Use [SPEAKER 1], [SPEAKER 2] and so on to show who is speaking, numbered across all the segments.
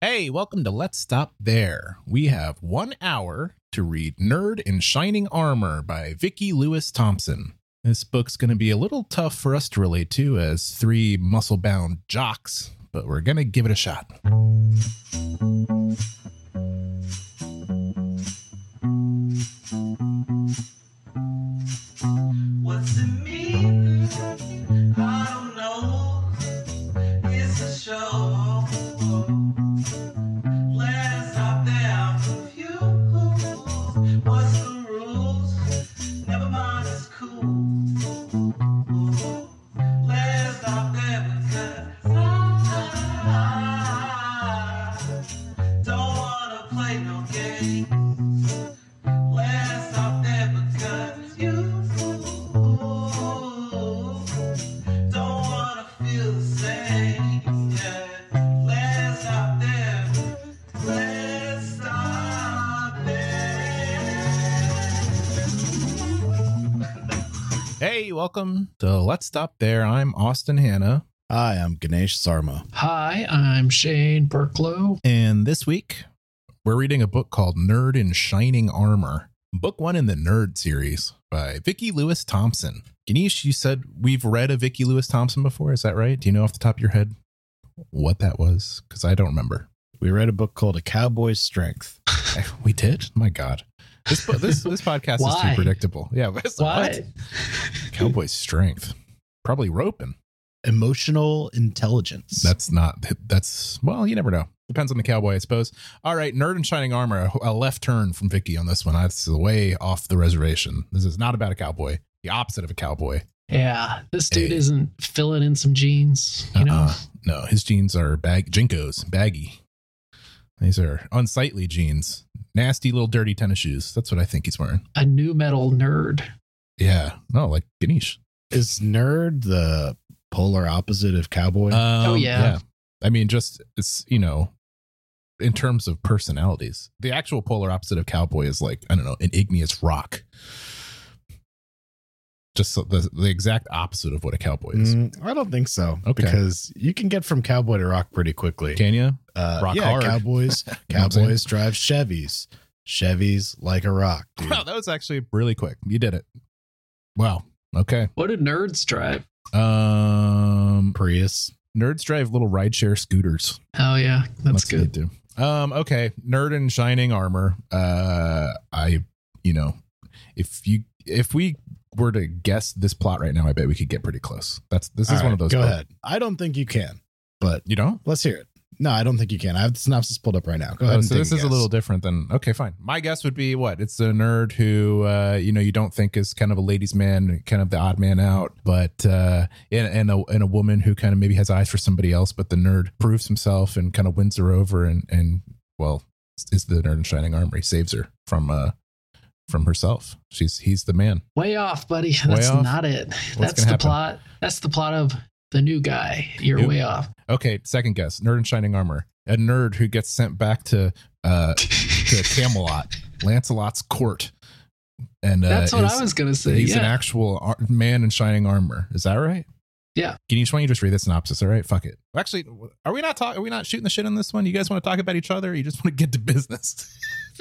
[SPEAKER 1] Hey, welcome to Let's Stop There. We have one hour to read Nerd in Shining Armor by Vicki Lewis Thompson. This book's going to be a little tough for us to relate to as three muscle bound jocks, but we're going to give it a shot.
[SPEAKER 2] What's it mean? I don't know. It's a show. Let's stop there. I'm confused. What's the rules? Never mind, it's cool. Let's stop there because I don't wanna play no games. Last stop there because you don't wanna feel the same. Yeah. Last stop there. Last stop there.
[SPEAKER 1] Hey, welcome to Let's Stop There. I'm Austin Hanna,
[SPEAKER 3] Hi, I'm Ganesh Sarma.
[SPEAKER 4] Hi, I'm Shane Burklow.
[SPEAKER 1] and this week we're reading a book called Nerd in Shining Armor, book one in the Nerd series by Vicki Lewis Thompson. Ganesh, you said we've read a Vicki Lewis Thompson before. Is that right? Do you know off the top of your head what that was? Because I don't remember.
[SPEAKER 3] We read a book called A Cowboy's Strength.
[SPEAKER 1] We did. My God, this po- this this podcast is too
[SPEAKER 4] Why?
[SPEAKER 1] predictable. Yeah, but it's-
[SPEAKER 4] What?
[SPEAKER 1] what? Cowboy strength, probably roping.
[SPEAKER 3] Emotional intelligence.
[SPEAKER 1] That's not. That's well, you never know. Depends on the cowboy, I suppose. All right, nerd in shining armor. A, a left turn from Vicky on this one. That's way off the reservation. This is not about a cowboy. The opposite of a cowboy.
[SPEAKER 4] Yeah, this dude
[SPEAKER 1] Hey.
[SPEAKER 4] isn't filling in some jeans, you know?
[SPEAKER 1] Uh-uh. No, his jeans are bag jinkos, baggy. These are unsightly jeans. Nasty little dirty tennis shoes. That's what I think he's wearing.
[SPEAKER 4] A new metal nerd.
[SPEAKER 1] Yeah. No, like Ganesh.
[SPEAKER 3] Is nerd the polar opposite of cowboy?
[SPEAKER 1] Um,
[SPEAKER 4] yeah.
[SPEAKER 1] I mean, just it's you know, in terms of personalities, the actual polar opposite of cowboy is like I don't know, an igneous rock. Just so the the exact opposite of what a cowboy is.
[SPEAKER 3] Mm, I don't think so.
[SPEAKER 1] Okay.
[SPEAKER 3] Because you can get from cowboy to rock pretty quickly.
[SPEAKER 1] Can you?
[SPEAKER 3] Uh,
[SPEAKER 1] Rock
[SPEAKER 3] yeah,
[SPEAKER 1] hard.
[SPEAKER 3] Cowboys.
[SPEAKER 1] know what I'm saying?
[SPEAKER 3] cowboys drive Chevys. Chevys like a rock. Dude.
[SPEAKER 1] Wow, that was actually really quick. You did it. Wow. Okay.
[SPEAKER 4] What do nerds drive?
[SPEAKER 1] Um,
[SPEAKER 3] Prius.
[SPEAKER 1] nerds drive little rideshare scooters.
[SPEAKER 4] Oh, yeah, that's
[SPEAKER 1] what
[SPEAKER 4] good.
[SPEAKER 1] they do. Um, okay, nerd in shining armor. Uh, I, you know, if you if we were to guess this plot right now, I bet we could get pretty close. That's this is one
[SPEAKER 3] All right,
[SPEAKER 1] of those.
[SPEAKER 3] Go
[SPEAKER 1] books-
[SPEAKER 3] ahead. I don't think you can, but
[SPEAKER 1] You don't.
[SPEAKER 3] let's hear it. No, I don't think you can. I have the synopsis pulled up right now. Go ahead.
[SPEAKER 1] Oh,
[SPEAKER 3] and
[SPEAKER 1] so
[SPEAKER 3] take
[SPEAKER 1] this is a
[SPEAKER 3] guess.
[SPEAKER 1] little different than okay, fine. My guess would be what it's a nerd who uh, you know you don't think is kind of a ladies' man, kind of the odd man out, but uh, and and a and a woman who kind of maybe has eyes for somebody else, but the nerd proves himself and kind of wins her over, and and well is the nerd in shining armor. He saves her from uh from herself. She's he's the man.
[SPEAKER 4] Way off, buddy. That's
[SPEAKER 1] off?
[SPEAKER 4] not it. that's
[SPEAKER 1] gonna
[SPEAKER 4] the
[SPEAKER 1] happen?
[SPEAKER 4] plot. That's the plot of The New Guy. You're
[SPEAKER 1] Nope.
[SPEAKER 4] way off.
[SPEAKER 1] Okay, second guess: nerd in shining armor, a nerd who gets sent back to uh to Camelot, Lancelot's court. And uh,
[SPEAKER 4] that's what
[SPEAKER 1] is-
[SPEAKER 4] I was going to
[SPEAKER 1] So
[SPEAKER 4] say.
[SPEAKER 1] he's an
[SPEAKER 4] yeah.
[SPEAKER 1] actual ar- man in shining armor. Is that right?
[SPEAKER 4] Yeah.
[SPEAKER 1] Can you, why don't you just read the synopsis? All right. Fuck it. Actually, are we not talking? Are we not shooting the shit on this one? You guys want to talk about each other? Or you just want to get to business?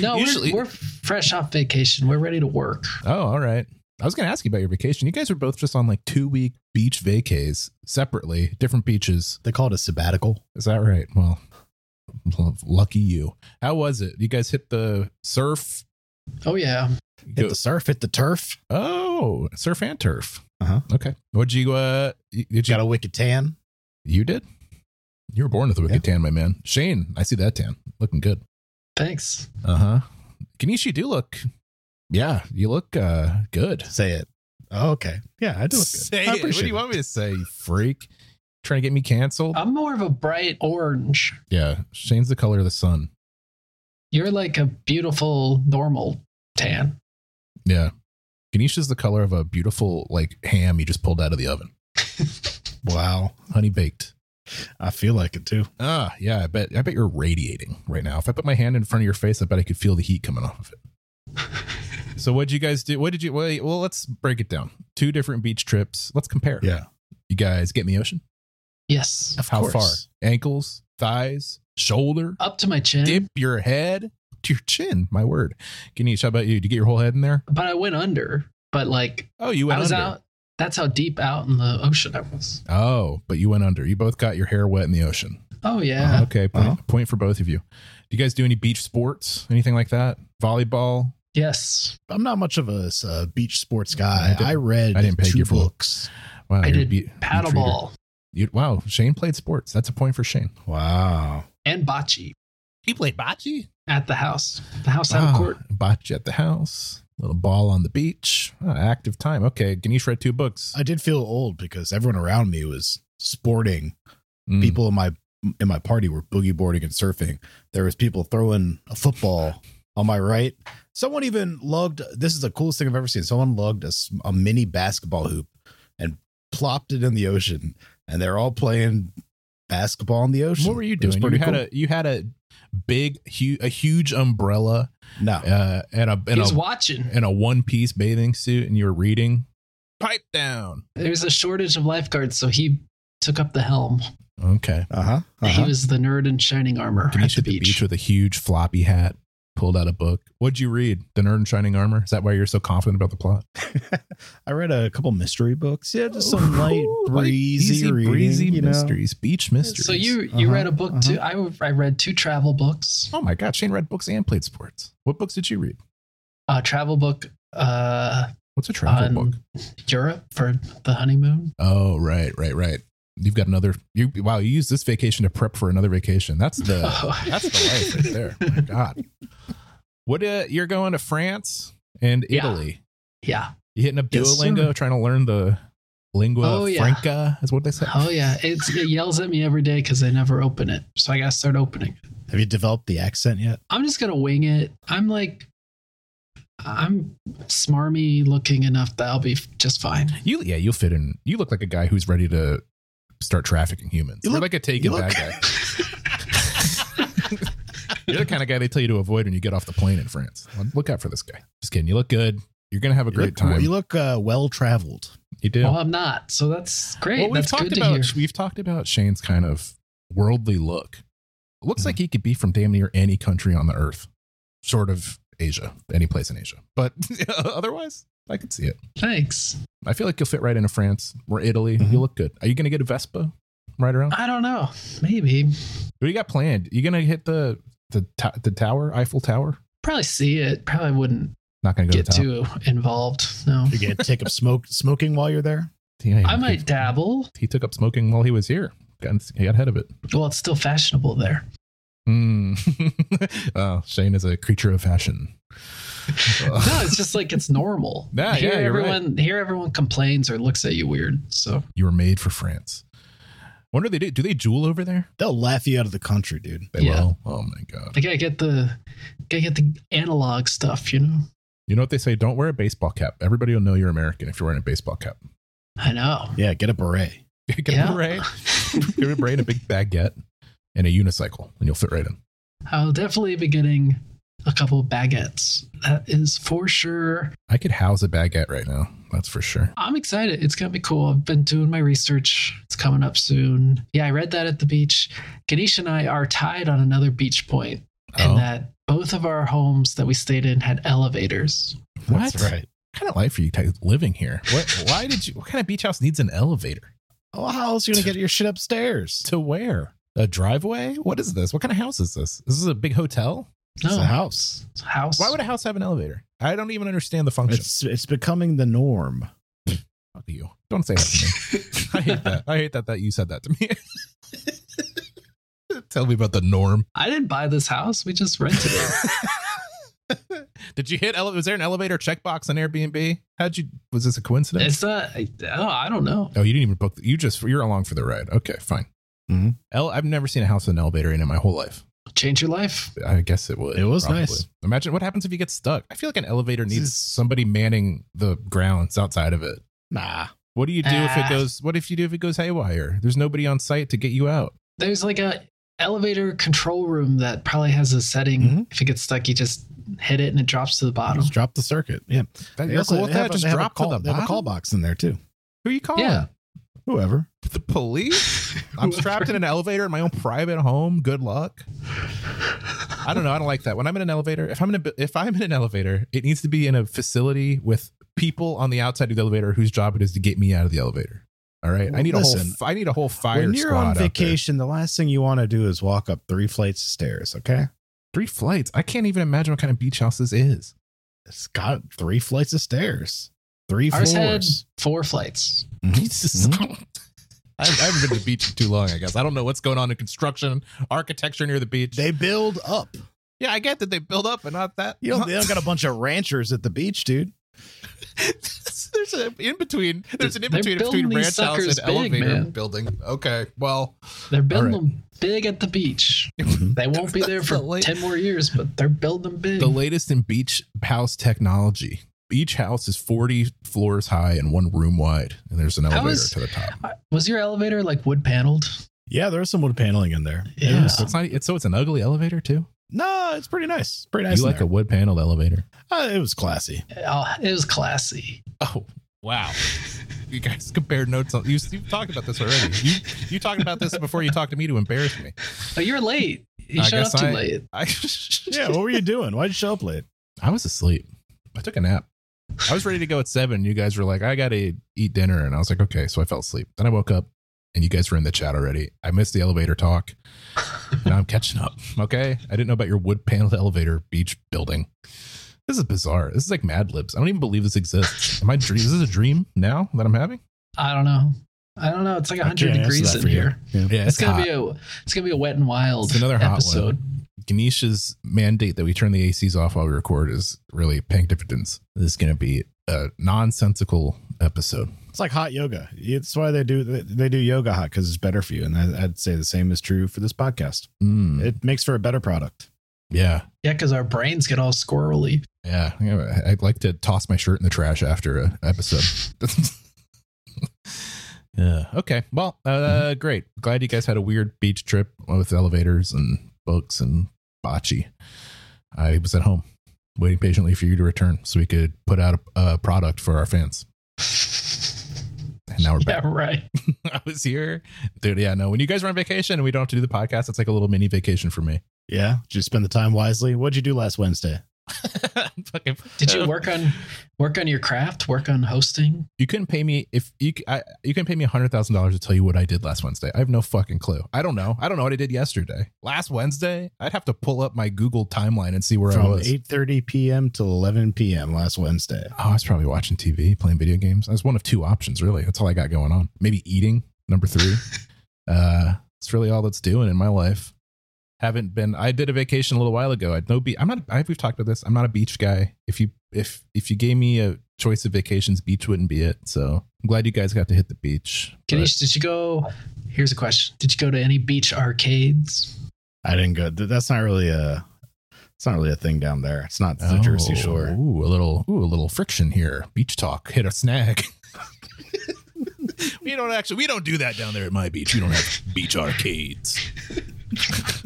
[SPEAKER 4] no, we're-
[SPEAKER 1] usually-
[SPEAKER 4] we're fresh off vacation. We're ready to work.
[SPEAKER 1] oh, all right. I was going to ask you about your vacation. You guys were both just on like two week beach vacays separately, different beaches.
[SPEAKER 3] They call it a sabbatical.
[SPEAKER 1] Is that right? Well, l- lucky you. How was it? You guys hit the surf?
[SPEAKER 4] Oh, yeah.
[SPEAKER 3] Hit
[SPEAKER 1] Go-
[SPEAKER 3] the surf. Hit the turf.
[SPEAKER 1] oh, surf and turf.
[SPEAKER 3] Uh-huh.
[SPEAKER 1] Okay. What'd you, uh, y- did you
[SPEAKER 3] Got a wicked tan.
[SPEAKER 1] You did? You were born with a wicked tan, my man. Shane, I see that tan. Looking good.
[SPEAKER 4] Thanks.
[SPEAKER 1] Uh
[SPEAKER 3] Uh-huh.
[SPEAKER 1] huh. Kanishi, you do look. Yeah, you look uh good.
[SPEAKER 3] Say it. Oh, okay. Yeah, I do look good.
[SPEAKER 1] Say
[SPEAKER 3] I
[SPEAKER 1] it. What do
[SPEAKER 3] appreciate
[SPEAKER 1] you want me to say, you Uh. freak? Trying to get me canceled?
[SPEAKER 4] I'm more of a bright orange.
[SPEAKER 1] yeah, Shane's the color of the sun.
[SPEAKER 4] You're like a beautiful, normal tan.
[SPEAKER 1] Yeah. Ganesha's the color of a beautiful, like, ham you just pulled out of the oven,
[SPEAKER 3] it. Wow.
[SPEAKER 1] honey baked.
[SPEAKER 3] I feel like it too.
[SPEAKER 1] Ah, yeah, I bet. I bet you're radiating right now. If I put my hand in front of your face, I bet I could feel the heat coming off of it. so, what'd you guys do? What did you? Well, well, let's break it down. Two different beach trips. Let's compare.
[SPEAKER 3] Yeah.
[SPEAKER 1] you guys get in the ocean.
[SPEAKER 4] Yes.
[SPEAKER 1] How
[SPEAKER 3] course. Mm-hmm.
[SPEAKER 1] far? Ankles, thighs, shoulder,
[SPEAKER 4] up to my chin.
[SPEAKER 1] dip your head to your chin. My word. Ganesh, how about you? Did you get your whole head in there?
[SPEAKER 4] But I went under. But like
[SPEAKER 1] Oh, you
[SPEAKER 4] I
[SPEAKER 1] went
[SPEAKER 4] was
[SPEAKER 1] under.
[SPEAKER 4] out. That's how deep out in the ocean I was.
[SPEAKER 1] Oh, but you went under. You both got your hair wet in the ocean.
[SPEAKER 4] Oh yeah.
[SPEAKER 1] Okay, point,
[SPEAKER 3] Wow.
[SPEAKER 1] point for both of you. Do you guys do any beach sports? Anything like that? Volleyball?
[SPEAKER 4] Yes.
[SPEAKER 3] I'm not much of a uh, beach sports
[SPEAKER 1] I
[SPEAKER 3] guy.
[SPEAKER 1] didn't-
[SPEAKER 3] I, read
[SPEAKER 1] I didn't pay
[SPEAKER 3] two
[SPEAKER 1] you for it.
[SPEAKER 3] books.
[SPEAKER 1] Wow,
[SPEAKER 4] I
[SPEAKER 1] you're a
[SPEAKER 4] did
[SPEAKER 1] be- beach reader.
[SPEAKER 4] Paddleball
[SPEAKER 1] You, wow, Shane played sports. That's a point for Shane.
[SPEAKER 3] Wow.
[SPEAKER 4] and bocce
[SPEAKER 1] He played bocce.
[SPEAKER 4] at the house. The house had a
[SPEAKER 1] Wow.
[SPEAKER 4] court.
[SPEAKER 1] Ah, Bocce at the house. Little ball on the beach. Ah, active time. Okay, Ganesh read two books.
[SPEAKER 3] I did feel old because everyone around me was sporting.
[SPEAKER 1] Mm.
[SPEAKER 3] People in my in my party were boogie boarding and surfing. There was people throwing a football on my right. Someone even lugged. This is the coolest thing I've ever seen. Someone lugged a, s- a mini basketball hoop and plopped it in the ocean, and they're all playing basketball in the ocean.
[SPEAKER 1] What were you
[SPEAKER 3] It was
[SPEAKER 1] doing? You
[SPEAKER 3] pretty
[SPEAKER 1] had
[SPEAKER 3] cool.
[SPEAKER 1] a you had a big hu- a huge umbrella
[SPEAKER 3] no.
[SPEAKER 1] uh, and a
[SPEAKER 4] He
[SPEAKER 1] and
[SPEAKER 4] was
[SPEAKER 1] a,
[SPEAKER 4] watching.
[SPEAKER 1] and a one piece bathing suit, and you were reading. Pipe down.
[SPEAKER 4] There was a shortage of lifeguards, so he took up the helm.
[SPEAKER 1] Okay.
[SPEAKER 3] Uh huh.
[SPEAKER 1] Uh-huh.
[SPEAKER 4] He was the nerd in shining armor
[SPEAKER 1] Ganesh
[SPEAKER 4] at
[SPEAKER 1] at
[SPEAKER 4] the beach.
[SPEAKER 1] with a huge floppy hat, pulled out a book. What'd you read? The Nerd in Shining Armor. Is that why you're so confident about the plot?
[SPEAKER 3] I read a couple mystery books. Yeah, just some light,
[SPEAKER 1] Ooh, light,
[SPEAKER 3] breezy,
[SPEAKER 1] easy,
[SPEAKER 3] reading,
[SPEAKER 1] breezy
[SPEAKER 3] you know?
[SPEAKER 1] mysteries, beach mysteries.
[SPEAKER 4] So you you
[SPEAKER 3] Uh-huh,
[SPEAKER 4] read a book too. I w- I read two travel books.
[SPEAKER 1] Oh my God, Shane read books and played sports. What books did you read?
[SPEAKER 4] A travel book uh
[SPEAKER 1] What's a travel
[SPEAKER 4] on
[SPEAKER 1] book?
[SPEAKER 4] Europe for the honeymoon.
[SPEAKER 1] Oh, right, right, right. You've got another. You wow. You use this vacation to prep for another vacation. That's the That's the life right there. My God. What uh, you're going to France and
[SPEAKER 4] Yeah.
[SPEAKER 1] Italy?
[SPEAKER 4] yeah.
[SPEAKER 1] You hitting up
[SPEAKER 4] Yes,
[SPEAKER 1] Duolingo,
[SPEAKER 4] sir.
[SPEAKER 1] trying to learn the lingua
[SPEAKER 4] Oh, yeah.
[SPEAKER 1] franca is what they say.
[SPEAKER 4] Oh yeah. It's, it yells at me every day because I never open it. So I gotta start opening. it.
[SPEAKER 3] Have you developed the accent yet?
[SPEAKER 4] I'm just gonna wing it. I'm like I'm smarmy looking enough that I'll be f- just fine.
[SPEAKER 1] You yeah, you'll fit in. You look like a guy who's ready to start trafficking humans.
[SPEAKER 3] You
[SPEAKER 1] You're
[SPEAKER 3] look-
[SPEAKER 1] like a take it
[SPEAKER 3] you
[SPEAKER 1] back
[SPEAKER 3] look-
[SPEAKER 1] guy. You're the kind of guy they tell you to avoid when you get off the plane in France. Look out for this guy. Just kidding. You look good. You're gonna have a
[SPEAKER 3] You
[SPEAKER 1] great
[SPEAKER 3] look-
[SPEAKER 1] time.
[SPEAKER 3] You
[SPEAKER 1] You,
[SPEAKER 3] look uh, well traveled.
[SPEAKER 1] do.
[SPEAKER 4] Well, I'm not. So that's great.
[SPEAKER 1] Well, we've
[SPEAKER 4] that's
[SPEAKER 1] talked
[SPEAKER 4] good
[SPEAKER 1] about
[SPEAKER 4] to hear.
[SPEAKER 1] we've talked about Shane's kind of worldly look. Looks
[SPEAKER 3] Hmm.
[SPEAKER 1] like he could be from damn near any country on the earth, short of Asia, any place in Asia. But otherwise, I could see it.
[SPEAKER 4] Thanks.
[SPEAKER 1] I feel like you'll fit right into France or Italy.
[SPEAKER 3] Mhm.
[SPEAKER 4] Mm-hmm.
[SPEAKER 1] You look good. Are you going to get a Vespa right around?
[SPEAKER 4] I don't know. Maybe.
[SPEAKER 1] What do you got planned? You going to hit the the to- the tower, Eiffel Tower?
[SPEAKER 4] Probably see it. Probably wouldn't
[SPEAKER 1] Not going to go
[SPEAKER 4] get
[SPEAKER 1] to the tower.
[SPEAKER 4] too involved. No.
[SPEAKER 3] You get to take up smoke smoking while you're there.
[SPEAKER 1] Yeah, he-
[SPEAKER 4] I might dabble.
[SPEAKER 1] He took up smoking while he was here. Got, he got ahead of it.
[SPEAKER 4] Well, it's still fashionable there.
[SPEAKER 1] Mm. oh, Shane is a creature of fashion.
[SPEAKER 4] No, it's just like it's normal.
[SPEAKER 1] Yeah,
[SPEAKER 4] here
[SPEAKER 1] yeah, you're right.
[SPEAKER 4] everyone here everyone complains or looks at you weird. So
[SPEAKER 1] You were made for France. What do they do? Do they jewel over there?
[SPEAKER 3] They'll laugh you out of the country, dude.
[SPEAKER 1] They
[SPEAKER 4] Yeah.
[SPEAKER 1] will. Oh my god!
[SPEAKER 4] I gotta get the gotta get the analog stuff, you know?
[SPEAKER 1] You know what they say? Don't wear a baseball cap. Everybody will know you're American if you're wearing a baseball cap.
[SPEAKER 4] I know.
[SPEAKER 3] Yeah, get a beret.
[SPEAKER 1] Get
[SPEAKER 4] Yeah.
[SPEAKER 1] a beret, get a beret, and a big baguette, and a unicycle, and you'll fit right in.
[SPEAKER 4] I'll definitely be getting a couple baguettes. That is for sure.
[SPEAKER 1] I could house a baguette right now. That's for sure.
[SPEAKER 4] I'm excited. It's gonna be cool. I've been doing my research. It's coming up soon. Yeah, I read that at the beach. Ganesh and I are tied on another beach point, and
[SPEAKER 1] Oh.
[SPEAKER 4] that both of our homes that we stayed in had elevators.
[SPEAKER 1] What?
[SPEAKER 3] That's right.
[SPEAKER 1] What kind of life are you t- living here? What? Why did you? What kind of beach house needs an elevator?
[SPEAKER 3] Oh, how else are you gonna get your shit upstairs?
[SPEAKER 1] To where? A driveway? What is this? What kind of house is this? This is a big hotel.
[SPEAKER 4] No,
[SPEAKER 3] It's a house.
[SPEAKER 4] It's a house.
[SPEAKER 1] Why would a house have an elevator? I don't even understand the function.
[SPEAKER 3] It's it's becoming the norm.
[SPEAKER 1] Fuck you. Don't say that to me. I hate that. I hate that that you said that to me. Tell me about the norm.
[SPEAKER 4] I didn't buy this house. We just rented it.
[SPEAKER 1] Did you hit? Ele- was there an elevator checkbox on Airbnb? How'd you? Was this a coincidence?
[SPEAKER 4] it's not. I, oh, I don't know.
[SPEAKER 1] oh, you didn't even book. you just you're along for the ride. Okay, fine.
[SPEAKER 3] Mhm.
[SPEAKER 1] El- I've never seen a house with an elevator in it my whole life.
[SPEAKER 4] Change your life.
[SPEAKER 1] I guess it would.
[SPEAKER 3] It was nice.
[SPEAKER 1] Imagine what happens if you get stuck. I feel like an elevator
[SPEAKER 3] This
[SPEAKER 1] needs
[SPEAKER 3] is-
[SPEAKER 1] somebody manning the grounds outside of it.
[SPEAKER 3] Nah.
[SPEAKER 1] What do you do if
[SPEAKER 4] Ah.
[SPEAKER 1] it goes? What if you do if it goes haywire? There's nobody on site to get you out.
[SPEAKER 4] There's like a elevator control room that probably has a setting.
[SPEAKER 3] Mhm.
[SPEAKER 4] If it gets stuck, you just hit it and it drops to the bottom.
[SPEAKER 3] Just drop the circuit. Yeah.
[SPEAKER 1] That,
[SPEAKER 3] They
[SPEAKER 1] you're
[SPEAKER 3] also-
[SPEAKER 1] cool with
[SPEAKER 3] they
[SPEAKER 1] that?
[SPEAKER 3] have a-
[SPEAKER 1] Just
[SPEAKER 3] they have a
[SPEAKER 1] drop
[SPEAKER 3] call,
[SPEAKER 1] to the
[SPEAKER 3] they have a
[SPEAKER 1] bottom?
[SPEAKER 3] call box in there too.
[SPEAKER 1] Who are you calling?
[SPEAKER 4] Yeah.
[SPEAKER 3] whoever.
[SPEAKER 1] The police? I'm trapped in an elevator in my own private home. Good luck. I don't know. I don't like that. When I'm in an elevator, if I'm in a, bu- if I'm in an elevator, it needs to be in a facility with people on the outside of the elevator whose job it is to get me out of the elevator. All right. I
[SPEAKER 3] Well,
[SPEAKER 1] need a whole.
[SPEAKER 3] listen,
[SPEAKER 1] f- I need a whole fire
[SPEAKER 3] when you're
[SPEAKER 1] squad
[SPEAKER 3] on
[SPEAKER 1] out there.
[SPEAKER 3] vacation, the last thing you want to do is walk up three flights of stairs. Okay,
[SPEAKER 1] Three flights. I can't even imagine what kind of beach house this is.
[SPEAKER 3] it's got three flights of stairs, three
[SPEAKER 4] Ours had
[SPEAKER 3] floors.
[SPEAKER 4] four flights.
[SPEAKER 1] Jesus. Hmm? I I haven't been to the beach in too long, I guess. I don't know what's going on in construction, architecture near the beach.
[SPEAKER 3] They build up.
[SPEAKER 1] yeah, I get that they build up, but not that.
[SPEAKER 3] You know,
[SPEAKER 1] not-
[SPEAKER 3] they don't got a bunch of ranchers at the beach, dude.
[SPEAKER 1] there's an in between. There's an in
[SPEAKER 4] They're
[SPEAKER 1] between
[SPEAKER 4] building
[SPEAKER 1] between
[SPEAKER 4] these
[SPEAKER 1] ranch house and
[SPEAKER 4] suckers big,
[SPEAKER 1] elevator
[SPEAKER 4] man.
[SPEAKER 1] building. Okay, well,
[SPEAKER 4] They're building
[SPEAKER 1] All
[SPEAKER 4] them big at the beach. They won't be there for
[SPEAKER 1] The la-
[SPEAKER 4] 10 more years, but they're building them big.
[SPEAKER 1] the latest in beach house technology. Each house is 40 floors high and one room wide, and there's an
[SPEAKER 4] How
[SPEAKER 1] elevator
[SPEAKER 4] is-
[SPEAKER 1] to the top.
[SPEAKER 4] Was your elevator like wood paneled?
[SPEAKER 3] Yeah, there's some wood paneling in there.
[SPEAKER 4] Yeah.
[SPEAKER 1] So it's not. It's, so it's an ugly elevator too.
[SPEAKER 3] No, it's pretty nice. Pretty nice.
[SPEAKER 1] you
[SPEAKER 3] in
[SPEAKER 1] like
[SPEAKER 3] there.
[SPEAKER 1] a wood paneled elevator?
[SPEAKER 3] Uh, it was classy.
[SPEAKER 4] Oh, it was classy.
[SPEAKER 1] Oh wow! you guys compared notes. On, you you talked about this already. You you talked about this before you talked to me to embarrass me.
[SPEAKER 4] Oh, you're late. You
[SPEAKER 1] I
[SPEAKER 4] showed up
[SPEAKER 1] guess
[SPEAKER 4] too
[SPEAKER 1] I-
[SPEAKER 4] late.
[SPEAKER 1] I
[SPEAKER 3] Yeah, what were you doing? Why'd you show up late?
[SPEAKER 1] I was asleep. I took a nap. I was ready to go at seven. You guys were like, I got to eat dinner. And I was like, okay. So I fell asleep. Then I woke up and you guys were in the chat already. I missed the elevator talk. now I'm catching up. Okay. I didn't know about your wood paneled elevator beach building. This is bizarre. This is like Mad Libs. I don't even believe this exists. Am I dream? Is this a dream now that I'm having?
[SPEAKER 4] I don't know. I don't know. It's like 100
[SPEAKER 3] can't answer
[SPEAKER 4] degrees
[SPEAKER 3] that
[SPEAKER 4] in
[SPEAKER 3] for you.
[SPEAKER 4] here.
[SPEAKER 1] Yeah.
[SPEAKER 4] It's, gonna be a it's gonna be a wet and wild
[SPEAKER 1] It's another hot one.
[SPEAKER 4] episode.
[SPEAKER 1] Ganesha's mandate that we turn the ACs off while we record is really paying dividends. This is going to be a nonsensical episode.
[SPEAKER 3] It's like hot yoga. It's why they do they do yoga hot because it's better for you. And I, I'd say the same is true for this podcast.
[SPEAKER 1] Mm,
[SPEAKER 3] It makes for a better product.
[SPEAKER 1] yeah.
[SPEAKER 4] Yeah, because our brains get all squirrely.
[SPEAKER 1] Yeah, yeah, I'd like to toss my shirt in the trash after an episode. yeah. Okay. Well, uh, great. Glad you guys had a weird beach trip with elevators and books and bocce. I was at home waiting patiently for you to return so we could put out a, a product for our fans. And now we're back.
[SPEAKER 4] Yeah, right.
[SPEAKER 1] I was here. Dude, yeah, no. When you guys are on vacation and we don't have to do the podcast, it's like a little mini vacation for me.
[SPEAKER 3] Yeah. Did you spend the time wisely? What'd you do last Wednesday?
[SPEAKER 1] Fucking-
[SPEAKER 4] Did you work on work on your craft? Work on hosting?
[SPEAKER 1] You couldn't pay me if you c- I, you can pay me hundred thousand dollars to tell you what I did last Wednesday. I have no fucking clue. I don't know. I don't know what I did yesterday. Last Wednesday, I'd have to pull up my Google timeline and see where I
[SPEAKER 3] From
[SPEAKER 1] was.
[SPEAKER 3] eight thirty p.m. till eleven p.m. last Wednesday.
[SPEAKER 1] Oh, I was probably watching TV, playing video games. I was one of two options, really. That's all I got going on. Maybe eating, number three. uh, it's really all that's doing in my life. Haven't been. I did a vacation a little while ago. I'd no be. I'm not. I, we've talked about this. I'm not a beach guy. If you if if you gave me a choice of vacations, beach wouldn't be it. So I'm glad you guys got to hit the beach. But-
[SPEAKER 4] Ganesh, did you go? Here's a question: Did you go to any beach arcades?
[SPEAKER 3] I didn't go. th- That's not really a. It's not really a thing down there. It's not the Jersey
[SPEAKER 1] Oh,
[SPEAKER 3] Shore.
[SPEAKER 1] Ooh, a little, ooh, a little friction here. Beach talk hit a snag. we don't actually, we don't do that down there at my beach. We don't have beach arcades.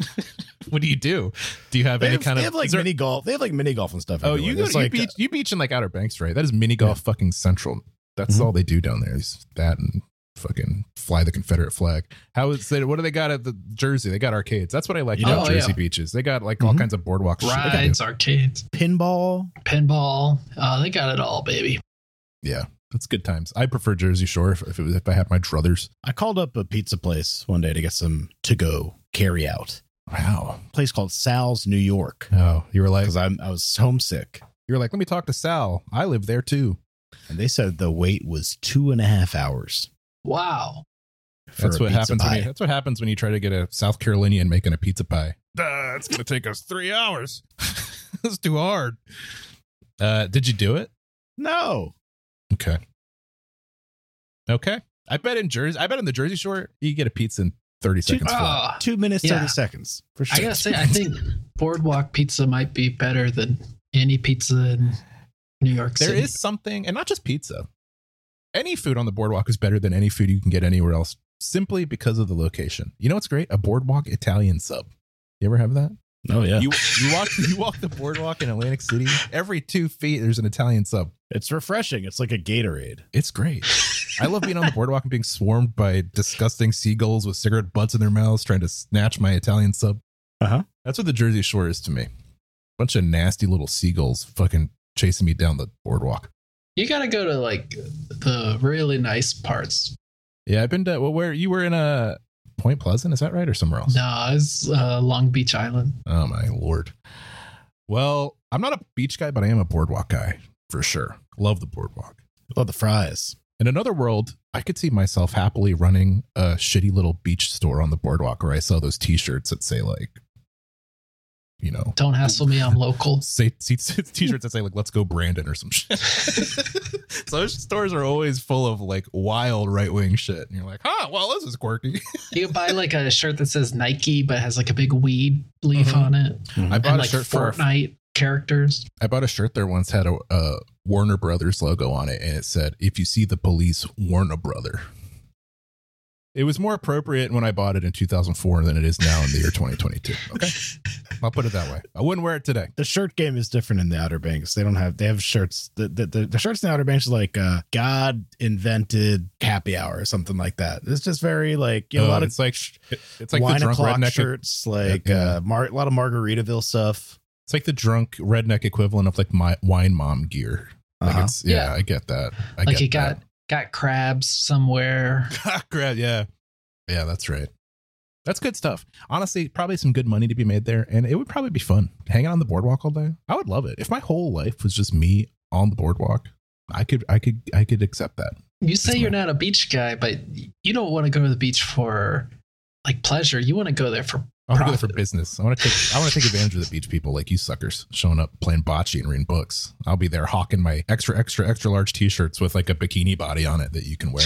[SPEAKER 1] what do you do? Do you have
[SPEAKER 3] They
[SPEAKER 1] any
[SPEAKER 3] have,
[SPEAKER 1] kind
[SPEAKER 3] they
[SPEAKER 1] of?
[SPEAKER 3] have
[SPEAKER 1] is
[SPEAKER 3] like
[SPEAKER 1] there-
[SPEAKER 3] mini golf. They have like mini golf and stuff.
[SPEAKER 1] oh,
[SPEAKER 3] everywhere.
[SPEAKER 1] you go,
[SPEAKER 3] It's
[SPEAKER 1] you
[SPEAKER 3] like,
[SPEAKER 1] beach, you beach in like Outer Banks, right? That is mini golf, fucking central. That's
[SPEAKER 3] Mhm.
[SPEAKER 1] all they do down there. Is that and fucking fly the Confederate flag. How is that? What do they got at the Jersey? They got arcades. That's what I like
[SPEAKER 3] You
[SPEAKER 1] about
[SPEAKER 4] know- Oh, yeah.
[SPEAKER 1] Jersey beaches. They got like all
[SPEAKER 3] Mhm.
[SPEAKER 1] kinds of boardwalk shit. They gotta do
[SPEAKER 4] Rides, arcades,
[SPEAKER 3] pinball.
[SPEAKER 4] pinball. Uh, they got it all, baby.
[SPEAKER 1] Yeah, that's good times. I prefer Jersey Shore if, if it was if I had my druthers.
[SPEAKER 3] I called up a pizza place one day to get some to go carry out.
[SPEAKER 1] Wow.
[SPEAKER 3] place called Sal's New York
[SPEAKER 1] Oh, you were like
[SPEAKER 3] because I'm I was homesick,
[SPEAKER 1] you were like, let me talk to Sal. I live there too.
[SPEAKER 3] and they said the wait was two and a half hours.
[SPEAKER 4] Wow.
[SPEAKER 3] for
[SPEAKER 1] That's
[SPEAKER 3] a
[SPEAKER 1] what
[SPEAKER 3] pizza
[SPEAKER 1] happens when
[SPEAKER 3] pie.
[SPEAKER 1] you, that's what happens when you try to get a South Carolinian making a pizza pie. Duh, it's gonna take us three hours. that's too hard. Uh, did you do it?
[SPEAKER 3] No,
[SPEAKER 1] Okay. Okay. I bet in Jersey, I bet in the Jersey Shore, you get a pizza in thirty
[SPEAKER 3] Two-
[SPEAKER 1] seconds. flat.
[SPEAKER 4] Ah,
[SPEAKER 3] two minutes
[SPEAKER 4] Yeah.
[SPEAKER 3] thirty seconds for sure.
[SPEAKER 4] I gotta say, I think boardwalk pizza might be better than any pizza in New York
[SPEAKER 1] There
[SPEAKER 4] City.
[SPEAKER 1] is something, and not just pizza. Any food on the boardwalk is better than any food you can get anywhere else, simply because of the location. You know what's great? A boardwalk Italian sub. You ever have that?
[SPEAKER 3] oh yeah,
[SPEAKER 1] You you walk you walk the boardwalk in Atlantic City. Every two feet, there's an Italian sub.
[SPEAKER 3] it's refreshing. It's like a Gatorade.
[SPEAKER 1] It's great. I love being on the boardwalk and being swarmed by disgusting seagulls with cigarette butts in their mouths trying to snatch my Italian sub.
[SPEAKER 3] Uh-huh.
[SPEAKER 1] That's what the Jersey Shore is to me. Bunch of nasty little seagulls fucking chasing me down the boardwalk.
[SPEAKER 4] You gotta go to like the really nice parts.
[SPEAKER 1] Yeah, I've been to well, where you were in a Point Pleasant, is that right, or somewhere else?
[SPEAKER 4] No, it's uh, Long Beach Island.
[SPEAKER 1] Oh my lord. Well, I'm not a beach guy, but I am a boardwalk guy for sure. Love the boardwalk.
[SPEAKER 3] Love the fries.
[SPEAKER 1] In another world, I could see myself happily running a shitty little beach store on the boardwalk where I sell those t-shirts that say like, you know,
[SPEAKER 4] Don't hassle me, I'm local.
[SPEAKER 1] say t- t-shirts that say like "Let's go Brandon" or some shit. so those stores are always full of like wild right wing shit, and you're like, huh, well, this is quirky.
[SPEAKER 4] You can buy like a shirt that says Nike but has like a big weed leaf
[SPEAKER 1] Mhm.
[SPEAKER 4] on it.
[SPEAKER 1] I bought
[SPEAKER 4] and
[SPEAKER 1] a
[SPEAKER 4] like
[SPEAKER 1] shirt for a
[SPEAKER 4] Fortnite characters.
[SPEAKER 1] I bought a shirt there once had a, a Warner Brothers logo on it, and it said, "If you see the police, warn a brother." It was more appropriate when I bought it in 2004 than it is now in the year 2022. Okay, I'll put it that way. I wouldn't wear it today.
[SPEAKER 3] The shirt game is different in the Outer Banks. They don't have they have shirts. The the, the, the shirts in the Outer Banks is like uh, God invented happy hour or something like that. It's just very like you know, a
[SPEAKER 1] Uh,
[SPEAKER 3] lot of
[SPEAKER 1] it's like it's like the
[SPEAKER 3] wine
[SPEAKER 1] drunk
[SPEAKER 3] o'clock
[SPEAKER 1] redneck.
[SPEAKER 3] shirts, like
[SPEAKER 1] Yeah.
[SPEAKER 3] uh, mar- a lot of Margaritaville stuff.
[SPEAKER 1] It's like the drunk redneck equivalent of like my wine mom gear. Like
[SPEAKER 3] Uh-huh.
[SPEAKER 1] it's, yeah, I get that. I
[SPEAKER 4] like
[SPEAKER 1] get
[SPEAKER 4] you got got crabs somewhere.
[SPEAKER 1] that. Crap, yeah, yeah, that's right. That's good stuff. Honestly, probably some good money to be made there, and it would probably be fun hanging on the boardwalk all day. I would love it if my whole life was just me on the boardwalk. I could, I could, I could accept that.
[SPEAKER 4] You say
[SPEAKER 1] That's
[SPEAKER 4] you're not a beach guy, but you don't want to go to the beach for like pleasure. You want to go there for
[SPEAKER 1] I want to go there for
[SPEAKER 4] Profit.
[SPEAKER 1] business. I want to take, I want to take advantage of the beach people like you suckers showing up playing bocce and reading books. I'll be there hawking my extra, extra, extra large t-shirts with like a bikini body on it that you can wear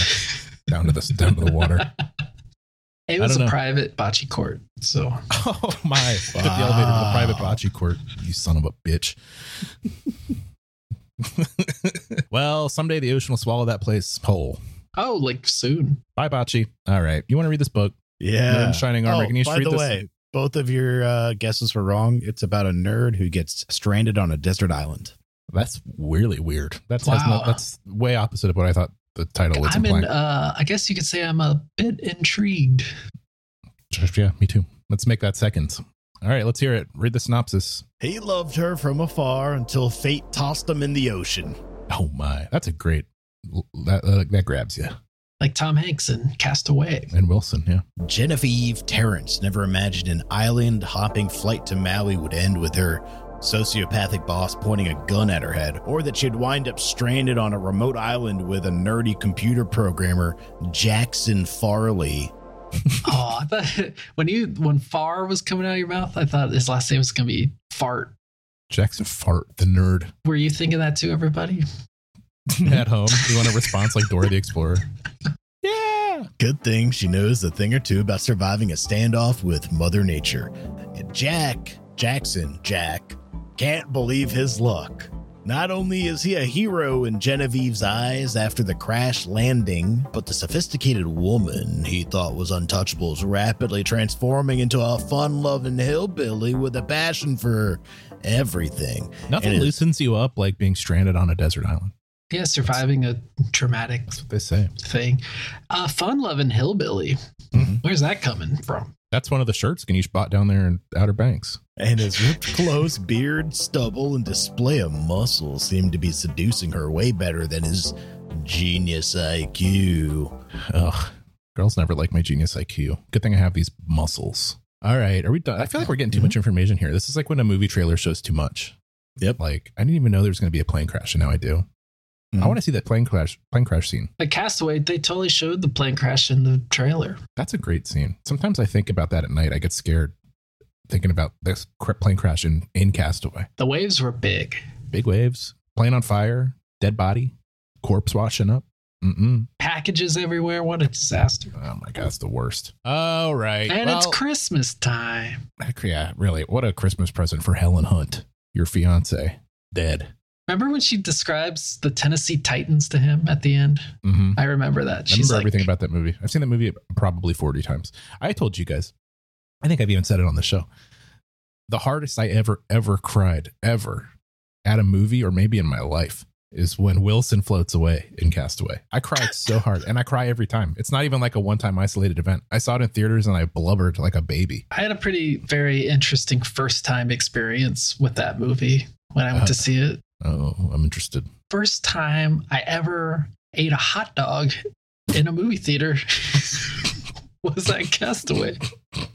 [SPEAKER 1] down to the down to the water. I
[SPEAKER 4] it was
[SPEAKER 1] don't
[SPEAKER 4] a
[SPEAKER 1] know.
[SPEAKER 4] private bocce court. So
[SPEAKER 1] Oh my! Took the elevator to the private bocce court. You son of a bitch. well, someday the ocean will swallow that place whole.
[SPEAKER 4] oh, like soon.
[SPEAKER 1] Bye, bocce. All right, you want to read this book? Nerd in
[SPEAKER 3] Yeah.
[SPEAKER 1] Shining Armor.
[SPEAKER 3] Oh,
[SPEAKER 1] Can you
[SPEAKER 3] by
[SPEAKER 1] read
[SPEAKER 3] the
[SPEAKER 1] this?
[SPEAKER 3] way, both of your uh, guesses were wrong. It's about a nerd who gets stranded on a desert island.
[SPEAKER 1] That's really weird. That's has
[SPEAKER 4] Wow.
[SPEAKER 1] no- that's way opposite of what I thought Oh, the title was
[SPEAKER 4] I'm in
[SPEAKER 1] implying.
[SPEAKER 4] uh I guess you could say I'm a bit intrigued.
[SPEAKER 1] yeah, me too. Let's make that second. All right, let's hear it. Read the synopsis.
[SPEAKER 3] He loved her from afar until fate tossed him in the ocean.
[SPEAKER 1] Oh my, that's a great. That uh, that grabs you.
[SPEAKER 4] Like Tom Hanks in Castaway.
[SPEAKER 1] And Wilson, yeah.
[SPEAKER 3] Genevieve Terrence never imagined an island hopping flight to Maui would end with her sociopathic boss pointing a gun at her head, or that she'd wind up stranded on a remote island with a nerdy computer programmer, Jackson Farley.
[SPEAKER 4] oh, I thought when you when Far was coming out of your mouth, I thought his last name was gonna be Fart.
[SPEAKER 1] Jackson Fart, the nerd.
[SPEAKER 4] Were you thinking that too, everybody?
[SPEAKER 1] at home. You want a response like Dora the Explorer? Yeah.
[SPEAKER 3] Good thing she knows a thing or two about surviving a standoff with Mother Nature. And Jack, Jackson, Jack, can't believe his luck. Not only is he a hero in Genevieve's eyes after the crash landing, but the sophisticated woman he thought was untouchable is rapidly transforming into a fun loving hillbilly with a passion for everything.
[SPEAKER 1] Nothing
[SPEAKER 3] And it-
[SPEAKER 1] loosens you up like being stranded on a desert island.
[SPEAKER 4] Yeah, surviving a traumatic
[SPEAKER 1] That's what they say.
[SPEAKER 4] thing. Uh fun loving hillbilly.
[SPEAKER 1] Mhm.
[SPEAKER 4] Where's that coming from?
[SPEAKER 1] That's one of the shirts Ganesh bought down there in Outer Banks.
[SPEAKER 3] and his ripped clothes, beard, stubble, and display of muscle seemed to be seducing her way better than his genius IQ.
[SPEAKER 1] Ugh. Girls never like my genius IQ. Good thing I have these muscles. All right. Are we done? I feel like we're getting too much information here. This is like when a movie trailer shows too much.
[SPEAKER 3] Mm-hmm. Yep.
[SPEAKER 1] Like, I didn't even know there was going to be a plane crash, and now I do.
[SPEAKER 3] Mhm.
[SPEAKER 1] I want to see that plane crash, plane crash scene.
[SPEAKER 4] Like Castaway, they totally showed the plane crash in the trailer.
[SPEAKER 1] That's a great scene. Sometimes I think about that at night. I get scared thinking about this cr- plane crash in, in Castaway.
[SPEAKER 4] The waves were big.
[SPEAKER 1] big waves, plane on fire, dead body, corpse washing up. Mm-mm.
[SPEAKER 4] Packages everywhere. What a disaster.
[SPEAKER 1] Oh my god, it's the worst. All right,
[SPEAKER 4] And it's
[SPEAKER 1] well,
[SPEAKER 4] Christmas time.
[SPEAKER 1] heck yeah, really. What a Christmas present for Helen Hunt, your fiance, dead.
[SPEAKER 4] Remember when she describes the Tennessee Titans to him at the end?
[SPEAKER 1] Mm-hmm.
[SPEAKER 4] I remember that.
[SPEAKER 1] I
[SPEAKER 4] She's
[SPEAKER 1] remember
[SPEAKER 4] like,
[SPEAKER 1] everything about that movie. I've seen that movie probably forty times. I told you guys. I think I've even said it on the show. The hardest I ever ever cried ever at a movie or maybe in my life is when Wilson floats away in Castaway. I cried so hard, and I cry every time. It's not even like a one-time isolated event. I saw it in theaters, and I blubbered like a baby.
[SPEAKER 4] I had a pretty, very interesting first time experience with that movie when I went to
[SPEAKER 1] Uh.
[SPEAKER 4] see it.
[SPEAKER 1] Oh, I'm interested.
[SPEAKER 4] First time I ever ate a hot dog in a movie theater was at Castaway.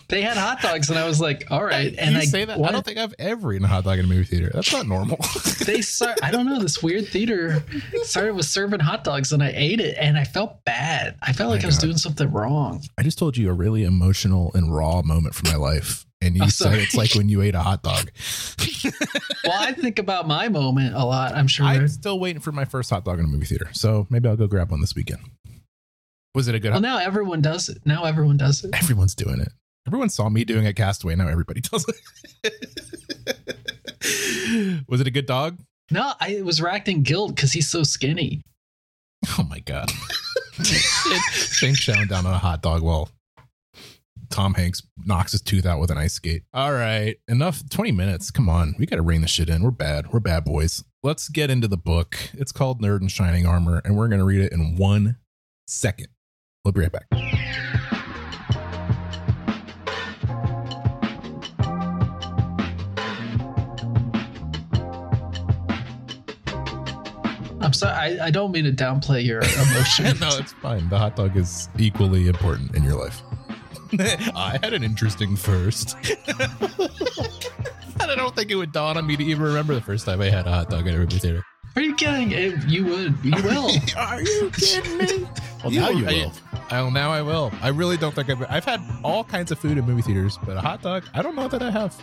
[SPEAKER 4] They had hot dogs, and I was like, all right. And
[SPEAKER 1] you
[SPEAKER 4] I,
[SPEAKER 1] say that I
[SPEAKER 4] what-
[SPEAKER 1] don't think I've ever eaten a hot dog in a movie theater. That's not normal.
[SPEAKER 4] they start, I don't know, this weird theater started with serving hot dogs, and I ate it, and I felt bad. I felt like
[SPEAKER 1] my
[SPEAKER 4] I was
[SPEAKER 1] God.
[SPEAKER 4] doing something wrong.
[SPEAKER 1] I just told you a really emotional and raw moment from my life, and you
[SPEAKER 4] I'm
[SPEAKER 1] said
[SPEAKER 4] sorry.
[SPEAKER 1] it's like when you ate a hot dog.
[SPEAKER 4] Well, I think about my moment a lot, I'm sure.
[SPEAKER 1] I'm still waiting for my first hot dog in a movie theater, so maybe I'll go grab one this weekend. Was it a good?
[SPEAKER 4] Well, now everyone does it. Now everyone does it.
[SPEAKER 1] Everyone's doing it. Everyone saw me doing it Castaway. Now everybody does it. was it a good dog?
[SPEAKER 4] No, I was racking guilt because he's so skinny.
[SPEAKER 1] Oh my god! Shane chowing down on a hot dog while Tom Hanks knocks his tooth out with an ice skate. All right, enough. Twenty minutes. Come on, we got to rein this shit in. We're bad. We're bad boys. Let's get into the book. It's called Nerd in Shining Armor, and we're gonna read it in one second. We'll be right back.
[SPEAKER 4] I'm sorry. I, I don't mean to downplay your emotion.
[SPEAKER 1] no, it's fine. The hot dog is equally important in your life. I had an interesting first. I don't think it would dawn on me to even remember the first time I had a hot dog at a movie theater.
[SPEAKER 4] Are you kidding? Eh, you would. You will.
[SPEAKER 1] Are you kidding me?
[SPEAKER 3] Well, now you
[SPEAKER 1] I-
[SPEAKER 3] will.
[SPEAKER 1] I'll, now I will. I really don't think I've. I've had all kinds of food in movie theaters, but a hot dog, I don't know that I have.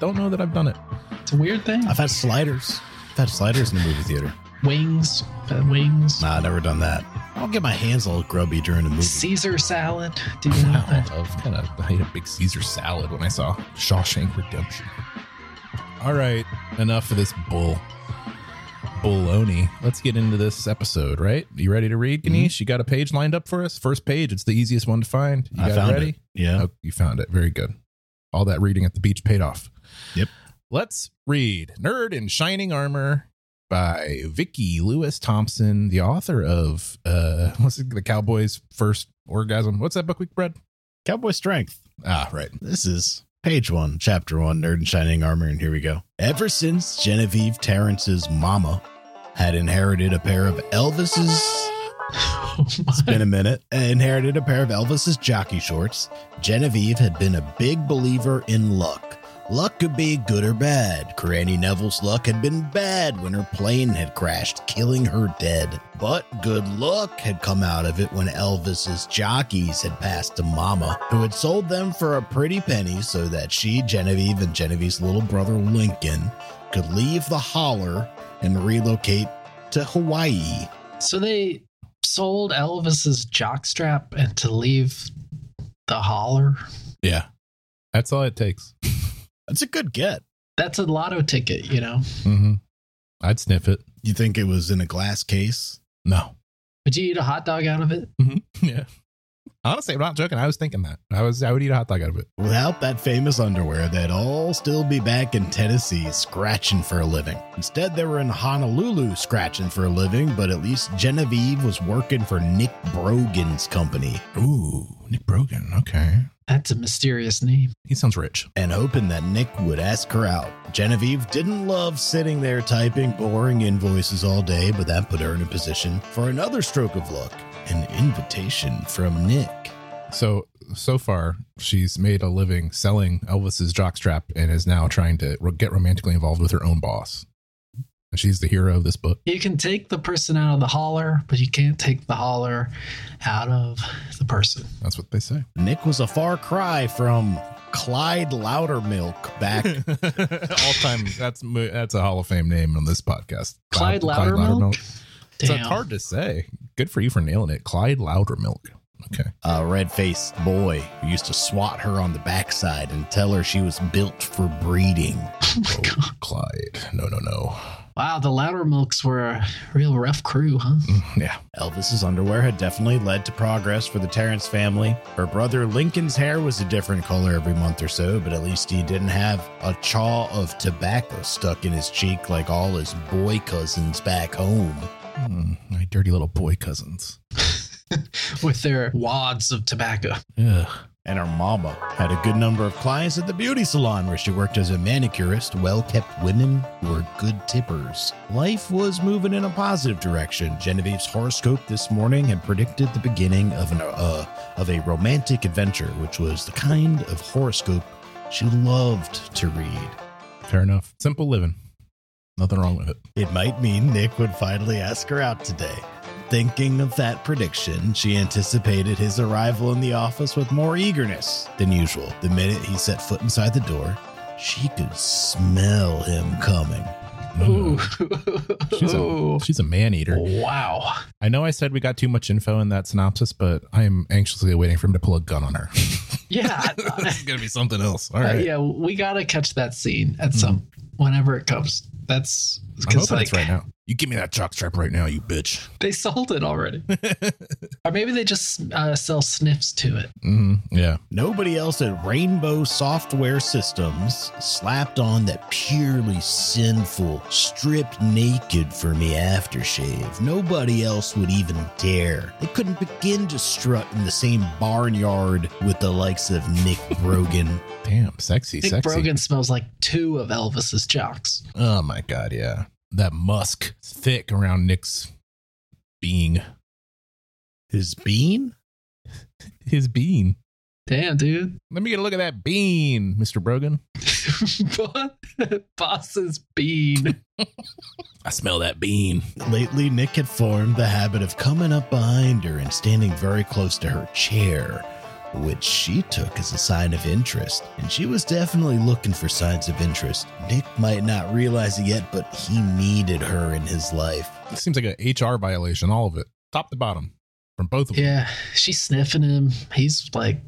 [SPEAKER 1] Don't know that I've done it.
[SPEAKER 4] It's a weird thing.
[SPEAKER 3] I've had sliders. I've had sliders in the movie theater.
[SPEAKER 4] Wings. uh, Wings.
[SPEAKER 3] Nah, never done that. I don't get my hands all grubby during a movie.
[SPEAKER 4] Caesar salad. Do you know
[SPEAKER 1] Wow,
[SPEAKER 4] that?
[SPEAKER 1] I was kind of I ate a big Caesar salad when I saw Shawshank Redemption. All right, enough of this bull baloney. Let's get into this episode. Right, you ready to read, Ganesh?
[SPEAKER 3] Mm-hmm.
[SPEAKER 1] You got a page lined up for us? First page. It's the easiest one to find. You
[SPEAKER 3] I
[SPEAKER 1] got
[SPEAKER 3] found
[SPEAKER 1] it ready?
[SPEAKER 3] it. Yeah.
[SPEAKER 1] Oh, you found it. Very good. All that reading at the beach paid off.
[SPEAKER 3] Yep.
[SPEAKER 1] Let's read Nerd in Shining Armor by Vicky Lewis Thompson, the author of uh what's it, the Cowboy's First Orgasm. What's that book we read?
[SPEAKER 3] Cowboy strength.
[SPEAKER 1] Ah, right.
[SPEAKER 3] This is page one, chapter one, Nerd in Shining Armor, and here we go. Ever since Genevieve Terrence's mama had inherited a pair of Elvis's.
[SPEAKER 4] Oh
[SPEAKER 3] It's
[SPEAKER 4] my.
[SPEAKER 3] been a minute. Inherited a pair of Elvis's jockey shorts. Genevieve had been a big believer in luck. Luck could be good or bad. Granny Neville's luck had been bad when her plane had crashed, killing her dead. But good luck had come out of it when Elvis's jockeys had passed to Mama, who had sold them for a pretty penny so that she, Genevieve, and Genevieve's little brother Lincoln could leave the holler and relocate to Hawaii.
[SPEAKER 4] So they sold Elvis's jockstrap and to leave the holler.
[SPEAKER 1] Yeah. That's all it takes.
[SPEAKER 3] That's a good get.
[SPEAKER 4] That's a lotto ticket, you know.
[SPEAKER 1] Mm-hmm. I'd sniff it.
[SPEAKER 3] You think it was in a glass case?
[SPEAKER 1] No.
[SPEAKER 4] Would you eat a hot dog out of it?
[SPEAKER 1] Yeah. Honestly, I'm not joking. I was thinking that. I was I would eat a hot dog out of it.
[SPEAKER 3] Without that famous underwear, they'd all still be back in Tennessee scratching for a living. Instead, they were in Honolulu scratching for a living, but at least Genevieve was working for Nick Brogan's company
[SPEAKER 1] Ooh, Nick Brogan. Okay.
[SPEAKER 4] That's a mysterious name.
[SPEAKER 1] He sounds rich.
[SPEAKER 3] and hoping that Nick would ask her out. Genevieve didn't love sitting there typing boring invoices all day, but that put her in a position for another stroke of luck an invitation from Nick.
[SPEAKER 1] So so far, she's made a living selling Elvis's jockstrap and is now trying to ro- get romantically involved with her own boss. And she's the hero of this book.
[SPEAKER 4] You can take the person out of the holler, but you can't take the holler out of the person.
[SPEAKER 1] That's what they say.
[SPEAKER 3] Nick was a far cry from Clyde Loudermilk back.
[SPEAKER 1] All time. That's mo- that's a Hall of Fame name on this podcast.
[SPEAKER 4] Clyde
[SPEAKER 1] Loudermilk.
[SPEAKER 4] Loudermilk. Damn.
[SPEAKER 1] So it's hard to say. Good for you for nailing it. Clyde Loudermilk. Okay.
[SPEAKER 3] a red faced boy who used to swat her on the backside and tell her she was built for breeding.
[SPEAKER 4] Oh my God.
[SPEAKER 1] Clyde. No, no, no.
[SPEAKER 4] Wow, the Louder Milks were a real rough crew, huh?
[SPEAKER 1] Yeah.
[SPEAKER 3] Elvis's underwear had definitely led to progress for the Terrence family. Her brother Lincoln's hair was a different color every month or so, but at least he didn't have a chaw of tobacco stuck in his cheek like all his boy cousins back home.
[SPEAKER 1] Hmm, my dirty little boy cousins.
[SPEAKER 4] With their wads of tobacco.
[SPEAKER 1] Ugh.
[SPEAKER 3] And her mama had a good number of clients at the beauty salon where she worked as a manicurist, well kept women who were good tippers. Life was moving in a positive direction. Genevieve's horoscope this morning had predicted the beginning of, an, uh, of a romantic adventure, which was the kind of horoscope she loved to read.
[SPEAKER 1] Fair enough. Simple living. Nothing wrong with it.
[SPEAKER 3] It might mean Nick would finally ask her out today. Thinking of that prediction, she anticipated his arrival in the office with more eagerness than usual. The minute he set foot inside the door, she could smell him coming.
[SPEAKER 1] No, no,
[SPEAKER 4] Ooh.
[SPEAKER 1] no. Mm-hmm. She's a,
[SPEAKER 4] Ooh.
[SPEAKER 1] she's a man eater.
[SPEAKER 4] Wow.
[SPEAKER 1] I know I said we got too much info in that synopsis, but I am anxiously waiting for him to pull a gun on her.
[SPEAKER 4] Yeah.
[SPEAKER 1] this is going to be something else. All
[SPEAKER 4] Uh,
[SPEAKER 1] right. Mm-hmm.
[SPEAKER 4] yeah, we gotta catch that scene at some whenever it comes. That's
[SPEAKER 1] I'm
[SPEAKER 4] because
[SPEAKER 1] hoping
[SPEAKER 4] like
[SPEAKER 1] it's right now. You give me that jock strap right now, you bitch. Mm-hmm.
[SPEAKER 4] they sold it already, or maybe they just uh, sell sniffs to it.
[SPEAKER 1] hmm Yeah.
[SPEAKER 3] Nobody else at Rainbow Software Systems slapped on that purely sinful, stripped naked for me aftershave. Nobody else would even dare. They couldn't begin to strut in the same barnyard with the likes of Nick Brogan.
[SPEAKER 1] Damn. Sexy.
[SPEAKER 4] Nick
[SPEAKER 1] sexy.
[SPEAKER 4] Brogan smells like two of Elvis's jocks.
[SPEAKER 1] Oh my god, yeah. That musk thick around Nick's being.
[SPEAKER 3] His bean?
[SPEAKER 1] His bean.
[SPEAKER 4] Damn, dude,
[SPEAKER 1] Let me get a look at that bean, Mr. Brogan.
[SPEAKER 4] boss's bean.
[SPEAKER 1] I smell that bean.
[SPEAKER 3] Lately, Nick had formed the habit of coming up behind her and standing very close to her chair, which she took as a sign of interest. And she was definitely looking for signs of interest. Nick might not realize it yet, but he needed her in his life.
[SPEAKER 1] This seems like a HR violation, all of it. Top to bottom. From both of them.
[SPEAKER 4] Yeah, she's sniffing him. He's like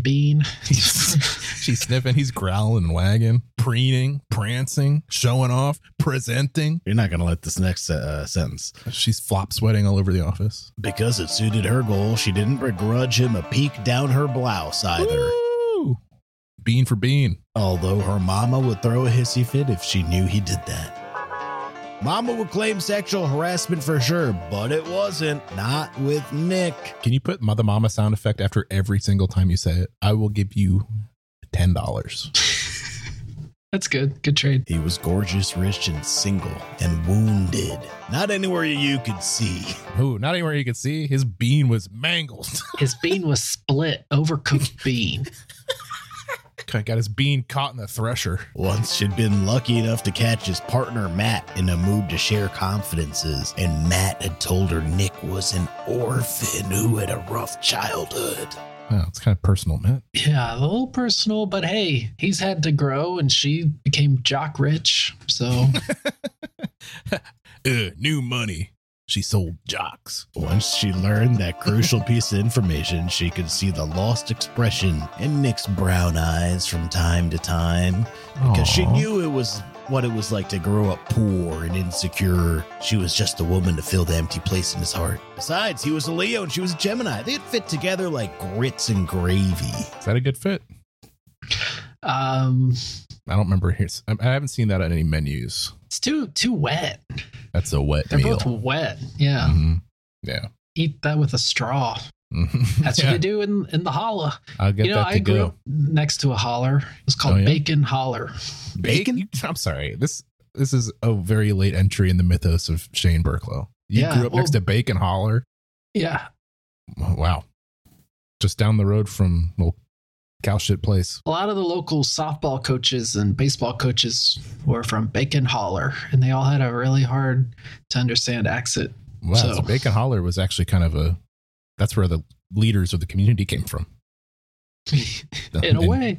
[SPEAKER 4] bean.
[SPEAKER 1] She's sniffing, he's growling and wagging, preening, prancing, showing off, presenting.
[SPEAKER 3] You're not going to let this next uh, sentence.
[SPEAKER 1] She's flop sweating all over the office.
[SPEAKER 3] Because it suited her goal, she didn't begrudge him a peek down her blouse either.
[SPEAKER 1] Ooh. Bean for bean.
[SPEAKER 3] although her mama would throw a hissy fit if she knew he did that. Mama would claim sexual harassment for sure, but it wasn't. Not with Nick.
[SPEAKER 1] Can you put Mother Mama sound effect after every single time you say it? I will give you ten dollars.
[SPEAKER 4] That's good. Good trade.
[SPEAKER 3] He was gorgeous, rich, and single, and wounded. Not anywhere you could see.
[SPEAKER 1] Who? Not anywhere you could see. His bean was mangled.
[SPEAKER 4] His bean was split, overcooked bean.
[SPEAKER 1] God, got his bean caught in the thresher.
[SPEAKER 3] Once she'd been lucky enough to catch his partner Matt in a mood to share confidences, and Matt had told her Nick was an orphan who had a rough childhood.
[SPEAKER 1] Wow, it's kind of personal, man.
[SPEAKER 4] Yeah, a little personal, but hey, he's had to grow and she became jock rich. So
[SPEAKER 1] Ugh, Uh, new money. She sold jocks.
[SPEAKER 3] Once she learned that crucial piece of information, she could see the lost expression in Nick's brown eyes from time to time because she
[SPEAKER 1] Aw.
[SPEAKER 3] knew it was what it was like to grow up poor and insecure. She was just the woman to fill the empty place in his heart. Besides, he was a Leo and she was a Gemini. They'd fit together like grits and gravy.
[SPEAKER 1] Is that a good fit?
[SPEAKER 4] um
[SPEAKER 1] I don't remember. Here's I I haven't seen that on any menus.
[SPEAKER 4] it's too too wet.
[SPEAKER 1] That's a wet
[SPEAKER 4] They're
[SPEAKER 1] meal.
[SPEAKER 4] both wet. Yeah.
[SPEAKER 1] Mhm. Yeah.
[SPEAKER 4] Eat that with a straw.
[SPEAKER 1] Mhm.
[SPEAKER 4] That's
[SPEAKER 1] Yeah.
[SPEAKER 4] what they do in in the holla.
[SPEAKER 1] I'll get
[SPEAKER 4] You know,
[SPEAKER 1] that to
[SPEAKER 4] I grew
[SPEAKER 1] go.
[SPEAKER 4] up next to a holler. It's called
[SPEAKER 1] Oh, yeah?
[SPEAKER 4] Bacon Holler.
[SPEAKER 1] You- I'm sorry. This this is a very late entry in the mythos of Shane Burklow. You
[SPEAKER 4] Yeah,
[SPEAKER 1] grew up
[SPEAKER 4] well-
[SPEAKER 1] next to Bacon Holler. Oh,
[SPEAKER 4] Yeah.
[SPEAKER 1] Wow. Just down the road from well, cow shit place.
[SPEAKER 4] A lot of the local softball coaches and baseball coaches were from Bacon Holler, and they all had a really hard to understand accent.
[SPEAKER 1] Wow.
[SPEAKER 4] So-
[SPEAKER 1] so Bacon Holler was actually kind of a that's where the leaders of the community came from.
[SPEAKER 4] in a way.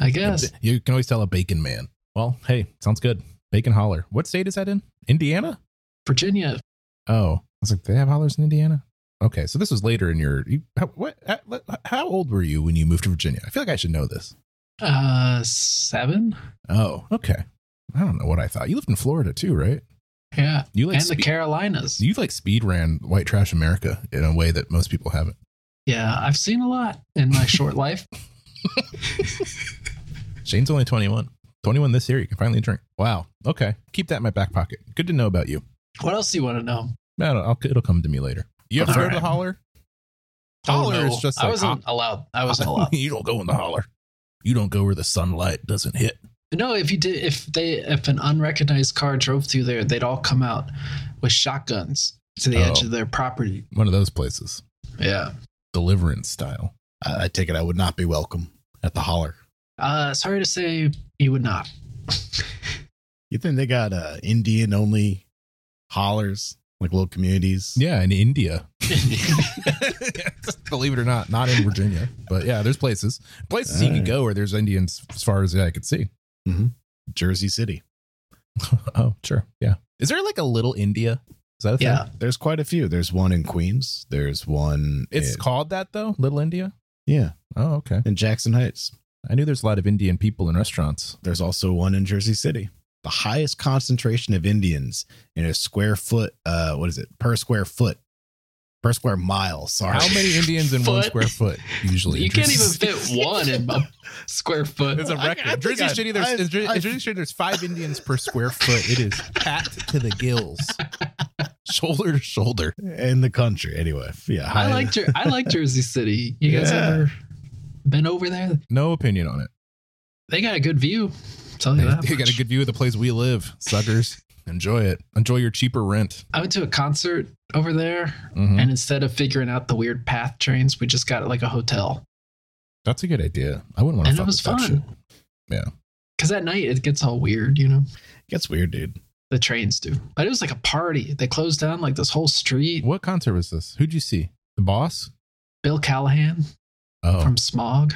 [SPEAKER 4] I guess.
[SPEAKER 1] You can always tell a bacon man. Well, hey, sounds good. Bacon holler. What state is that in? Indiana?
[SPEAKER 4] Virginia.
[SPEAKER 1] Oh, I was like, they have hollers in Indiana? Okay, so this was later in your. You, how, what, uh, how old were you when you moved to Virginia? I feel like I should know this.
[SPEAKER 4] Uh, seven.
[SPEAKER 1] Oh, okay. I don't know what I thought. You lived in Florida too, right?
[SPEAKER 4] Yeah.
[SPEAKER 1] You like
[SPEAKER 4] and the
[SPEAKER 1] spe-
[SPEAKER 4] Carolinas.
[SPEAKER 1] you like speed ran white trash America in a way that most people haven't.
[SPEAKER 4] Yeah, I've seen a lot in my short life.
[SPEAKER 1] Shane's only 21. 21 this year, you can finally drink. Wow. Okay. Keep that in my back pocket. Good to know about you.
[SPEAKER 4] What else do you want to know?
[SPEAKER 1] No, no, I'll, it'll come to me later. You ever
[SPEAKER 4] All
[SPEAKER 1] go to
[SPEAKER 4] right.
[SPEAKER 1] the holler?
[SPEAKER 4] Oh,
[SPEAKER 1] Holler is just
[SPEAKER 4] I
[SPEAKER 1] like,
[SPEAKER 4] wasn't allowed. I wasn't allowed.
[SPEAKER 1] you don't go in the holler. You don't go where the sunlight doesn't hit.
[SPEAKER 4] No, if you did, if they, if an unrecognized car drove through there, they'd all come out with shotguns to the edge
[SPEAKER 1] Oh.
[SPEAKER 4] of their property.
[SPEAKER 1] One of those places,
[SPEAKER 4] Yeah.
[SPEAKER 1] deliverance style.
[SPEAKER 3] I, I take it I would not be welcome at the holler.
[SPEAKER 4] Uh, sorry to say, you would not.
[SPEAKER 3] You think they got uh, Indian only hollers, like little communities?
[SPEAKER 1] Yeah, in India. Believe it or not, not in Virginia, but yeah, there's places, places you can
[SPEAKER 3] Alright.
[SPEAKER 1] go where there's Indians as far as I could see.
[SPEAKER 3] Jersey City.
[SPEAKER 1] Oh, sure, yeah. Is there like a little India? Is that a thing?
[SPEAKER 4] yeah.
[SPEAKER 3] There's quite a few. There's one in Queens. There's one.
[SPEAKER 1] It's
[SPEAKER 3] in,
[SPEAKER 1] called that though, Little India.
[SPEAKER 3] yeah,
[SPEAKER 1] Oh, okay.
[SPEAKER 3] in Jackson Heights.
[SPEAKER 1] I knew there's a lot of Indian people in restaurants.
[SPEAKER 3] There's also one in Jersey City. The highest concentration of Indians in a square foot. Uh, what is it per square foot? Per square mile. Sorry.
[SPEAKER 1] How many Indians in one
[SPEAKER 4] Foot.
[SPEAKER 1] square foot? Usually,
[SPEAKER 4] You
[SPEAKER 1] in
[SPEAKER 4] can't
[SPEAKER 1] Jersey
[SPEAKER 4] even
[SPEAKER 1] City?
[SPEAKER 4] fit one in a square foot.
[SPEAKER 1] It's a
[SPEAKER 3] I-
[SPEAKER 1] record.
[SPEAKER 3] I
[SPEAKER 1] In Jersey
[SPEAKER 3] think I-
[SPEAKER 1] City, there's
[SPEAKER 3] I-
[SPEAKER 1] in Jer- in
[SPEAKER 3] I-
[SPEAKER 1] Jersey City, there's five Indians per square foot. It is packed to the gills, shoulder to shoulder.
[SPEAKER 3] in the country? Anyway, yeah.
[SPEAKER 4] I
[SPEAKER 3] high-
[SPEAKER 4] like Jer- I like Jersey City. You guys
[SPEAKER 3] Yeah.
[SPEAKER 4] ever been over there?
[SPEAKER 1] No opinion on it.
[SPEAKER 4] They got a good view. Tell you
[SPEAKER 1] They,
[SPEAKER 4] that.
[SPEAKER 1] they got a
[SPEAKER 4] much.
[SPEAKER 1] good view of the place we live, suckers. Enjoy it. Enjoy your cheaper rent.
[SPEAKER 4] I went to a concert over there,
[SPEAKER 1] Mhm.
[SPEAKER 4] and instead of figuring out the weird path trains, we just got like a hotel,
[SPEAKER 1] That's a good idea. I wouldn't want to.
[SPEAKER 4] and it was fun.
[SPEAKER 1] Yeah.
[SPEAKER 4] Because at night it gets all weird, you know.
[SPEAKER 3] Gets weird, dude.
[SPEAKER 4] The trains do, but it was like a party. They closed down like this whole street.
[SPEAKER 1] What concert was this? Who'd you see? The boss?
[SPEAKER 4] Bill Callahan
[SPEAKER 1] Oh,
[SPEAKER 4] from Smog.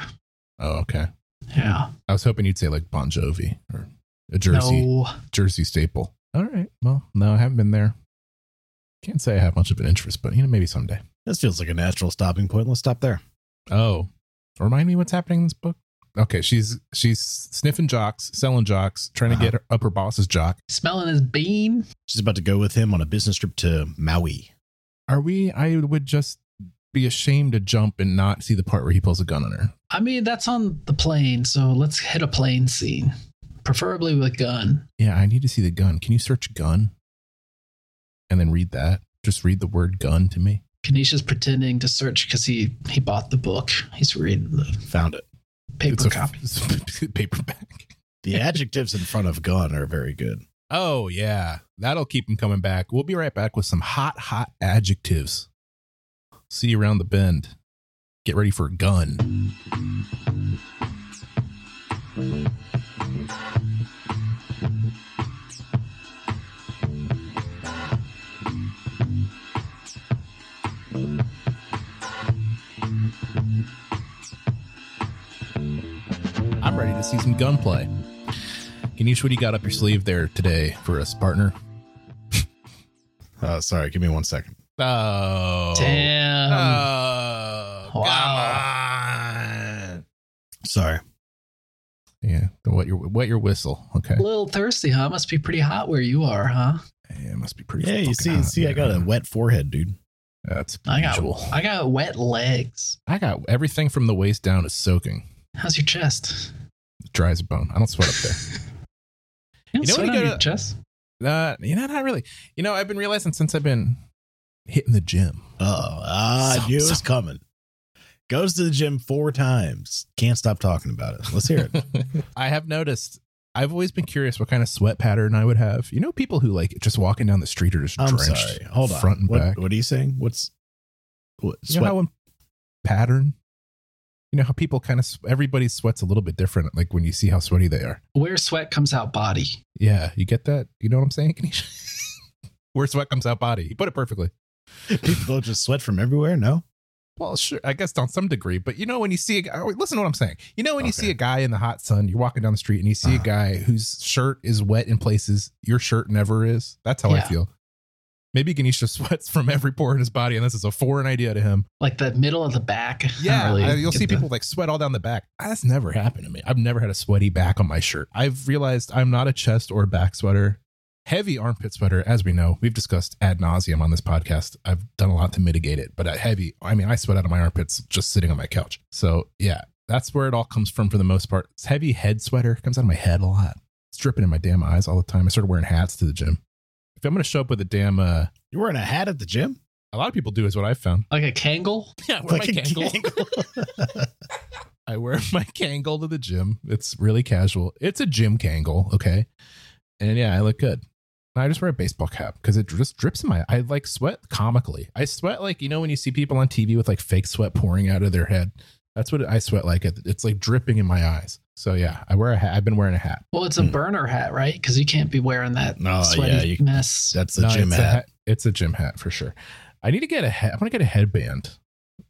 [SPEAKER 1] oh, okay.
[SPEAKER 4] Yeah.
[SPEAKER 1] I was hoping you'd say like Bon Jovi or a Jersey
[SPEAKER 4] No.
[SPEAKER 1] Jersey staple. All right. Well, no, I haven't been there. Can't say I have much of an interest, but you know, maybe someday.
[SPEAKER 3] This feels like a natural stopping point. Let's stop there.
[SPEAKER 1] Oh, remind me what's happening in this book. Okay, she's she's sniffing jocks, selling jocks, trying to
[SPEAKER 3] Uh-huh.
[SPEAKER 1] get her, up her boss's jock.
[SPEAKER 4] Smelling his bean.
[SPEAKER 3] She's about to go with him on a business trip to Maui.
[SPEAKER 1] Are we? I would just be ashamed to jump and not see the part where he pulls a gun on her.
[SPEAKER 4] I mean, that's on the plane, so let's hit a plane scene, preferably with a gun.
[SPEAKER 1] Yeah, I need to see the gun. Can you search gun? And then read that. Just read the word gun to me.
[SPEAKER 4] Kanisha's pretending to search because he he bought the book. He's reading the
[SPEAKER 3] Found it.
[SPEAKER 4] paper
[SPEAKER 1] It's a-
[SPEAKER 4] copy.
[SPEAKER 1] it's a paperback.
[SPEAKER 3] The adjectives in front of gun are very good.
[SPEAKER 1] Oh, yeah. That'll keep him coming back. We'll be right back with some hot, hot adjectives. See you around the bend. Get ready for a gun. I'm ready to see some gunplay. Ganesh, what do you got up your sleeve there today for us, partner?
[SPEAKER 3] Uh, sorry, give me one second.
[SPEAKER 1] Oh.
[SPEAKER 4] Damn.
[SPEAKER 1] Ah. Oh,
[SPEAKER 4] Wow.
[SPEAKER 1] come on.
[SPEAKER 3] Sorry.
[SPEAKER 1] Yeah, the wet your wet your whistle. Okay,
[SPEAKER 4] a little thirsty, huh? Must be pretty hot where you are, huh?
[SPEAKER 1] yeah, it must be pretty.
[SPEAKER 3] Yeah, you
[SPEAKER 1] fucking
[SPEAKER 3] see,
[SPEAKER 1] hot.
[SPEAKER 3] see, I got a wet forehead, dude.
[SPEAKER 1] That's
[SPEAKER 4] I got
[SPEAKER 1] usual.
[SPEAKER 4] I got wet legs.
[SPEAKER 1] I got everything from the waist down is soaking.
[SPEAKER 4] How's your chest?
[SPEAKER 1] Dry as a bone. I don't sweat up there. You
[SPEAKER 4] You don't
[SPEAKER 1] know
[SPEAKER 4] sweat
[SPEAKER 1] when you
[SPEAKER 4] on
[SPEAKER 1] go
[SPEAKER 4] your
[SPEAKER 1] to-
[SPEAKER 4] chest?
[SPEAKER 1] Uh, you know, not really. You know, I've been realizing since I've been hitting the gym.
[SPEAKER 3] Oh, I
[SPEAKER 1] Some-
[SPEAKER 3] knew it
[SPEAKER 1] some-
[SPEAKER 3] was coming. Goes to the gym four times. Can't stop talking about it. Let's hear it.
[SPEAKER 1] I have noticed. I've always been curious what kind of sweat pattern I would have. You know, people who like just walking down the street are just
[SPEAKER 3] I'm
[SPEAKER 1] drenched
[SPEAKER 3] sorry. Hold on.
[SPEAKER 1] front and
[SPEAKER 3] what,
[SPEAKER 1] back.
[SPEAKER 3] what are you saying? What's what?
[SPEAKER 1] You know
[SPEAKER 3] sweat-
[SPEAKER 1] how in pattern. You know how people kind of everybody sweats a little bit different. Like when you see how sweaty they are.
[SPEAKER 4] Where sweat comes out body.
[SPEAKER 1] Yeah, you get that. You know what I'm saying? Kanisha? Where sweat comes out, body. You put it perfectly.
[SPEAKER 3] people don't just sweat from everywhere. No,
[SPEAKER 1] Well, sure, I guess on some degree, but you know when you see a guy. wait, Listen to what I'm saying. You know when you
[SPEAKER 3] Okay.
[SPEAKER 1] see a guy in the hot sun, you're walking down the street and you see a
[SPEAKER 3] Uh-huh.
[SPEAKER 1] guy whose shirt is wet in places your shirt never is. That's how I
[SPEAKER 4] Yeah.
[SPEAKER 1] feel. Maybe Ganesha sweats from every pore in his body, and this is a foreign idea to him.
[SPEAKER 4] like the middle of the back. I don't
[SPEAKER 1] Yeah,
[SPEAKER 4] really
[SPEAKER 1] I- you'll
[SPEAKER 4] get
[SPEAKER 1] see
[SPEAKER 4] the-
[SPEAKER 1] people like sweat all down the back. That's never happened to me. I've never had a sweaty back on my shirt. I've realized I'm not a chest or back sweater. Heavy armpit sweater, as we know, we've discussed ad nauseum on this podcast. I've done a lot to mitigate it, but at heavy, I mean, I sweat out of my armpits just sitting on my couch. So yeah, that's where it all comes from for the most part. It's heavy head sweater It comes out of my head a lot. It's dripping in my damn eyes all the time. I started wearing hats to the gym. If I'm gonna show up with a damn, uh,
[SPEAKER 3] You're wearing a hat at the gym?
[SPEAKER 1] a lot of people do is what I've found.
[SPEAKER 4] like a Kangle.
[SPEAKER 1] Yeah,
[SPEAKER 3] Like a Kangol.
[SPEAKER 1] I wear my Kangle to the gym. It's really casual. It's a gym Kangle, okay? And yeah, I look good. And I just wear a baseball cap because it just drips in my. I like sweat comically. I sweat like you know when you see people on TV with like fake sweat pouring out of their head. That's what I sweat like. It- It's like dripping in my eyes. So yeah, I wear a hat. I've been wearing a hat.
[SPEAKER 4] Well, it's a
[SPEAKER 3] Hmm.
[SPEAKER 4] burner hat, right? Because you can't be wearing that
[SPEAKER 1] Oh,
[SPEAKER 3] No,
[SPEAKER 4] sweaty
[SPEAKER 3] yeah, you-
[SPEAKER 4] mess.
[SPEAKER 3] That's the
[SPEAKER 1] No,
[SPEAKER 3] gym
[SPEAKER 1] it's A
[SPEAKER 3] hat.
[SPEAKER 1] hat. It's a gym hat for sure. I need to get a head. I want to get a headband,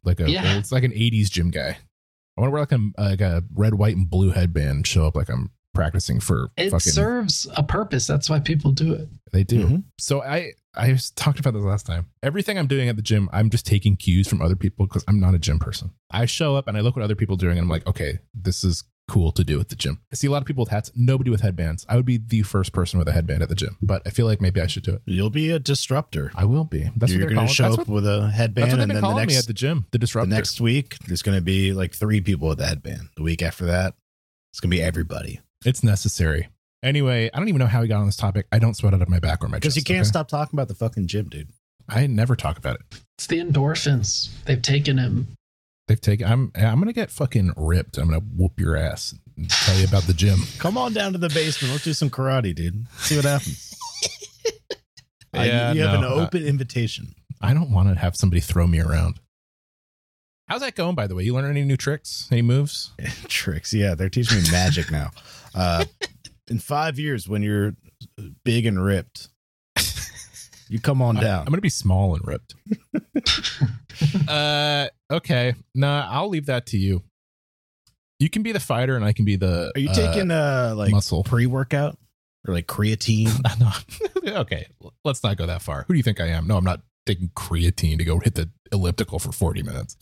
[SPEAKER 1] like a.
[SPEAKER 4] Yeah.
[SPEAKER 1] It's like an '80s gym guy. I want to wear like a like a red, white, and blue headband. Show up like I'm practicing for
[SPEAKER 4] it
[SPEAKER 1] fucking.
[SPEAKER 4] serves a purpose. That's why people do it.
[SPEAKER 1] they do.
[SPEAKER 3] Mhm.
[SPEAKER 1] So I I was- talked about this last time. Everything I'm doing at the gym, I'm just taking cues from other people because I'm not a gym person. I show up and I look what other people are doing, and I'm like, okay, this is cool to do at the gym. I see a lot of people with hats. Nobody with headbands. I would be the first person with a headband at the gym, but I feel like maybe I should do it.
[SPEAKER 3] You'll be a disruptor.
[SPEAKER 1] I will be. That's what they're
[SPEAKER 3] You're going
[SPEAKER 1] calling.
[SPEAKER 3] to show
[SPEAKER 1] that's
[SPEAKER 3] up
[SPEAKER 1] what
[SPEAKER 3] with a
[SPEAKER 1] That's
[SPEAKER 3] headband,
[SPEAKER 1] what they've
[SPEAKER 3] and
[SPEAKER 1] been
[SPEAKER 3] then the
[SPEAKER 1] calling me
[SPEAKER 3] next
[SPEAKER 1] at the gym. The
[SPEAKER 3] the
[SPEAKER 1] disruptor.
[SPEAKER 3] next week there's going to be like three people with a headband. The week after that, it's going to be everybody
[SPEAKER 1] it's necessary. Anyway, I don't even know how we got on this topic. I don't sweat out of my back or my chest.
[SPEAKER 3] because you can't
[SPEAKER 1] okay?
[SPEAKER 3] stop talking about the fucking gym, dude.
[SPEAKER 1] I never talk about it.
[SPEAKER 4] It's the endorphins. They've taken him.
[SPEAKER 1] They've taken. I'm. I'm gonna get fucking ripped. I'm gonna whoop your ass and tell you about the gym.
[SPEAKER 3] Come on down to the basement. Let's do some karate, dude. See what happens. Uh, you-
[SPEAKER 1] Yeah,
[SPEAKER 3] you, have
[SPEAKER 1] no,
[SPEAKER 3] an open invitation.
[SPEAKER 1] I don't want to have somebody throw me around. How's that going, by the way? You learn any new tricks? Any moves?
[SPEAKER 3] Tricks. Yeah, they're teaching me magic now. Uh, in five years, when you're big and ripped, you come on
[SPEAKER 1] I,
[SPEAKER 3] down.
[SPEAKER 1] am gonna be small and ripped. uh, okay. Nah, I'll leave that to you. You can be the fighter, and I can be the.
[SPEAKER 3] Are you
[SPEAKER 1] uh,
[SPEAKER 3] taking uh, like
[SPEAKER 1] muscle?
[SPEAKER 3] pre workout or like creatine?
[SPEAKER 1] I'm not- okay, let's not go that far. Who do you think I am? No, I'm not taking creatine to go hit the elliptical for 40 minutes.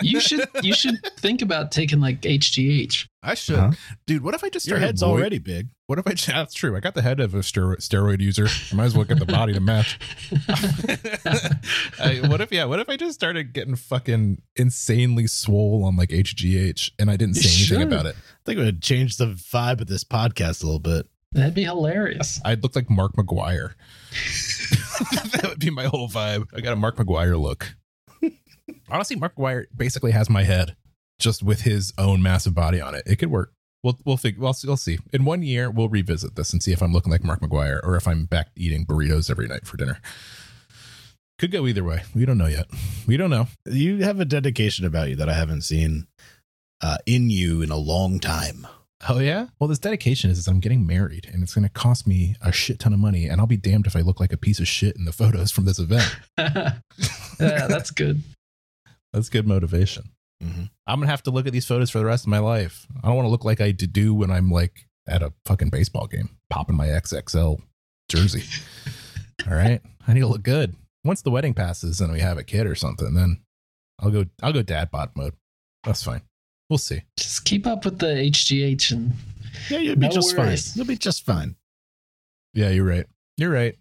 [SPEAKER 4] You should you should think about taking like HGH.
[SPEAKER 1] I should,
[SPEAKER 3] Huh?
[SPEAKER 1] dude. What if I just
[SPEAKER 3] Your
[SPEAKER 1] started
[SPEAKER 3] head's
[SPEAKER 1] Roy-
[SPEAKER 3] already big.
[SPEAKER 1] What if I? That's true. I got the head of a steroid, steroid user. I might as well get the body to match. I, what if? Yeah. What if I just started getting fucking insanely swole on like HGH and I didn't
[SPEAKER 3] You
[SPEAKER 1] say anything
[SPEAKER 3] should.
[SPEAKER 1] about it?
[SPEAKER 3] I think it would change the vibe of this podcast a little bit.
[SPEAKER 4] That'd be hilarious.
[SPEAKER 1] I'd look like Mark McGuire. that would be my whole vibe. I got a Mark McGuire look. Honestly, Mark McGuire basically has my head just with his own massive body on it. It could work. We'll we'll think we'll, see- we'll see. In one year, we'll revisit this and see if I'm looking like Mark McGuire or if I'm back eating burritos every night for dinner. Could go either way. We don't know yet. We don't know.
[SPEAKER 3] You have a dedication about you that I haven't seen uh, in you in a long time.
[SPEAKER 1] Oh yeah. Well, this dedication is, is I'm getting married, and it's going to cost me a shit ton of money, and I'll be damned if I look like a piece of shit in the photos from this event.
[SPEAKER 4] yeah, that's good.
[SPEAKER 1] That's good motivation.
[SPEAKER 3] Mhm.
[SPEAKER 1] I'm gonna have to look at these photos for the rest of my life. I don't want to look like I d- do when I'm like at a fucking baseball game, popping my XXL jersey. All right, I need to look good. Once the wedding passes and we have a kid or something, then I'll go. I'll go dad bod mode. That's fine. We'll see.
[SPEAKER 4] Just keep up with the HGH and
[SPEAKER 3] Yeah, you'll be
[SPEAKER 4] No
[SPEAKER 3] just
[SPEAKER 4] worries.
[SPEAKER 3] fine. You'll be just fine.
[SPEAKER 1] Yeah, you're right. You're right.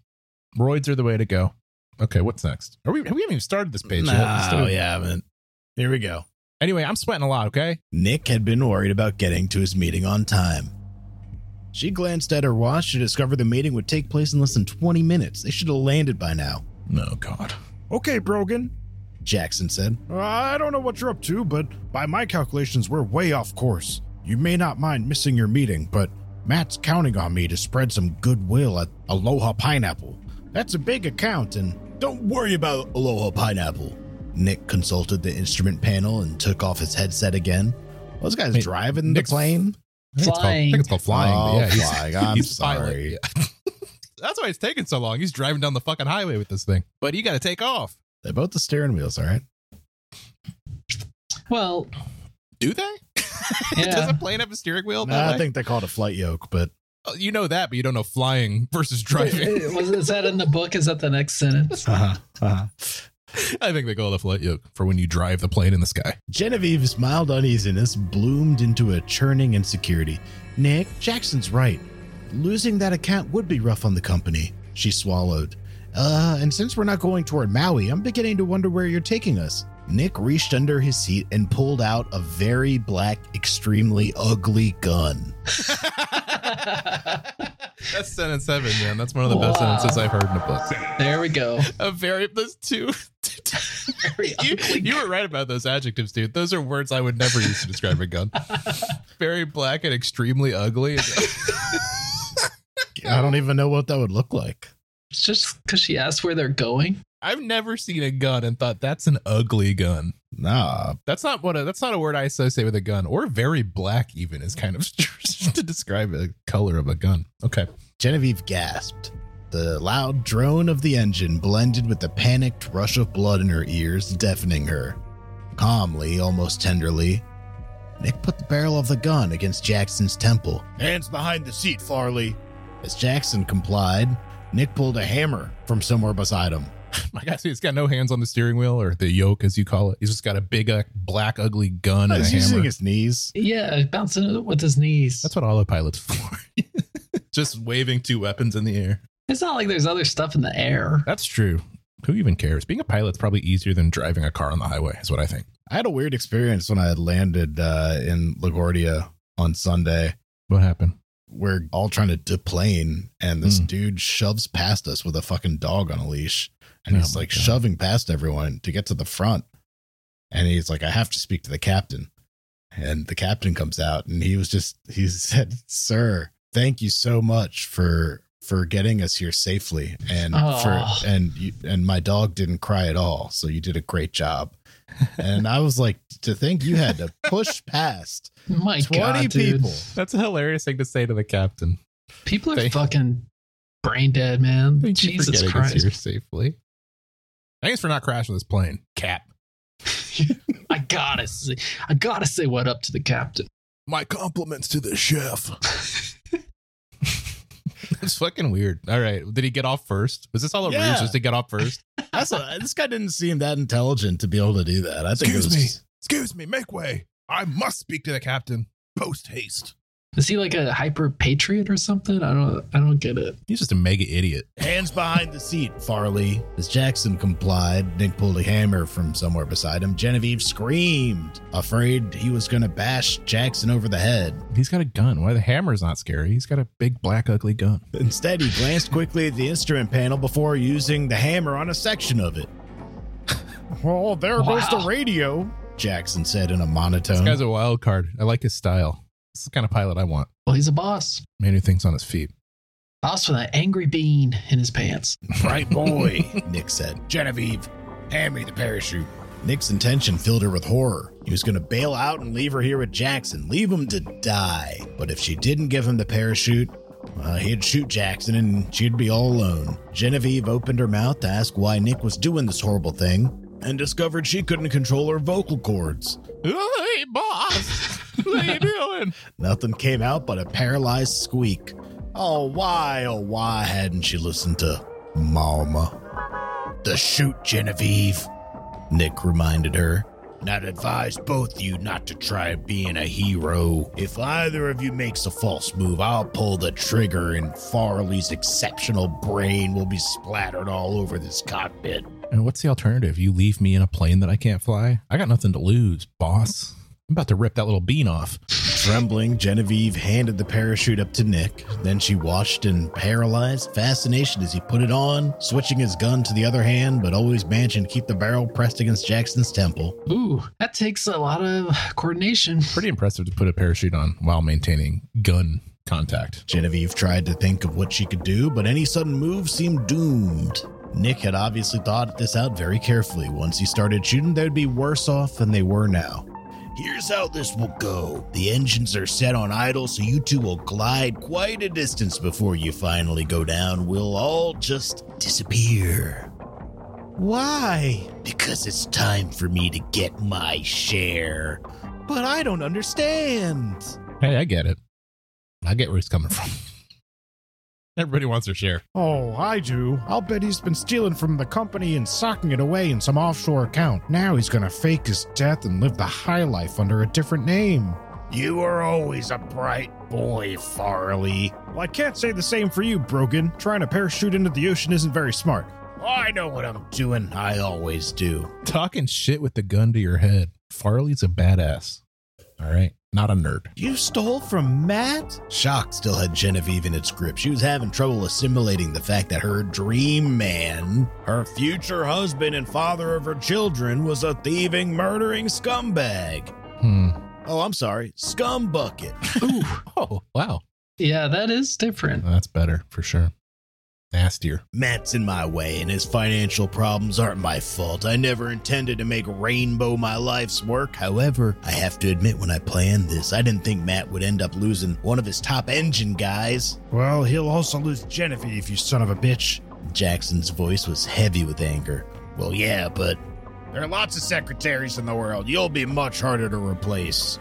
[SPEAKER 1] Roids are the way to go. Okay, what's next? Are we? We haven't even started this page yet. We
[SPEAKER 3] No,
[SPEAKER 1] started-
[SPEAKER 3] you haven't. Here we go.
[SPEAKER 1] Anyway, I'm sweating a lot. Okay.
[SPEAKER 3] Nick had been worried about getting to his meeting on time. She glanced at her watch to discover the meeting would take place in less than 20 minutes. They should have landed by now.
[SPEAKER 1] No God.
[SPEAKER 5] Okay, Brogan.
[SPEAKER 3] Jackson said.
[SPEAKER 5] I don't know what you're up to, but by my calculations, we're way off course. You may not mind missing your meeting, but Matt's counting on me to spread some goodwill at Aloha Pineapple. That's a big account, and
[SPEAKER 3] Don't worry about Aloha Pineapple. Nick consulted the instrument panel and took off his headset again. Those guys
[SPEAKER 1] Wait,
[SPEAKER 3] driving
[SPEAKER 1] Nick's
[SPEAKER 3] the
[SPEAKER 1] I
[SPEAKER 3] plane?
[SPEAKER 1] think, it's called, I think it's called flying. but
[SPEAKER 3] Oh,
[SPEAKER 1] yeah, he's-
[SPEAKER 3] flying. I'm
[SPEAKER 1] he's the pilot.
[SPEAKER 3] sorry.
[SPEAKER 1] Yeah. That's why it's taking so long. He's driving down the fucking highway with this thing. But you got to take off.
[SPEAKER 3] They're both the steering wheels, all right?
[SPEAKER 4] well,
[SPEAKER 1] Do they?
[SPEAKER 4] Yeah.
[SPEAKER 1] Does a plane have a steering wheel?
[SPEAKER 3] Nah, I think they call it a flight yoke, but
[SPEAKER 1] Oh, You know that, but you don't know flying versus driving.
[SPEAKER 4] eh, Was is that in the book? Is that the next sentence?
[SPEAKER 3] Uh-huh. Uh-huh.
[SPEAKER 1] I think they call it a flight yoke for when you drive the plane in the sky.
[SPEAKER 3] Genevieve's mild uneasiness bloomed into a churning insecurity. Nick, Jackson's right. Losing that account would be rough on the company. She swallowed. Uh, and since we're not going toward Maui, I'm beginning to wonder where you're taking us. Nick reached under his seat and pulled out a very black, extremely ugly gun.
[SPEAKER 1] That's sentence seven, man. That's one of the best
[SPEAKER 4] Wow.
[SPEAKER 1] sentences I've heard in a book.
[SPEAKER 4] there we go.
[SPEAKER 1] A very those two.
[SPEAKER 4] Very
[SPEAKER 1] you,
[SPEAKER 4] ugly.
[SPEAKER 1] you were right about those adjectives, dude. Those are words I would never use to describe a gun. Very black and extremely ugly.
[SPEAKER 3] I don't even know what that would look like.
[SPEAKER 4] It's just because she asked where they're going.
[SPEAKER 1] I've never seen a gun and thought that's an ugly gun.
[SPEAKER 3] Nah,
[SPEAKER 1] That's not what. A, that's not a word I associate with a gun. Or very black, even is kind of to describe a color of a gun. Okay.
[SPEAKER 3] Genevieve gasped. The loud drone of the engine blended with the panicked rush of blood in her ears, deafening her. Calmly, almost tenderly, Nick put the barrel of the gun against Jackson's temple.
[SPEAKER 5] Hands behind the seat, Farley.
[SPEAKER 3] As Jackson complied, Nick pulled a hammer from somewhere beside him.
[SPEAKER 1] My guy, he's got no hands on the steering wheel or the yoke, as you call it. He's just got a big, uh, black, ugly gun and a
[SPEAKER 3] He's using
[SPEAKER 1] hammer.
[SPEAKER 3] his knees.
[SPEAKER 4] Yeah, bouncing it with his knees.
[SPEAKER 1] That's what autopilot's for. just waving two weapons in the air.
[SPEAKER 4] It's not like there's other stuff in the air.
[SPEAKER 1] That's true. Who even cares? Being a pilot's probably easier than driving a car on the highway, is what I think.
[SPEAKER 3] I had a weird experience when I had landed uh, in LaGuardia on Sunday.
[SPEAKER 1] What happened?
[SPEAKER 3] We're all trying to deplane, and this
[SPEAKER 1] Mm.
[SPEAKER 3] dude shoves past us with a fucking dog on a leash. And
[SPEAKER 1] Oh
[SPEAKER 3] he's
[SPEAKER 1] my
[SPEAKER 3] like
[SPEAKER 1] God.
[SPEAKER 3] shoving past everyone to get to the front. And he's like, I have to speak to the captain. And the captain comes out and he was just, he said, Sir, thank you so much for for getting us here safely and
[SPEAKER 4] Aw.
[SPEAKER 3] for and you, and my dog didn't cry at all so you did a great job and i was like to think you had to push past
[SPEAKER 4] My
[SPEAKER 3] 20
[SPEAKER 4] God, dude.
[SPEAKER 3] people
[SPEAKER 1] That's a hilarious thing to say to the captain.
[SPEAKER 4] People are
[SPEAKER 1] Thank-
[SPEAKER 4] fucking brain dead, man.
[SPEAKER 1] Thank you for
[SPEAKER 4] Jesus
[SPEAKER 1] getting us
[SPEAKER 4] Christ.
[SPEAKER 1] here safely. Thanks for not crashing this plane, Cap.
[SPEAKER 4] I gotta say, I gotta say what up to the captain.
[SPEAKER 1] My compliments to the chef. it's fucking weird. All right. Did he get off first? Was this all a
[SPEAKER 3] Yeah.
[SPEAKER 1] ruse just to get off first?
[SPEAKER 3] That's a, this guy didn't seem that intelligent to be able to do that. I think it
[SPEAKER 1] Excuse
[SPEAKER 3] was
[SPEAKER 1] me. Excuse me, make way. I must speak to the captain. Post haste.
[SPEAKER 4] Is he like a hyper patriot or something? I don't I don't get it.
[SPEAKER 1] He's just a mega idiot.
[SPEAKER 3] hands behind the seat, Farley. As Jackson complied, Nick pulled a hammer from somewhere beside him. Genevieve screamed, afraid he was going to bash Jackson over the head.
[SPEAKER 1] He's got a gun. Why the hammer's not scary? He's got a big black ugly gun.
[SPEAKER 3] Instead, he glanced quickly at the instrument panel before using the hammer on a section of it.
[SPEAKER 5] Well, there goes
[SPEAKER 4] Wow.
[SPEAKER 5] the radio.
[SPEAKER 3] Jackson said in a
[SPEAKER 1] This
[SPEAKER 3] monotone.
[SPEAKER 1] guy's a wild card. I like his style. This is the kind of pilot I want.
[SPEAKER 4] Well, he's a boss.
[SPEAKER 1] Man who thinks on his feet.
[SPEAKER 4] Boss with an angry bean in his pants.
[SPEAKER 5] Right, boy.
[SPEAKER 3] Nick said.
[SPEAKER 5] Genevieve, hand me the parachute.
[SPEAKER 3] Nick's intention filled her with horror. He was going to bail out and leave her here with Jackson, leave him to die. But if she didn't give him the parachute, uh, he'd shoot Jackson and she'd be all alone. Genevieve opened her mouth to ask why Nick was doing this horrible thing and discovered she couldn't control her vocal cords.
[SPEAKER 1] Hey, boss. what are you doing?
[SPEAKER 3] Nothing came out but a paralyzed squeak. Oh, why, oh, why hadn't she listened to Mama? The shoot, Genevieve, Nick reminded her. And I'd advise both you not to try being a hero. If either of you makes a false move, I'll pull the trigger and Farley's exceptional brain will be splattered all over this cockpit.
[SPEAKER 1] And what's the alternative? You leave me in a plane that I can't fly? I got nothing to lose, boss. I'm about to rip that little bean off.
[SPEAKER 3] Trembling, Genevieve handed the parachute up to Nick. Then she watched in paralyzed fascination as he put it on, switching his gun to the other hand, but always managing to keep the barrel pressed against Jackson's temple.
[SPEAKER 4] Ooh, that takes a lot of coordination.
[SPEAKER 1] Pretty impressive to put a parachute on while maintaining gun contact.
[SPEAKER 3] Genevieve tried to think of what she could do, but any sudden move seemed doomed. Nick had obviously thought this out very carefully. Once he started shooting, they'd be worse off than they were now. Here's how this will go. The engines are set on idle, so you two will glide quite a distance before you finally go down. We'll all just disappear. Why? Because it's time for me to get my share. But I don't understand.
[SPEAKER 1] Hey, I get it. I get where he's coming from. Everybody wants their share.
[SPEAKER 5] Oh, I do. I'll bet he's been stealing from the company and socking it away in some offshore account. Now he's gonna fake his death and live the high life under a different name. You were always a bright boy, Farley. Well, I can't say the same for you, Brogan. Trying to parachute into the ocean isn't very smart.
[SPEAKER 3] I know what I'm doing. I always do.
[SPEAKER 1] Talking shit with the gun to your head. Farley's a badass. All right. Not a nerd.
[SPEAKER 3] You stole from Matt? Shock still had Genevieve in its grip. She was having trouble assimilating the fact that her dream man, her future husband and father of her children, was a thieving, murdering scumbag.
[SPEAKER 1] Hmm.
[SPEAKER 3] Oh, I'm sorry, scumbucket.
[SPEAKER 1] Ooh. oh, wow.
[SPEAKER 4] Yeah, that is different.
[SPEAKER 1] That's better for sure. Nastier.
[SPEAKER 3] Matt's in my way, and his financial problems aren't my fault. I never intended to make Rainbow my life's work. However, I have to admit, when I planned this, I didn't think Matt would end up losing one of his top engine guys.
[SPEAKER 5] Well, he'll also lose Genevieve, you son of a bitch.
[SPEAKER 3] Jackson's voice was heavy with anger. Well, yeah, but
[SPEAKER 5] There are lots of secretaries in the world.
[SPEAKER 3] you'll be much harder to replace.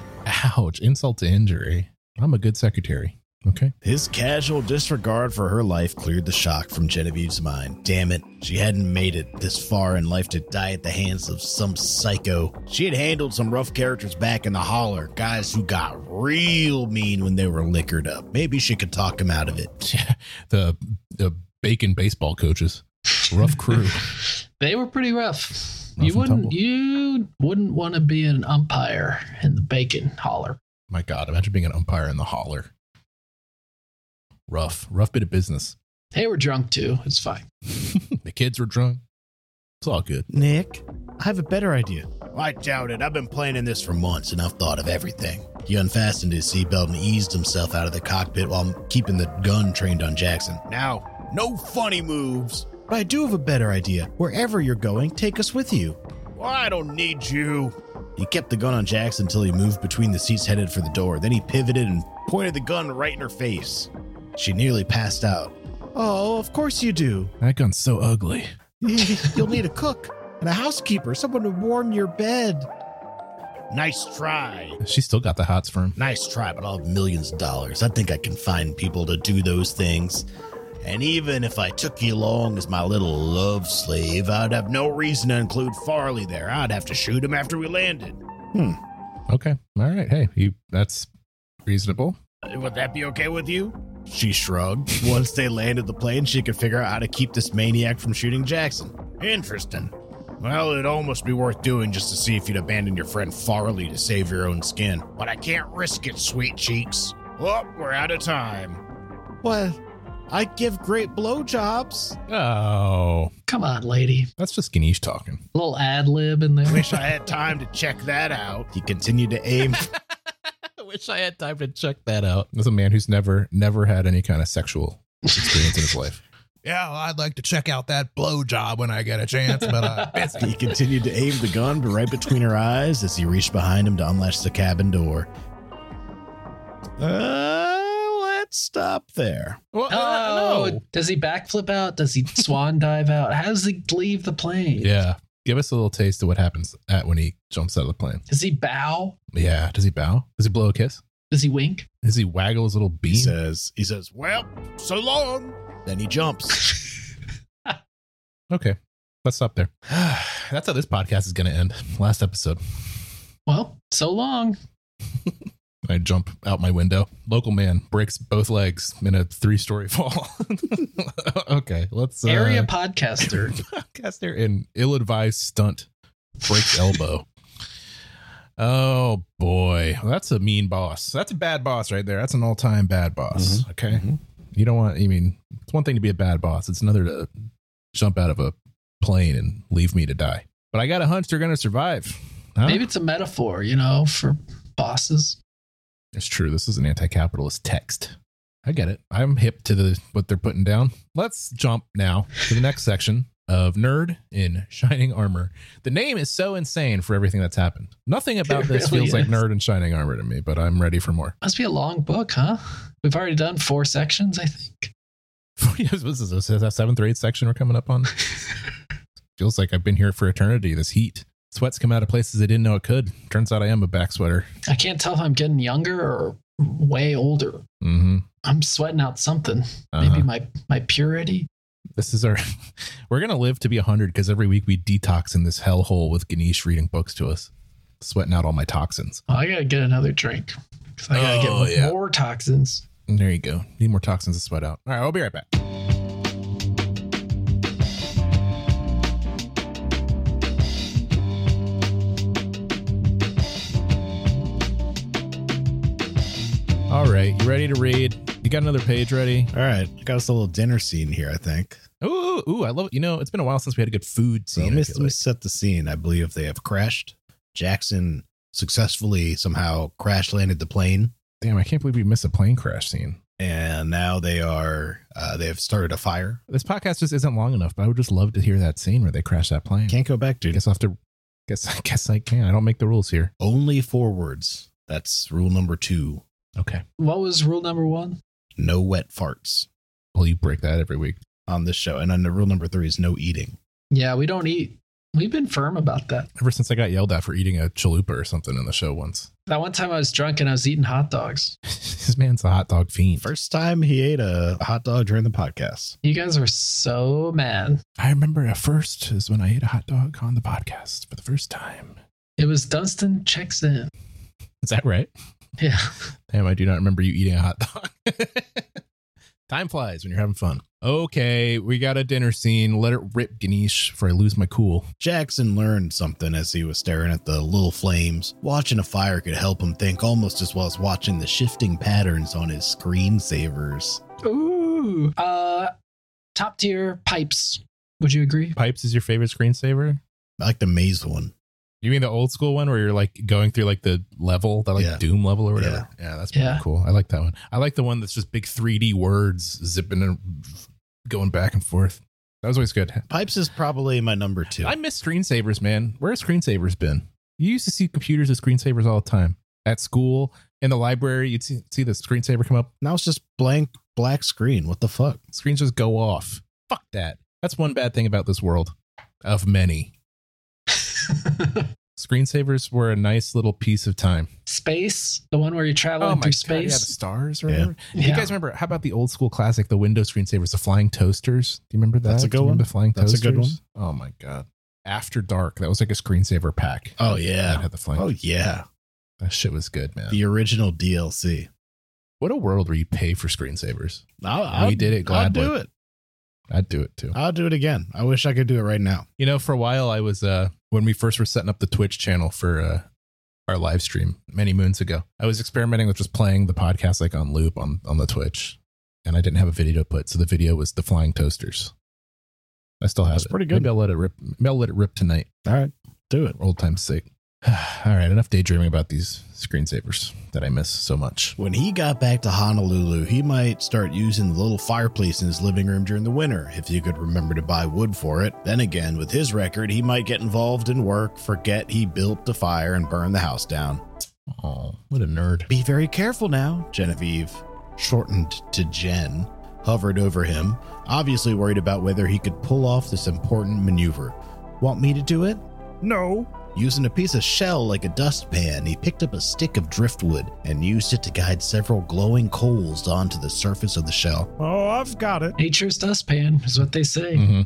[SPEAKER 1] Ouch. Insult to injury. I'm a good secretary. Okay.
[SPEAKER 3] His casual disregard for her life cleared the shock from Genevieve's mind. Damn it, she hadn't made it this far in life to die at the hands of some psycho. She had handled some rough characters back in the holler, guys who got real mean when they were liquored up. Maybe she could talk him out of it.
[SPEAKER 1] The the bacon baseball coaches. Rough crew.
[SPEAKER 4] They were pretty rough.
[SPEAKER 1] Rough
[SPEAKER 4] you
[SPEAKER 1] and
[SPEAKER 4] wouldn't
[SPEAKER 1] tumble.
[SPEAKER 4] you wouldn't want to be an umpire in the bacon holler.
[SPEAKER 1] My God, imagine being an umpire in the holler. Rough, rough bit of business.
[SPEAKER 4] They were drunk too. It's fine.
[SPEAKER 1] the kids were drunk. It's all good.
[SPEAKER 3] Nick, I have a better idea. I doubt it. I've been planning this for months and I've thought of everything. He unfastened his seatbelt and eased himself out of the cockpit while keeping the gun trained on Jackson. Now, no funny moves. But I do have a better idea. Wherever you're going, take us with you. Well, I don't need you. He kept the gun on Jackson until he moved between the seats headed for the door. Then he pivoted and pointed the gun right in her face. She nearly passed out.
[SPEAKER 5] Oh, of course you do.
[SPEAKER 1] That gun's so ugly.
[SPEAKER 5] You'll need a cook and a housekeeper, someone to warm your bed.
[SPEAKER 3] Nice try.
[SPEAKER 1] She still got the hots for him.
[SPEAKER 3] Nice try, but I'll have millions of dollars. I think I can find people to do those things. And even if I took you along as my little love slave, I'd have no reason to include Farley there. I'd have to shoot him after we landed.
[SPEAKER 1] Okay. All right. Hey, you that's reasonable.
[SPEAKER 3] Would that be okay with you? She shrugged. Once they landed the plane, she could figure out how to keep this maniac from shooting Jackson. Interesting. Well, it'd almost be worth doing just to see if you'd abandon your friend Farley to save your own skin. But I can't risk it, sweet cheeks. Oh, we're out of time.
[SPEAKER 5] Well, I give great blowjobs.
[SPEAKER 1] Oh.
[SPEAKER 4] Come on, lady.
[SPEAKER 1] That's just Ganesh talking.
[SPEAKER 4] little ad lib in there.
[SPEAKER 3] Wish I had time to check that out. He continued to aim.
[SPEAKER 1] I wish I had time to check that out. As a man who's never, never had any kind of sexual experience in his life. Yeah, well, I'd like to check out that blow job when I get a chance, but uh,
[SPEAKER 3] he continued to aim the gun, but right between her eyes as he reached behind him to unlatch the cabin door. Uh, let's stop there.
[SPEAKER 1] well,
[SPEAKER 4] Oh, does he backflip out? Does he swan dive out? How does he leave the plane?
[SPEAKER 1] Yeah. Give us a little taste of what happens at when he jumps out of the plane.
[SPEAKER 4] Does he bow?
[SPEAKER 1] Yeah. Does he bow? Does he blow a kiss?
[SPEAKER 4] Does he wink?
[SPEAKER 1] Does he waggle his little
[SPEAKER 3] He
[SPEAKER 1] bean?
[SPEAKER 3] says, he says, well, so long. Then he jumps.
[SPEAKER 1] Okay. Let's stop there. That's how this podcast is going to end. Last episode.
[SPEAKER 4] Well, so long.
[SPEAKER 1] I jump out my window. Local man breaks both legs in a three story fall. okay. Let's. uh,
[SPEAKER 4] Area podcaster.
[SPEAKER 1] podcaster in ill advised stunt breaks elbow. Oh boy, that's a mean boss. That's a bad boss right there. That's an all time bad boss. Okay, you don't want. I mean, it's one thing to be a bad boss. It's another to jump out of a plane and leave me to die. But I got a hunch they're gonna survive. Huh?
[SPEAKER 4] Maybe it's a metaphor, you know, for bosses.
[SPEAKER 1] It's true. This is an anti-capitalist text. I get it. I'm hip to the what they're putting down. Let's jump now to the next section of nerd in shining armor. The name is so insane for everything that's happened. Nothing about
[SPEAKER 4] It
[SPEAKER 1] this
[SPEAKER 4] really
[SPEAKER 1] feels like
[SPEAKER 4] is.
[SPEAKER 1] nerd in shining armor to me, but I'm ready for more.
[SPEAKER 4] Must be a long book, huh? We've already done four sections, I think.
[SPEAKER 1] this is this is that seventh or eighth section we're coming up on. feels like I've been here for eternity. This heat. Sweat's come out of places I didn't know it could. Turns out I am a back sweater.
[SPEAKER 4] I can't tell if I'm getting younger or way older.
[SPEAKER 1] Mm-hmm.
[SPEAKER 4] I'm sweating out something.
[SPEAKER 1] Uh-huh.
[SPEAKER 4] Maybe my my purity.
[SPEAKER 1] This is our. We're gonna live to be hundred because every week we detox in this hellhole with Ganesh reading books to us, sweating out all my toxins.
[SPEAKER 4] Oh, I gotta get another drink 'Cause I gotta
[SPEAKER 1] Oh,
[SPEAKER 4] get
[SPEAKER 1] yeah.
[SPEAKER 4] more toxins.
[SPEAKER 1] And there you go. Need more toxins to sweat out. All right, I'll be right back. All right, you ready to read? You got another page ready?
[SPEAKER 3] All right, got us a little dinner scene here. I think.
[SPEAKER 1] Ooh, ooh, I love it. You know, it's been a while since we had a good food
[SPEAKER 3] So
[SPEAKER 1] scene.
[SPEAKER 3] let
[SPEAKER 1] I
[SPEAKER 3] me,
[SPEAKER 1] feel
[SPEAKER 3] let me set the scene. I believe they have crashed. Jackson successfully somehow crash landed the plane,
[SPEAKER 1] like. Damn, I can't believe we missed a plane crash scene.
[SPEAKER 3] and now they are uh, they have started a fire.
[SPEAKER 1] This podcast just isn't long enough, but I would just love to hear that scene where they crash that plane.
[SPEAKER 3] Can't go back,
[SPEAKER 1] I
[SPEAKER 3] dude.
[SPEAKER 1] guess I'll have to. Guess I guess I can. I don't make the rules here.
[SPEAKER 3] Only forwards. That's rule number two.
[SPEAKER 1] Okay.
[SPEAKER 4] What was rule number one?
[SPEAKER 3] No wet farts
[SPEAKER 1] Well, you break that every week.
[SPEAKER 3] on this show, and then the rule number three is no eating.
[SPEAKER 4] Yeah, we don't eat. We've been firm about that.
[SPEAKER 1] Ever since I got yelled at for eating a chalupa or something in the show once,
[SPEAKER 4] That one time I was drunk and I was eating hot dogs.
[SPEAKER 1] this man's a hot dog fiend.
[SPEAKER 3] First time he ate a hot dog during the podcast.
[SPEAKER 4] You guys were so mad.
[SPEAKER 1] I remember at first is when I ate a hot dog on the podcast for the first time.
[SPEAKER 4] It was Dunstan checks in.
[SPEAKER 1] Is that right?
[SPEAKER 4] Yeah.
[SPEAKER 1] Damn, I do not remember you eating a hot dog. Time flies when you're having fun. Okay, we got a dinner scene. Let it rip, Ganesh, for I lose my cool.
[SPEAKER 3] Jackson learned something as he was staring at the little flames. Watching a fire could help him think almost as well as watching the shifting patterns on his screensavers.
[SPEAKER 4] Ooh. Uh, top tier pipes. Would you agree?
[SPEAKER 1] Pipes is your favorite screensaver?
[SPEAKER 3] I like the maze one.
[SPEAKER 1] You mean the old school one where you're like going through like the level, that like
[SPEAKER 3] Yeah.
[SPEAKER 1] Doom level or whatever? Yeah, that's pretty
[SPEAKER 4] Yeah.
[SPEAKER 1] cool. I like that one. I like the one that's just big 3D words zipping and going back and forth. That was always good.
[SPEAKER 3] Pipes is probably my number two.
[SPEAKER 1] I miss screensavers, man. Where have screensavers been? You used to see computers as screensavers all the time. At school, in the library, you'd see, see the screensaver come up.
[SPEAKER 3] now it's just blank black screen. What the fuck?
[SPEAKER 1] Screens just go off. Fuck that. That's one bad thing about this world of many. Screensavers were a nice little piece of time.
[SPEAKER 4] space, the one where you travel
[SPEAKER 1] Oh my
[SPEAKER 4] through
[SPEAKER 1] God, yeah, the
[SPEAKER 4] space.
[SPEAKER 1] stars or
[SPEAKER 3] Yeah.
[SPEAKER 1] whatever. You
[SPEAKER 4] Yeah.
[SPEAKER 1] guys remember how about the old school classic, the window screensavers, the flying toasters? Do you remember that?
[SPEAKER 3] That's a
[SPEAKER 1] Do
[SPEAKER 3] good
[SPEAKER 1] you remember
[SPEAKER 3] one.
[SPEAKER 1] The flying
[SPEAKER 3] That's a
[SPEAKER 1] toasters.
[SPEAKER 3] good one.
[SPEAKER 1] Oh my god. After dark, that was like a screensaver pack.
[SPEAKER 3] Oh, yeah.
[SPEAKER 1] That had the flying.
[SPEAKER 3] Oh, yeah.
[SPEAKER 1] That shit was good, man.
[SPEAKER 3] The original DLC.
[SPEAKER 1] What a world where you pay for screensavers.
[SPEAKER 3] I'll,
[SPEAKER 1] We did it
[SPEAKER 3] I'll do
[SPEAKER 1] gladly.
[SPEAKER 3] it.
[SPEAKER 1] I'd do it too.
[SPEAKER 3] I'll do it again. I wish I could do it right now.
[SPEAKER 1] You know, for a while I was uh when we first were setting up the Twitch channel for uh our live stream many moons ago. I was experimenting with just playing the podcast like on loop on on the Twitch. And I didn't have a video to put, so the video was the flying toasters. I still have
[SPEAKER 3] That's
[SPEAKER 1] it.
[SPEAKER 3] pretty good.
[SPEAKER 1] Maybe I'll let it rip. Maybe I'll let it rip tonight
[SPEAKER 3] All right. Do it.
[SPEAKER 1] for old time's sake. All right, enough daydreaming about these screensavers that I miss so much.
[SPEAKER 3] When he got back to Honolulu, he might start using the little fireplace in his living room during the winter if he could remember to buy wood for it. Then again, with his record, he might get involved in work, forget he built the fire, and burn the house down.
[SPEAKER 1] Oh, what a nerd.
[SPEAKER 3] Be very careful now, Genevieve, shortened to Jen, hovered over him, obviously worried about whether he could pull off this important maneuver. Want me to do it?
[SPEAKER 5] No.
[SPEAKER 3] Using a piece of shell like a dustpan, he picked up a stick of driftwood and used it to guide several glowing coals onto the surface of the shell.
[SPEAKER 5] Oh, I've got it.
[SPEAKER 4] Nature's dustpan is what they say.
[SPEAKER 1] Mm-hmm.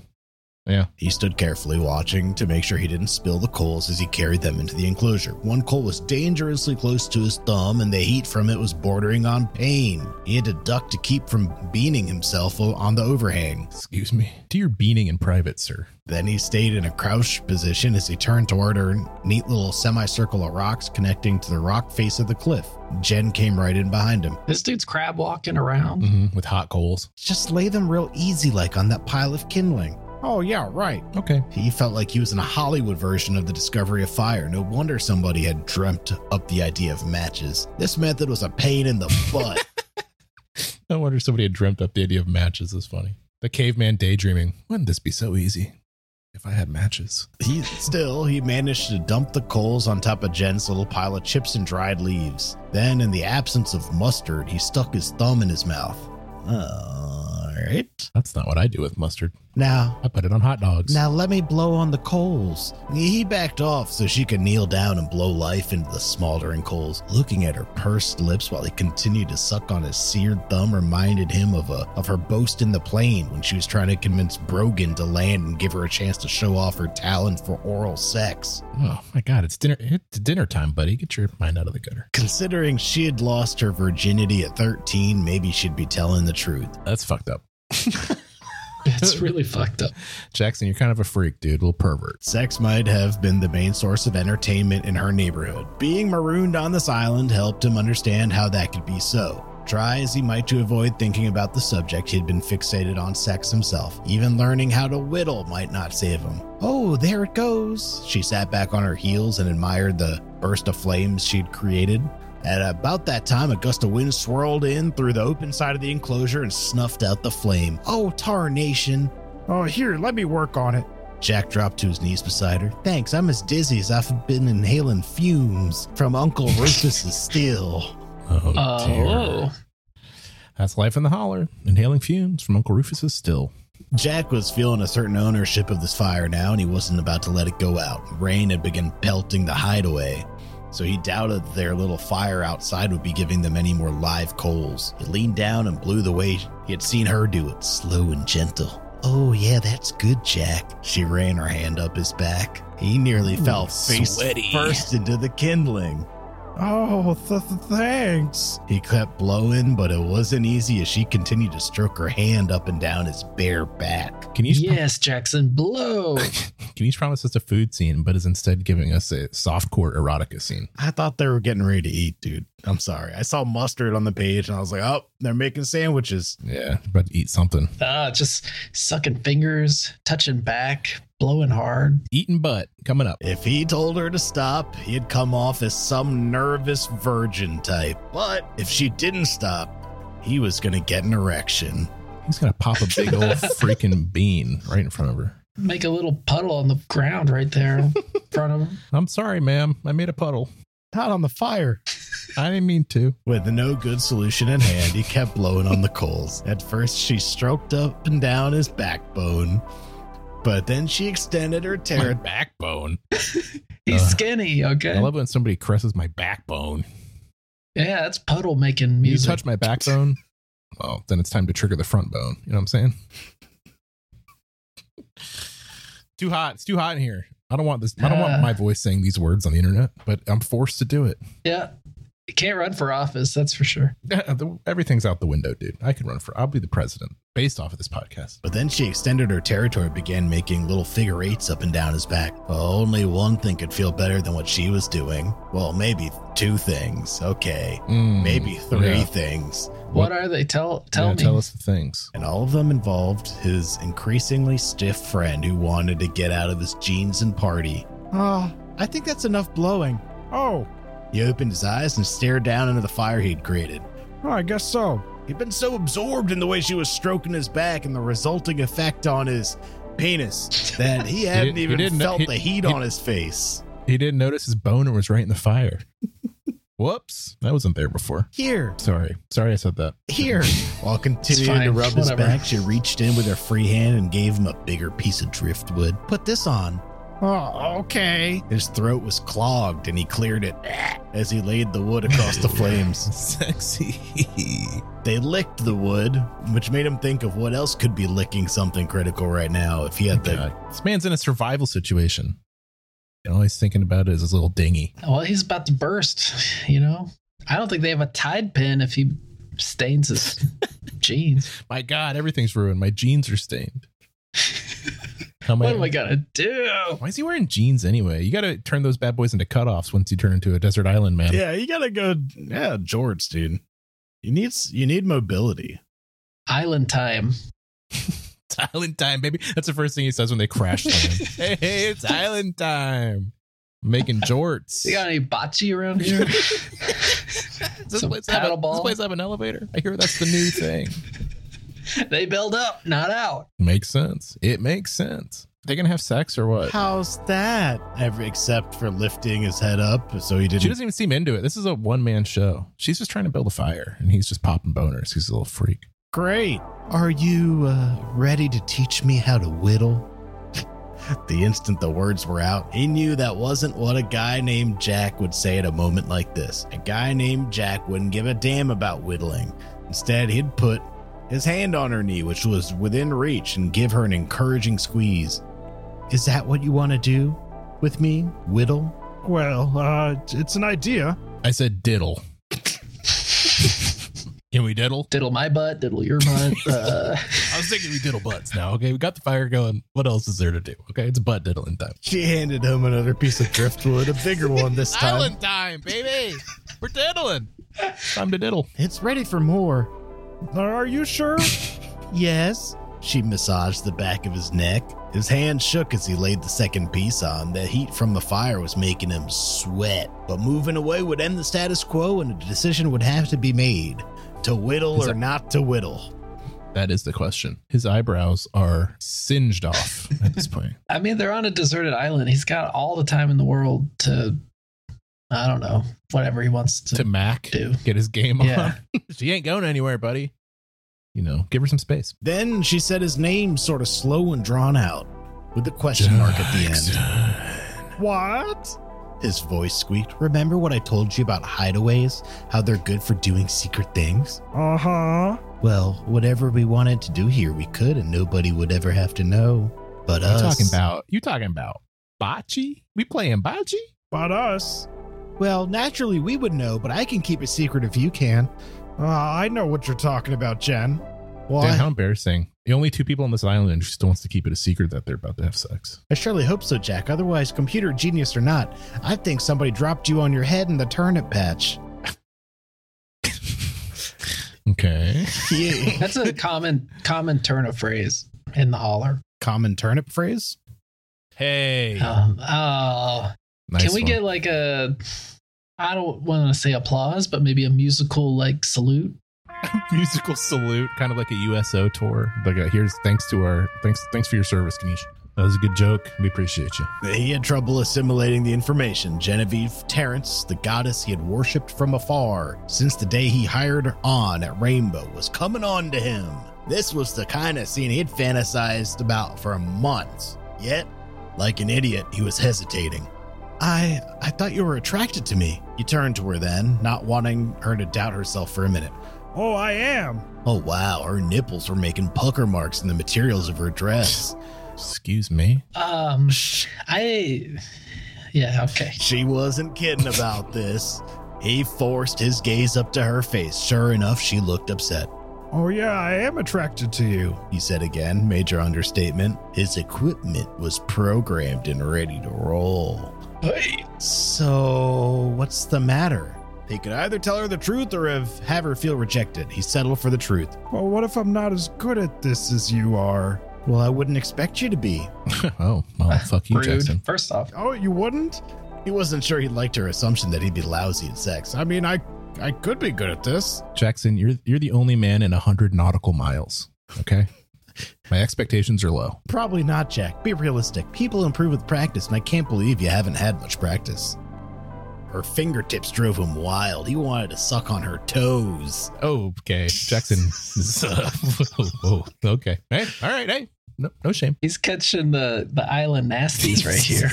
[SPEAKER 3] He stood carefully watching to make sure he didn't spill the coals as he carried them into the enclosure. One coal was dangerously close to his thumb, and the heat from it was bordering on pain. He had to duck to keep from beaning himself o- on the overhang.
[SPEAKER 1] Excuse me. Do your beaning in private, sir.
[SPEAKER 3] Then he stayed in a crouched position as he turned toward her neat little semicircle of rocks connecting to the rock face of the cliff. Jen came right in behind him.
[SPEAKER 4] This dude's crab walking around.
[SPEAKER 1] Mm-hmm. With hot coals.
[SPEAKER 3] Just lay them real easy like on that pile of kindling.
[SPEAKER 5] Oh, yeah, right.
[SPEAKER 1] Okay.
[SPEAKER 3] He felt like he was in a Hollywood version of the discovery of fire. No wonder somebody had dreamt up the idea of matches. This method was a pain in the butt.
[SPEAKER 1] No wonder somebody had dreamt up the idea of matches. Is funny. The caveman daydreaming. Wouldn't this be so easy if I had matches?
[SPEAKER 3] he still he managed to dump the coals on top of Jen's little pile of chips and dried leaves. Then, in the absence of mustard, he stuck his thumb in his mouth. Oh, right.
[SPEAKER 1] That's not what I do with mustard.
[SPEAKER 3] Now,
[SPEAKER 1] I put it on hot dogs.
[SPEAKER 3] Now let me blow on the coals. He backed off so she could kneel down and blow life into the smoldering coals. Looking at her pursed lips while he continued to suck on his seared thumb reminded him of a of her boast in the plane when she was trying to convince Brogan to land and give her a chance to show off her talent for oral sex.
[SPEAKER 1] Oh my god, it's dinner it's dinner time, buddy. Get your mind out of the gutter.
[SPEAKER 3] Considering she had lost her virginity at 13, maybe she'd be telling the truth.
[SPEAKER 1] That's fucked up.
[SPEAKER 4] It's really fucked up.
[SPEAKER 1] Jackson, you're kind of a freak, dude. little pervert.
[SPEAKER 3] Sex might have been the main source of entertainment in her neighborhood. Being marooned on this island helped him understand how that could be so. Try as he might to avoid thinking about the subject, he'd been fixated on sex himself. Even learning how to whittle might not save him. Oh, there it goes. She sat back on her heels and admired the burst of flames she'd created. At about that time, a gust of wind swirled in through the open side of the enclosure and snuffed out the flame. Oh, tarnation.
[SPEAKER 5] Oh, here, let me work on it.
[SPEAKER 3] Jack dropped to his knees beside her. Thanks, I'm as dizzy as I've been inhaling fumes from Uncle Rufus's still.
[SPEAKER 1] Oh,
[SPEAKER 4] Uh,
[SPEAKER 1] dear.
[SPEAKER 4] whoa.
[SPEAKER 1] That's life in the holler. Inhaling fumes from Uncle Rufus's still.
[SPEAKER 3] Jack was feeling a certain ownership of this fire now, and he wasn't about to let it go out. Rain had begun pelting the hideaway, so he doubted that their little fire outside would be giving them any more live coals. He leaned down and blew the way he had seen her do it, slow and gentle. Oh, yeah, that's good, Jack. She ran her hand up his back. He nearly fell face first into the kindling.
[SPEAKER 5] Oh, th- th- thanks.
[SPEAKER 3] He kept blowing, but it wasn't easy as she continued to stroke her hand up and down his bare back.
[SPEAKER 1] Can you
[SPEAKER 4] Yes, Jackson, blow.
[SPEAKER 1] can you promise us a food scene, but is instead giving us a softcore erotica scene?
[SPEAKER 3] I thought they were getting ready to eat, dude. I'm sorry. I saw mustard on the page and I was like, oh, they're making sandwiches.
[SPEAKER 1] Yeah, but eat something.
[SPEAKER 4] Ah, just sucking fingers, touching back, blowing hard.
[SPEAKER 1] Eating butt coming up.
[SPEAKER 3] If he told her to stop, he'd come off as some nervous virgin type. But if she didn't stop, he was going to get an erection.
[SPEAKER 1] He's gonna pop a big old freaking bean right in front of her.
[SPEAKER 4] Make a little puddle on the ground right there in front of him.
[SPEAKER 1] I'm sorry, ma'am. I made a puddle.
[SPEAKER 3] Not on the fire.
[SPEAKER 1] I didn't mean to.
[SPEAKER 3] With no good solution in hand, he kept blowing on the coals. At first, she stroked up and down his backbone, but then she extended her
[SPEAKER 1] My
[SPEAKER 3] terror.
[SPEAKER 1] backbone.
[SPEAKER 4] He's
[SPEAKER 1] Uh,
[SPEAKER 4] skinny, okay?
[SPEAKER 1] I love when somebody caresses my backbone.
[SPEAKER 4] yeah, that's puddle making
[SPEAKER 1] You
[SPEAKER 4] music.
[SPEAKER 1] touch my backbone. Oh, then it's time to trigger the front bone. You know what I'm saying? too hot. It's too hot in here. I don't want this. I don't
[SPEAKER 4] Uh.
[SPEAKER 1] want my voice saying these words on the internet, but I'm forced to do it.
[SPEAKER 4] yeah. You can't run for office, that's for sure.
[SPEAKER 1] Everything's out the window, dude. I could run for. I'll be the president based off of this podcast.
[SPEAKER 3] But then she extended her territory and began making little figure eights up and down his back. Only one thing could feel better than what she was doing. Well, maybe two things. Okay.
[SPEAKER 1] Mm,
[SPEAKER 3] Maybe three
[SPEAKER 1] yeah.
[SPEAKER 3] things.
[SPEAKER 4] What, are they? Tell tell
[SPEAKER 1] Yeah,
[SPEAKER 4] me.
[SPEAKER 1] Tell us the things.
[SPEAKER 3] and all of them involved his increasingly stiff friend who wanted to get out of his jeans and party. Oh, I think that's enough blowing.
[SPEAKER 5] Oh,
[SPEAKER 3] He opened his eyes and stared down into the fire he'd created.
[SPEAKER 5] well, I guess so.
[SPEAKER 3] He'd been so absorbed in the way she was stroking his back and the resulting effect on his penis that he hadn't
[SPEAKER 1] he
[SPEAKER 3] even
[SPEAKER 1] didn't-
[SPEAKER 3] felt
[SPEAKER 1] he-
[SPEAKER 3] the heat
[SPEAKER 1] he-
[SPEAKER 3] on his face.
[SPEAKER 1] He didn't notice his boner was right in the fire. Whoops, that wasn't there before.
[SPEAKER 3] Here,
[SPEAKER 1] Sorry, sorry, I said that.
[SPEAKER 3] here. While continuing to
[SPEAKER 4] fine,
[SPEAKER 3] rub his
[SPEAKER 4] whatever.
[SPEAKER 3] back, she reached in with her free hand and gave him a bigger piece of driftwood. Put this on.
[SPEAKER 5] Oh, okay.
[SPEAKER 3] His throat was clogged and he cleared it as he laid the wood across the flames.
[SPEAKER 1] Sexy.
[SPEAKER 3] They licked the wood, which made him think of what else could be licking something critical right now if he had the.
[SPEAKER 1] God, This man's in a survival situation. And all he's thinking about is his little dinghy.
[SPEAKER 4] Well, he's about to burst, you know? I don't think they have a tide pin if he stains his jeans.
[SPEAKER 1] My God, everything's ruined. My jeans are stained. How am I-
[SPEAKER 4] What am I gonna do?
[SPEAKER 1] Why is he wearing jeans anyway? You got to turn those bad boys into cutoffs once you turn into a desert island man.
[SPEAKER 3] Yeah, you gotta go. Yeah, George, dude. You need you need mobility.
[SPEAKER 4] Island time.
[SPEAKER 1] It's island time, baby. That's the first thing he says when they crash land. hey, hey, it's island time. making jorts.
[SPEAKER 4] You got any bocce around here?
[SPEAKER 1] Does this,
[SPEAKER 4] Some
[SPEAKER 1] place have a-
[SPEAKER 4] paddle
[SPEAKER 1] does
[SPEAKER 4] ball.
[SPEAKER 1] this place have an elevator? I hear that's the new thing.
[SPEAKER 4] they build up, not out.
[SPEAKER 1] makes sense. It makes sense. They're gonna have sex or what?
[SPEAKER 3] How's that? Every, except for lifting his head up, so he
[SPEAKER 1] She
[SPEAKER 3] didn't.
[SPEAKER 1] doesn't even seem into it. This is a one man show. She's just trying to build a fire, and he's just popping boners. He's a little freak.
[SPEAKER 5] Great.
[SPEAKER 3] Are you uh, ready to teach me how to whittle? the instant the words were out, he knew that wasn't what a guy named Jack would say at a moment like this. A guy named Jack wouldn't give a damn about whittling. Instead, he'd put his hand on her knee, which was within reach, and give her an encouraging squeeze. Is that what you want to do with me? Whittle?
[SPEAKER 5] Well, uh, it's an idea.
[SPEAKER 1] I said diddle. Can we diddle?
[SPEAKER 4] Diddle my butt, diddle your butt. Uh,
[SPEAKER 1] I was thinking we diddle butts now. Okay, we got the fire going. What else is there to do? Okay, it's butt diddling time.
[SPEAKER 3] She handed him another piece of driftwood, a bigger one this time.
[SPEAKER 1] Diddling time, baby. We're diddling. Time to diddle.
[SPEAKER 3] It's ready for more.
[SPEAKER 5] Are you sure?
[SPEAKER 3] Yes. She massaged the back of his neck. His hand shook as he laid the second piece on. The heat from the fire was making him sweat. But moving away would end the status quo, and a decision would have to be made to whittle
[SPEAKER 1] Is
[SPEAKER 3] or
[SPEAKER 1] it-
[SPEAKER 3] not to whittle.
[SPEAKER 1] That is the question. His eyebrows are singed off at this point.
[SPEAKER 4] I mean, they're on a deserted island. He's got all the time in the world to, I don't know, whatever he wants to.
[SPEAKER 1] to Mac,
[SPEAKER 4] do.
[SPEAKER 1] get his game
[SPEAKER 4] Yeah.
[SPEAKER 1] on. she ain't going anywhere, buddy. You know, give her some space.
[SPEAKER 3] Then she said his name, sort of slow and drawn out, with the question mark at the end.
[SPEAKER 5] what?
[SPEAKER 3] His voice squeaked. Remember what I told you about hideaways? How they're good for doing secret things?
[SPEAKER 5] Uh huh.
[SPEAKER 3] Well, whatever we wanted to do here, we could, and nobody would ever have to know. But
[SPEAKER 1] You
[SPEAKER 3] us.
[SPEAKER 1] talking about? You talking about bocce? We playing bocce?
[SPEAKER 5] But us?
[SPEAKER 3] Well, naturally we would know, but I can keep it secret if you can.
[SPEAKER 5] Uh, I know what you're talking about, Jen.
[SPEAKER 3] Why?
[SPEAKER 1] Damn, how embarrassing! The only two people on this island who still wants to keep it a secret that they're about to have sex.
[SPEAKER 3] I surely hope so, Jack. Otherwise, computer genius or not, I think somebody dropped you on your head in the turnip patch.
[SPEAKER 1] Okay.
[SPEAKER 3] Yeah.
[SPEAKER 4] That's a common common turn of phrase in the holler.
[SPEAKER 3] Common turnip phrase?
[SPEAKER 1] Hey.
[SPEAKER 4] Um, oh,
[SPEAKER 1] nice
[SPEAKER 4] can we
[SPEAKER 1] one.
[SPEAKER 4] get like a? I don't want to say applause, but maybe a musical like salute.
[SPEAKER 1] musical salute, kind of like a USO tour? Like, a, here's thanks to our thanks thanks for your service, Kanish. That was a good joke. We appreciate you.
[SPEAKER 3] He had trouble assimilating the information. Genevieve Terrence, the goddess he had worshipped from afar since the day he hired her on at Rainbow, was coming on to him. This was the kind of scene he'd fantasized about for months. Yet, like an idiot, he was hesitating. I I thought you were attracted to me. He turned to her then, not wanting her to doubt herself for a minute.
[SPEAKER 5] Oh, I am.
[SPEAKER 3] Oh wow, her nipples were making pucker marks in the materials of her dress.
[SPEAKER 1] Excuse me.
[SPEAKER 4] Um, I, yeah, okay.
[SPEAKER 3] She wasn't kidding about this. He forced his gaze up to her face. Sure enough, she looked upset.
[SPEAKER 5] Oh, yeah, I am attracted to you.
[SPEAKER 3] He said again, major understatement. His equipment was programmed and ready to roll.
[SPEAKER 4] Hey,
[SPEAKER 3] So, what's the matter? He could either tell her the truth or have, have her feel rejected. He settled for the truth.
[SPEAKER 5] Well, what if I'm not as good at this as you are?
[SPEAKER 3] Well, I wouldn't expect you to be.
[SPEAKER 1] oh, well, fuck you, Jackson.
[SPEAKER 4] rude. First off,
[SPEAKER 5] Oh, you wouldn't?
[SPEAKER 3] He wasn't sure he liked her assumption that he'd be lousy at sex.
[SPEAKER 5] I mean, I I could be good at this.
[SPEAKER 1] Jackson, you're you're the only man in hundred nautical miles. Okay, my expectations are low.
[SPEAKER 3] Probably not, Jack. Be realistic. People improve with practice, and I can't believe you haven't had much practice. Her fingertips drove him wild. He wanted to suck on her toes.
[SPEAKER 1] Okay, Jackson. whoa, whoa, okay. Hey, all right. Hey, no, no shame.
[SPEAKER 4] he's catching the the island nasties right here.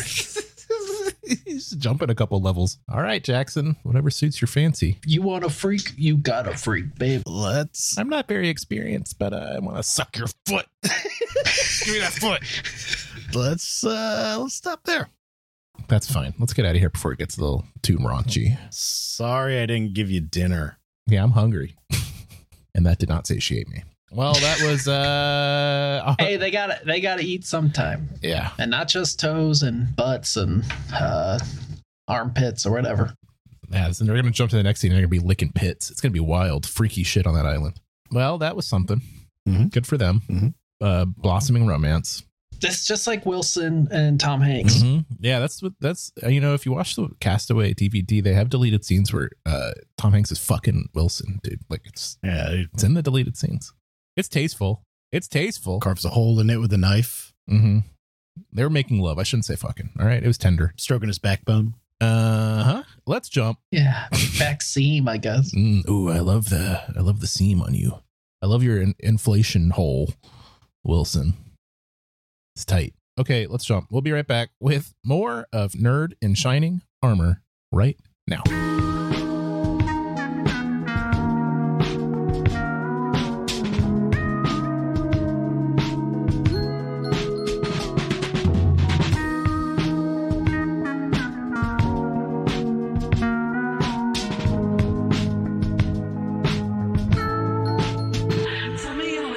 [SPEAKER 1] He's jumping a couple levels. All right, Jackson. Whatever suits your fancy.
[SPEAKER 4] You want a freak? You got a freak, babe.
[SPEAKER 3] Let's.
[SPEAKER 1] I'm not very experienced, but I want to suck your foot. Give me that foot.
[SPEAKER 3] Let's uh let's stop there.
[SPEAKER 1] That's fine. Let's get out of here before it gets a little too raunchy.
[SPEAKER 3] Sorry I didn't give you dinner.
[SPEAKER 1] Yeah, I'm hungry, and that did not satiate me. Well, that was uh.
[SPEAKER 4] Hey, they gotta they gotta eat sometime.
[SPEAKER 1] Yeah.
[SPEAKER 4] and not just toes and butts and uh, armpits or whatever.
[SPEAKER 1] Yeah, and they're gonna jump to the next scene. And they're gonna be licking pits. It's gonna be wild, freaky shit on that island. Well, that was something.
[SPEAKER 3] Mhm.
[SPEAKER 1] Good for them.
[SPEAKER 3] Mhm.
[SPEAKER 1] Uh, blossoming romance. Mm-hmm.
[SPEAKER 4] It's just like Wilson and Tom Hanks.
[SPEAKER 3] Mm-hmm.
[SPEAKER 1] Yeah, that's what that's. uh, You know, if you watch the Castaway DVD, they have deleted scenes where uh, Tom Hanks is fucking Wilson, dude. Like it's
[SPEAKER 3] Yeah, he
[SPEAKER 1] it's in the deleted scenes. It's tasteful. It's tasteful.
[SPEAKER 3] carves a hole in it with a knife,
[SPEAKER 1] mm-hmm. They were making love. I shouldn't say fucking. All right, it was tender.
[SPEAKER 3] stroking his backbone.
[SPEAKER 1] Uh huh. Let's jump.
[SPEAKER 4] Yeah, back seam, I guess.
[SPEAKER 1] Mm, ooh, I love the I love the seam on you. I love your in- inflation hole, Wilson. It's tight. Okay, let's jump. We'll be right back with more of Nerd in Shining Armor right now.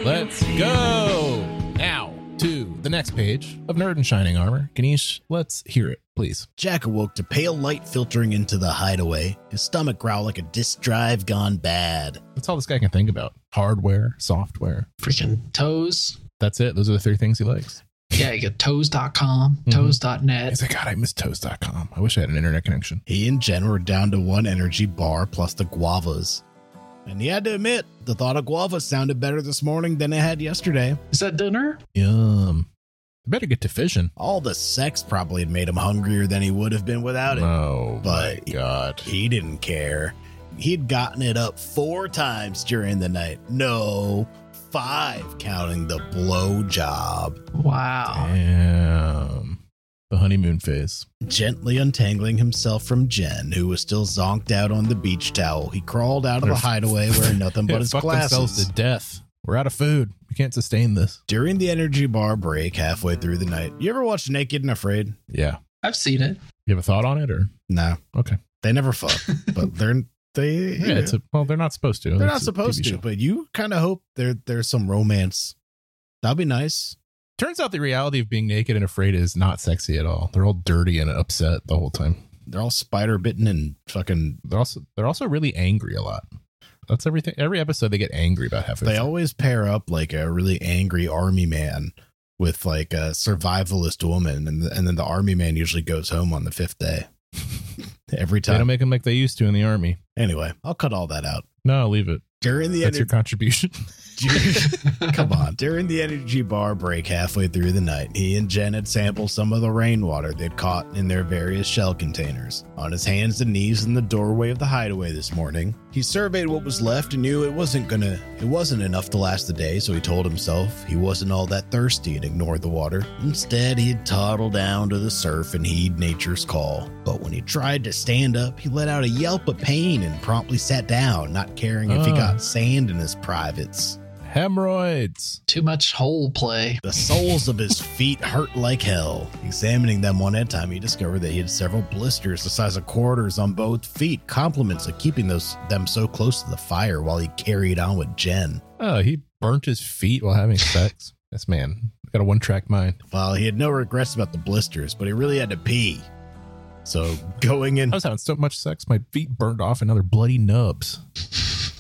[SPEAKER 1] Let's go now to the next page of Nerd in Shining Armor. Ganesh, let's hear it, please.
[SPEAKER 3] Jack awoke to pale light filtering into the hideaway. His stomach growled like a disk drive gone bad.
[SPEAKER 1] That's all this guy can think about hardware, software.
[SPEAKER 4] Freaking toes.
[SPEAKER 1] That's it. Those are the three things he likes.
[SPEAKER 4] Yeah, you got toes.com,
[SPEAKER 3] Mm-hmm.
[SPEAKER 1] Mhm.
[SPEAKER 4] toes.net.
[SPEAKER 1] He's like, God, I miss toast.com. I wish I had an internet connection.
[SPEAKER 3] He and Jen were down to one energy bar plus the guavas. And he had to admit, the thought of guava sounded better this morning than it had yesterday.
[SPEAKER 4] Is that dinner?
[SPEAKER 1] Yum. I better get to fishing.
[SPEAKER 3] All the sex probably had made him hungrier than he would have been without it.
[SPEAKER 1] Oh, my
[SPEAKER 3] But-
[SPEAKER 1] God.
[SPEAKER 3] He didn't care. He'd gotten it up four times during the night. No, five counting the blow job.
[SPEAKER 4] Wow.
[SPEAKER 1] Damn. The honeymoon phase.
[SPEAKER 3] Gently untangling himself from Jen, who was still zonked out on the beach towel, he crawled out of
[SPEAKER 1] They're-
[SPEAKER 3] the hideaway wearing nothing
[SPEAKER 1] Yeah,
[SPEAKER 3] but his
[SPEAKER 1] fuck themselves
[SPEAKER 3] glasses.
[SPEAKER 1] to death. We're out of food. We can't sustain this.
[SPEAKER 3] During the energy bar break halfway through the night, you ever watch Naked and Afraid?
[SPEAKER 1] Yeah.
[SPEAKER 4] I've seen it.
[SPEAKER 1] You have a thought on it or?
[SPEAKER 3] No.
[SPEAKER 1] Okay.
[SPEAKER 3] They never fuck, but they're they
[SPEAKER 1] Yeah, it's a, well, they're not supposed to.
[SPEAKER 3] they're
[SPEAKER 1] It's
[SPEAKER 3] not
[SPEAKER 1] a
[SPEAKER 3] supposed
[SPEAKER 1] TV
[SPEAKER 3] to.
[SPEAKER 1] show.
[SPEAKER 3] But you kind of hope there there's some romance. That'd be nice.
[SPEAKER 1] Turns out the reality of being naked and afraid is not sexy at all. They're all dirty and upset the whole time.
[SPEAKER 3] They're all spider bitten and fucking.
[SPEAKER 1] They're also they're also really angry a lot. That's everything. Every episode they get angry about halfway.
[SPEAKER 3] They
[SPEAKER 1] through.
[SPEAKER 3] always pair up like a really angry army man with like a survivalist woman, and and then the army man usually goes home on the fifth day. Every
[SPEAKER 1] they don't
[SPEAKER 3] time.
[SPEAKER 1] make them like they used to in the army.
[SPEAKER 3] Anyway, I'll cut all that out.
[SPEAKER 1] No, leave it.
[SPEAKER 3] During the
[SPEAKER 1] That's your
[SPEAKER 3] energy,
[SPEAKER 1] contribution.
[SPEAKER 3] Come on. During the energy bar break halfway through the night, he and Jen had sampled some of the rainwater they'd caught in their various shell containers. On his hands and knees in the doorway of the hideaway this morning, he surveyed what was left and knew it wasn't gonna it wasn't enough to last the day, so he told himself he wasn't all that thirsty and ignored the water. Instead, he'd toddle down to the surf and heed nature's call. But when he tried to stand up, he let out a yelp of pain and promptly sat down, not caring if he
[SPEAKER 1] Ah.
[SPEAKER 3] got sand in his privates.
[SPEAKER 1] Hemorrhoids.
[SPEAKER 4] Too much hole play.
[SPEAKER 3] The soles of his feet hurt like hell. Examining them one at a time, he discovered that he had several blisters the size of quarters on both feet, compliments of keeping those them so close to the fire while he carried on with Jen.
[SPEAKER 1] Oh, he burnt his feet while having sex. This man got a one track mind.
[SPEAKER 3] While he had no regrets about the blisters, but he really had to pee. So going in
[SPEAKER 1] I was having so much sex, my feet burned off and now they're bloody nubs.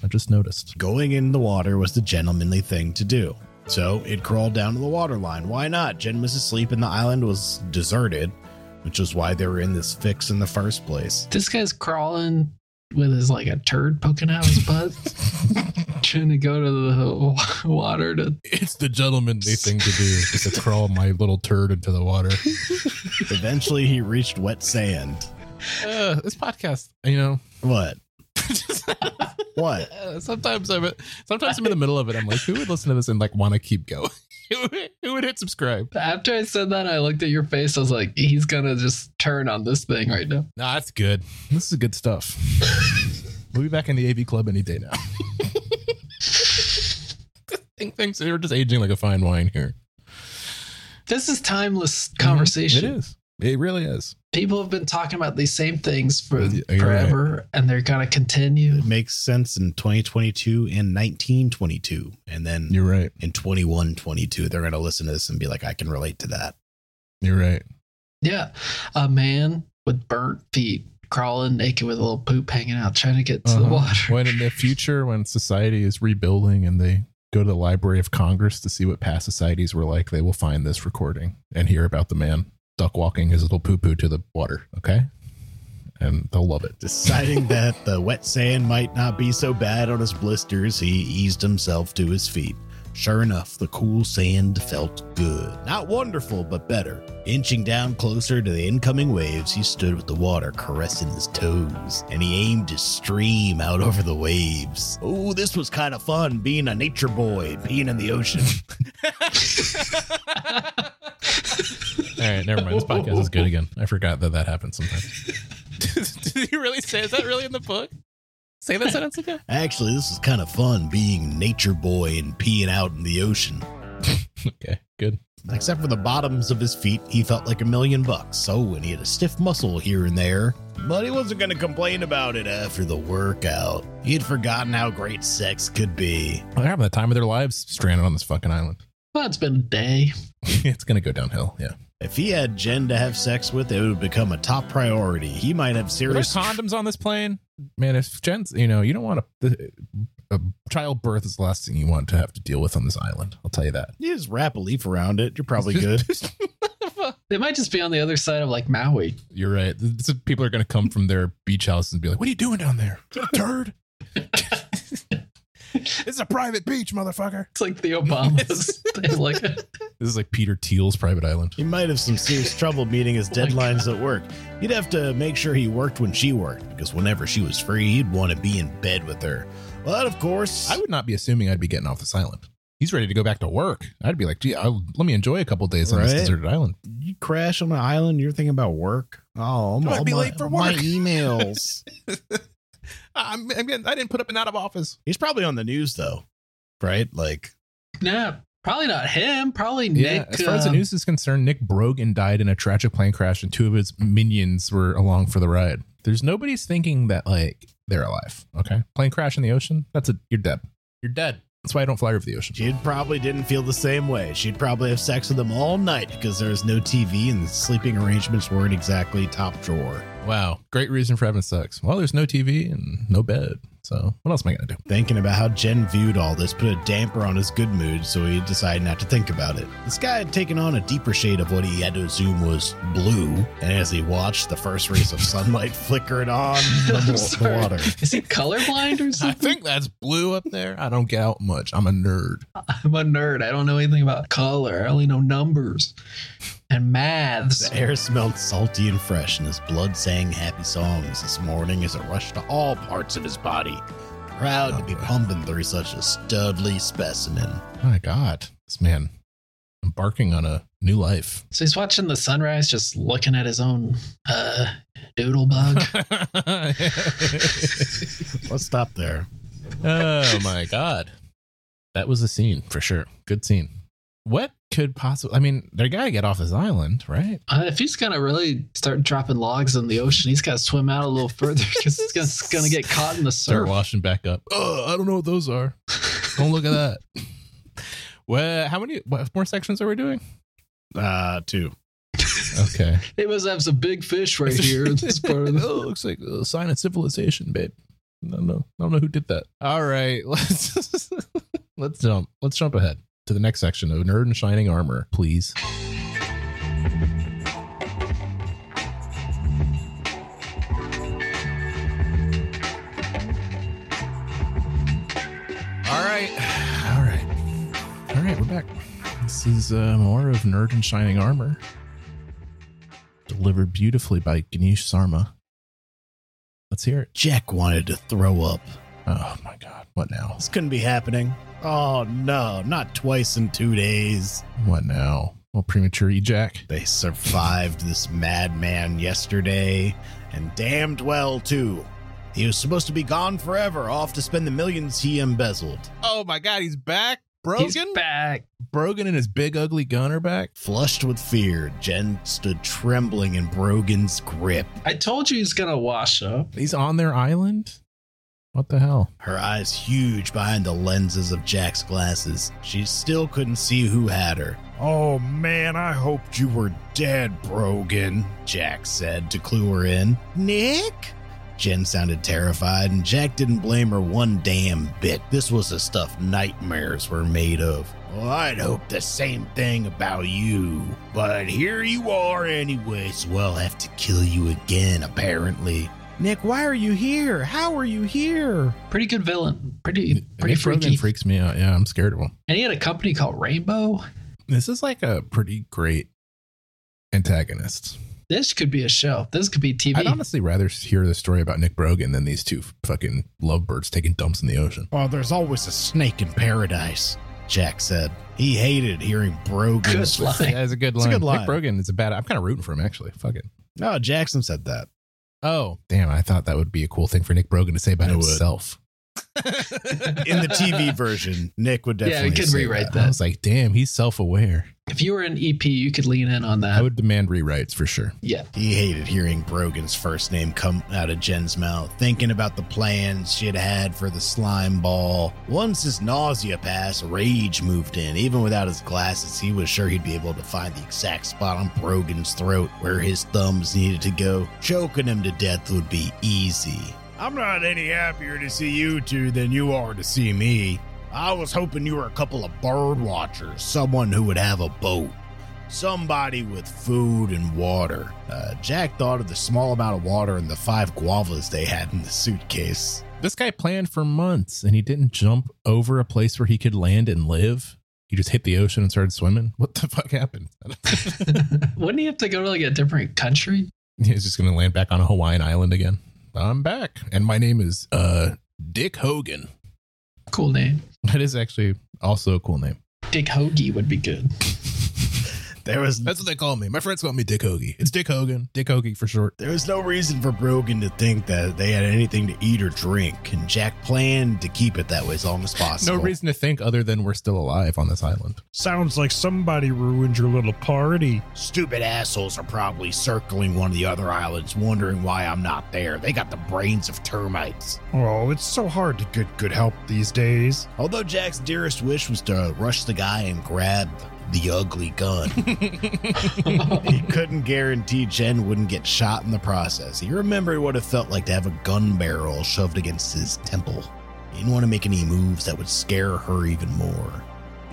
[SPEAKER 1] I just noticed.
[SPEAKER 3] Going in the water was the gentlemanly thing to do. So it crawled down to the waterline. Why not? Jen was asleep and the island was deserted, which was why they were in this fix in the first place.
[SPEAKER 4] This guy's crawling with his like a turd poking out his butt, trying to go to the w- water to.
[SPEAKER 1] It's the gentlemanly thing to do is to crawl my little turd into the water.
[SPEAKER 3] Eventually, he reached wet sand.
[SPEAKER 1] Uh, this podcast, you know,
[SPEAKER 3] What? What?
[SPEAKER 1] Uh, sometimes I'm sometimes I'm in the middle of it. I'm like, who would listen to this and like want to keep going? who, would- who would hit subscribe?
[SPEAKER 4] After I said that, I looked at your face. I was like, he's gonna just turn on this thing right now.
[SPEAKER 1] Nah, that's good. This is good stuff. we'll be back in the AV club any day now. Think things are just aging like a fine wine here.
[SPEAKER 4] This is timeless Mm-hmm. conversation.
[SPEAKER 1] Mm-hmm. It is. It really is.
[SPEAKER 4] People have been talking about these same things for
[SPEAKER 1] Yeah, you're right.
[SPEAKER 4] forever, and they're gonna continue.
[SPEAKER 3] It makes sense in 2022 and 1922. And then
[SPEAKER 1] You're right.
[SPEAKER 3] in 2122, they're going to listen to this and be like, I can relate to that.
[SPEAKER 1] You're right.
[SPEAKER 4] Yeah, a man with burnt feet crawling naked with a little poop hanging out, trying to get to the
[SPEAKER 1] Uh-huh.
[SPEAKER 4] water.
[SPEAKER 1] When in the future, when society is rebuilding and they go to the Library of Congress to see what past societies were like, they will find this recording and hear about the man duck walking his little poo poo to the water. Okay. And they'll love it.
[SPEAKER 3] Deciding that the wet sand might not be so bad on his blisters, he eased himself to his feet. Sure enough, the cool sand felt good. Not wonderful, but better. Inching down closer to the incoming waves, he stood with the water caressing his toes, and he aimed his stream out over the waves. Oh, this was kind of fun being a nature boy, being in the ocean.
[SPEAKER 1] All right, never mind. This podcast is good again. I forgot that that happened sometimes.
[SPEAKER 6] Did he really say? Is that really in the book? Say that sentence again.
[SPEAKER 3] Actually, this was kind of fun being nature boy and peeing out in the ocean.
[SPEAKER 1] Okay, good.
[SPEAKER 3] Except for the bottoms of his feet, he felt like a million bucks. So, and he had a stiff muscle here and there. But he wasn't going to complain about it after the workout. He'd forgotten how great sex could be.
[SPEAKER 1] They're having the time of their lives stranded on this fucking island.
[SPEAKER 4] Well, it's been a day.
[SPEAKER 1] it's gonna go downhill. Yeah.
[SPEAKER 3] If he had Jen to have sex with, it would have become a top priority. He might have
[SPEAKER 1] Were there
[SPEAKER 3] serious.
[SPEAKER 1] condoms on this plane? Man, if Jen's, you know, you don't want a, a childbirth is the last thing you want to have to deal with on this island. I'll tell you that.
[SPEAKER 3] You just wrap a leaf around it. You're probably good.
[SPEAKER 4] They might just be on the other side of like Maui.
[SPEAKER 1] You're right. This is- people are gonna come from their beach house and be like, "What are you doing down there, turd?"
[SPEAKER 7] It's a private beach, motherfucker.
[SPEAKER 4] It's like the Obamas. they have like a,
[SPEAKER 1] This is like Peter Thiel's private island.
[SPEAKER 3] He might have some serious trouble meeting his
[SPEAKER 4] my
[SPEAKER 3] deadlines at work. He'd have to make sure he worked when she worked, because whenever she was free, he'd want to be in bed with her. But of course,
[SPEAKER 1] I would not be assuming I'd be getting off this island. He's ready to go back to work. I'd be like, "Gee, I'll, let me enjoy a couple days on this
[SPEAKER 3] Right.
[SPEAKER 1] deserted island."
[SPEAKER 3] you crash on an island, you're thinking about work. Oh, I'm
[SPEAKER 7] I might be late for
[SPEAKER 3] My
[SPEAKER 7] work.
[SPEAKER 3] emails.
[SPEAKER 1] I'm, I'm getting, I didn't put up an out of office.
[SPEAKER 3] He's probably on the news though, right? Like,
[SPEAKER 4] nah, probably not him. Probably
[SPEAKER 1] Yeah,
[SPEAKER 4] Nick.
[SPEAKER 1] as far as the
[SPEAKER 4] um,
[SPEAKER 1] news is concerned, Nick Brogan died in a tragic plane crash, and two of his minions were along for the ride. There's nobody's thinking that like they're alive. Okay, plane crash in the ocean. That's a you're dead. You're dead. That's why I don't fly over the ocean.
[SPEAKER 3] she probably didn't feel the same way. She'd probably have sex with him all night because there was no TV and the sleeping arrangements weren't exactly top drawer.
[SPEAKER 1] Wow, great reason for having sex. Well, there's no TV and no bed, so what else am I gonna do?
[SPEAKER 3] Thinking about how Jen viewed all this put a damper on his good mood, so he decided not to think about it. This guy had taken on a deeper shade of what he had to assume was blue, and as he watched, the first rays of sunlight flickered on
[SPEAKER 4] I'm
[SPEAKER 3] the, wa- the
[SPEAKER 4] sorry.
[SPEAKER 3] water.
[SPEAKER 4] Is he colorblind or
[SPEAKER 1] I
[SPEAKER 4] something?
[SPEAKER 1] think that's blue up there. I don't get out much. I'm a nerd.
[SPEAKER 4] I'm a nerd. I don't know anything about color. I only know numbers and maths.
[SPEAKER 3] The air smelled salty and fresh, and his blood sang happy songs this morning as it rushed to all parts of his body. Proud to be pumping through such a studly specimen.
[SPEAKER 1] My God, this man embarking on a new life.
[SPEAKER 4] So he's watching the sunrise, just looking at his own uh, doodle bug.
[SPEAKER 1] Oh
[SPEAKER 3] Let's stop there.
[SPEAKER 1] oh my god that was a scene for sure good scene what could possibly i mean they gotta get off this island right
[SPEAKER 4] Uh, if he's gonna really start dropping logs in the ocean, he's gotta swim out a little further because he's gonna, he's gonna get caught in the
[SPEAKER 1] start
[SPEAKER 4] surf.
[SPEAKER 1] washing back up oh i don't know what those are don't look at that well how many what more sections are we doing
[SPEAKER 3] Uh, two.
[SPEAKER 1] okay
[SPEAKER 4] They must have some big fish right here in this part of the.
[SPEAKER 1] oh, it looks like a sign of civilization, babe. I don't know. I don't know who did that. All right, let's let's jump. Let's jump ahead to the next section of Nerd and Shining Armor, please. All right, all right, all right. We're back. This is uh, more of Nerd and Shining Armor delivered beautifully by Ganesh Sarma. Let's hear it.
[SPEAKER 3] Jack wanted to throw up.
[SPEAKER 1] Oh my god, what now?
[SPEAKER 3] This couldn't be happening. Oh no, not twice in two days.
[SPEAKER 1] What now? Well, premature ejac.
[SPEAKER 3] They survived this madman yesterday, and damned well, too. He was supposed to be gone forever, off to spend the millions he embezzled.
[SPEAKER 1] Oh my god, he's back.
[SPEAKER 4] He's back.
[SPEAKER 1] Brogan and his big ugly gun are back.
[SPEAKER 3] Flushed with fear, Jen stood trembling in Brogan's grip.
[SPEAKER 4] I told you he's gonna wash up.
[SPEAKER 1] He's on their island? What the hell?
[SPEAKER 3] Her eyes huge behind the lenses of Jack's glasses. She still couldn't see who had her.
[SPEAKER 5] Oh man, I hoped you were dead,
[SPEAKER 3] Brogan, Jack said to clue her in. Nick? Jen sounded terrified, and Jack didn't blame her one damn bit. This was the stuff nightmares were made of. Well, I'd hoped the same thing about you, but here you are anyway, so I'll have to kill you again, apparently. Nick, why are you here? How are you here?
[SPEAKER 4] Pretty good villain. Pretty pretty
[SPEAKER 1] Nick Rogan
[SPEAKER 4] freaky.
[SPEAKER 1] freaks me out. Yeah, I'm scared of him.
[SPEAKER 4] And he had a company called Rainbow.
[SPEAKER 1] This is like a pretty great antagonist.
[SPEAKER 4] This could be a show. This could be TV.
[SPEAKER 1] I'd honestly rather hear the story about Nick Brogan than these two fucking lovebirds taking dumps in the ocean.
[SPEAKER 5] Oh, there's always a snake in paradise.
[SPEAKER 3] Jack said he hated hearing Brogan.
[SPEAKER 4] good line.
[SPEAKER 1] is a good
[SPEAKER 3] It's a good line.
[SPEAKER 1] Nick Brogan is a bad. I'm kind of rooting for him actually. Fuck it.
[SPEAKER 3] No, Jackson said that.
[SPEAKER 1] Oh damn! I thought that would be a cool thing for Nick Brogan to say about
[SPEAKER 3] It would.
[SPEAKER 1] himself.
[SPEAKER 3] In the TV version, Nick would
[SPEAKER 4] Yeah,
[SPEAKER 3] definitely.
[SPEAKER 4] you could
[SPEAKER 3] say
[SPEAKER 4] rewrite
[SPEAKER 1] I
[SPEAKER 4] that.
[SPEAKER 1] was like, damn, he's self-aware.
[SPEAKER 4] If you were an EP, you could lean in on
[SPEAKER 1] I
[SPEAKER 4] that.
[SPEAKER 1] would demand rewrites for sure.
[SPEAKER 4] yeah.
[SPEAKER 3] He hated hearing Brogan's first name come out of Jen's mouth, thinking about the plans she had had for the slime ball. Once his nausea passed, rage moved in. Even without his glasses, he was sure he'd be able to find the exact spot on Brogan's throat where his thumbs needed to go. Choking him to death would be easy.
[SPEAKER 5] I'm not any happier to see you two than you are to see me.
[SPEAKER 3] I was hoping you were a couple of bird watchers, someone who would have a boat, somebody with food and water. Uh, Jack thought of the small amount of water and the five guavas they had in the suitcase.
[SPEAKER 1] This guy planned for months and he didn't jump over a place where he could land and live. He just hit the ocean and started swimming. What the fuck happened?
[SPEAKER 4] Wouldn't he have to go to like a different country?
[SPEAKER 1] He's just going to land back on a Hawaiian island again. I'm back. And my name is uh, Dick Hogan.
[SPEAKER 4] Cool name.
[SPEAKER 1] That is actually also a cool name.
[SPEAKER 4] Dick Hoagie would be good.
[SPEAKER 3] There was
[SPEAKER 1] That's what they call me. My friends call me Dick Hoagie. It's Dick Hogan. Dick Hoagie for short.
[SPEAKER 3] there was no reason for Brogan to think that they had anything to eat or drink, and Jack planned to keep it that way as long as possible.
[SPEAKER 1] No reason to think other than we're still alive on this island.
[SPEAKER 5] Sounds like somebody ruined your little party.
[SPEAKER 3] Stupid assholes are probably circling one of the other islands, wondering why I'm not there. They got the brains of termites.
[SPEAKER 5] Oh, it's so hard to get good help these days.
[SPEAKER 3] Although Jack's dearest wish was to rush the guy and grab the ugly gun, he couldn't guarantee Jen wouldn't get shot in the process. He remembered what it felt like to have a gun barrel shoved against his temple. He didn't want to make any moves that would scare her even more.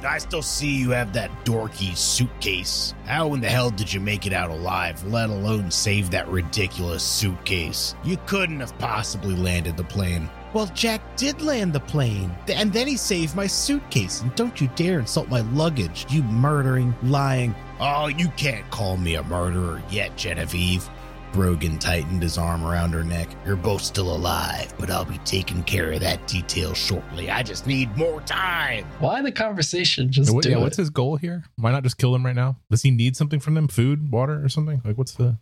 [SPEAKER 3] I still see you have that dorky suitcase. How in the hell did you make it out alive, let alone save that ridiculous suitcase? You couldn't have possibly landed the plane. Well, Jack did land the plane, th- and then he saved my suitcase. And don't you dare insult my luggage, you murdering, lying. Oh, you can't call me a murderer yet, Genevieve. Brogan tightened his arm around her neck. You're both still alive, but I'll be taking care of that detail shortly. I just need more time.
[SPEAKER 4] Why the conversation? Just
[SPEAKER 1] What-
[SPEAKER 4] do
[SPEAKER 1] yeah,
[SPEAKER 4] it.
[SPEAKER 1] what's his goal here? Why not just kill them right now? Does he need something from them? Food, water, or something? Like what's the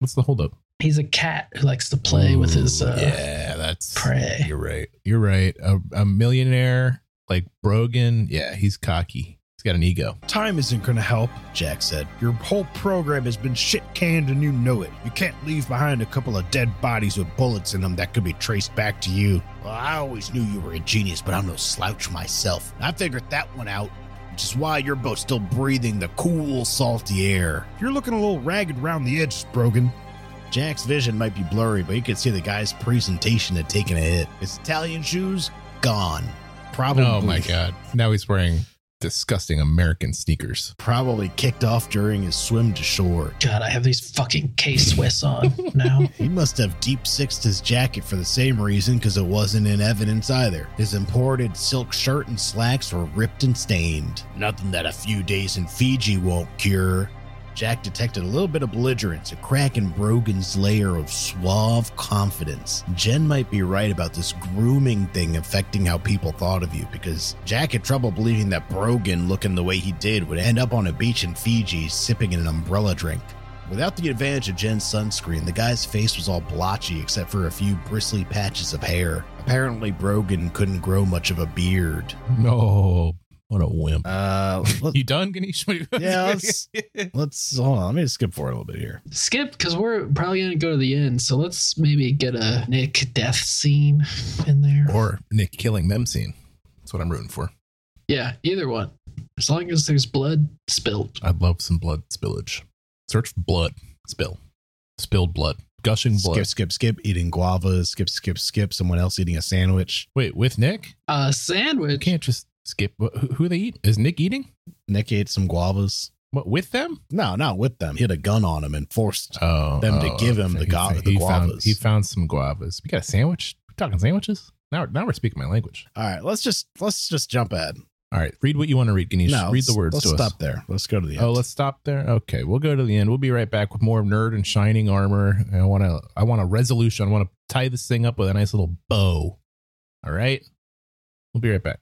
[SPEAKER 1] what's the holdup?
[SPEAKER 4] He's a cat who likes to play with his uh,
[SPEAKER 1] yeah, that's
[SPEAKER 4] prey.
[SPEAKER 1] You're right. You're right. A, a millionaire like Brogan, yeah, he's cocky. He's got an ego.
[SPEAKER 5] Time isn't gonna help.
[SPEAKER 3] Jack said.
[SPEAKER 5] Your whole program has been shit canned and you know it. You can't leave behind a couple of dead bodies with bullets in them that could be traced back to you.
[SPEAKER 3] Well, I always knew you were a genius, but I'm no slouch myself. I figured that one out, which is why you're both still breathing the cool, salty air.
[SPEAKER 5] You're looking a little ragged around the edges, Brogan.
[SPEAKER 3] Jack's vision might be blurry, but you could see the guy's presentation had taken a hit. His Italian shoes, gone. Probably.
[SPEAKER 1] Oh my god. Now he's wearing disgusting American sneakers.
[SPEAKER 3] Probably kicked off during his swim to shore.
[SPEAKER 4] God, I have these fucking K Swiss on now.
[SPEAKER 3] He must have deep sixed his jacket for the same reason because it wasn't in evidence either. His imported silk shirt and slacks were ripped and stained. Nothing that a few days in Fiji won't cure. Jack detected a little bit of belligerence, a crack in Brogan's layer of suave confidence. Jen might be right about this grooming thing affecting how people thought of you, because Jack had trouble believing that Brogan, looking the way he did, would end up on a beach in Fiji sipping an umbrella drink. Without the advantage of Jen's sunscreen, the guy's face was all blotchy except for a few bristly patches of hair. Apparently, Brogan couldn't grow much of a beard.
[SPEAKER 1] No. what a wimp.
[SPEAKER 3] Uh, let,
[SPEAKER 1] You done, Ganesh?
[SPEAKER 3] yeah, let's, let's hold on. Let me just skip forward a little bit here.
[SPEAKER 4] Skip, because we're probably gonna go to the end, so let's maybe get a Nick death scene in there.
[SPEAKER 1] or Nick killing them scene. That's what I'm rooting for.
[SPEAKER 4] Yeah, either one. As long as there's blood spilled.
[SPEAKER 1] I'd love some blood spillage. Search for blood spill. Spilled blood. Gushing blood.
[SPEAKER 3] Skip, skip, skip. Eating guavas. Skip, skip, skip. Someone else eating a sandwich.
[SPEAKER 1] Wait, with Nick?
[SPEAKER 4] A
[SPEAKER 1] You
[SPEAKER 4] sandwich.
[SPEAKER 1] can't just skip. Who who are they eating? Is Nick eating?
[SPEAKER 3] Nick ate some guavas.
[SPEAKER 1] What with them?
[SPEAKER 3] No, not with them. He had a gun on him and forced.
[SPEAKER 1] Oh,
[SPEAKER 3] Them to
[SPEAKER 1] oh,
[SPEAKER 3] give him the
[SPEAKER 1] he
[SPEAKER 3] gua-
[SPEAKER 1] found-
[SPEAKER 3] the
[SPEAKER 1] he found-
[SPEAKER 3] guavas.
[SPEAKER 1] He found some guavas. We got a sandwich. We're talking sandwiches. Now, now we're speaking my language.
[SPEAKER 3] All right, let's just let's just jump ahead.
[SPEAKER 1] All right, read what you want to read, Ganesh.
[SPEAKER 3] No,
[SPEAKER 1] read the
[SPEAKER 3] let's-
[SPEAKER 1] words to
[SPEAKER 3] Let's stop
[SPEAKER 1] us.
[SPEAKER 3] there. Let's go to the.
[SPEAKER 1] Oh,
[SPEAKER 3] end.
[SPEAKER 1] let's stop there. Okay, we'll go to the end. We'll be right back with more nerd and shining armor. I want to. I want a resolution. I want to tie this thing up with a nice little bow. All right, we'll be right back.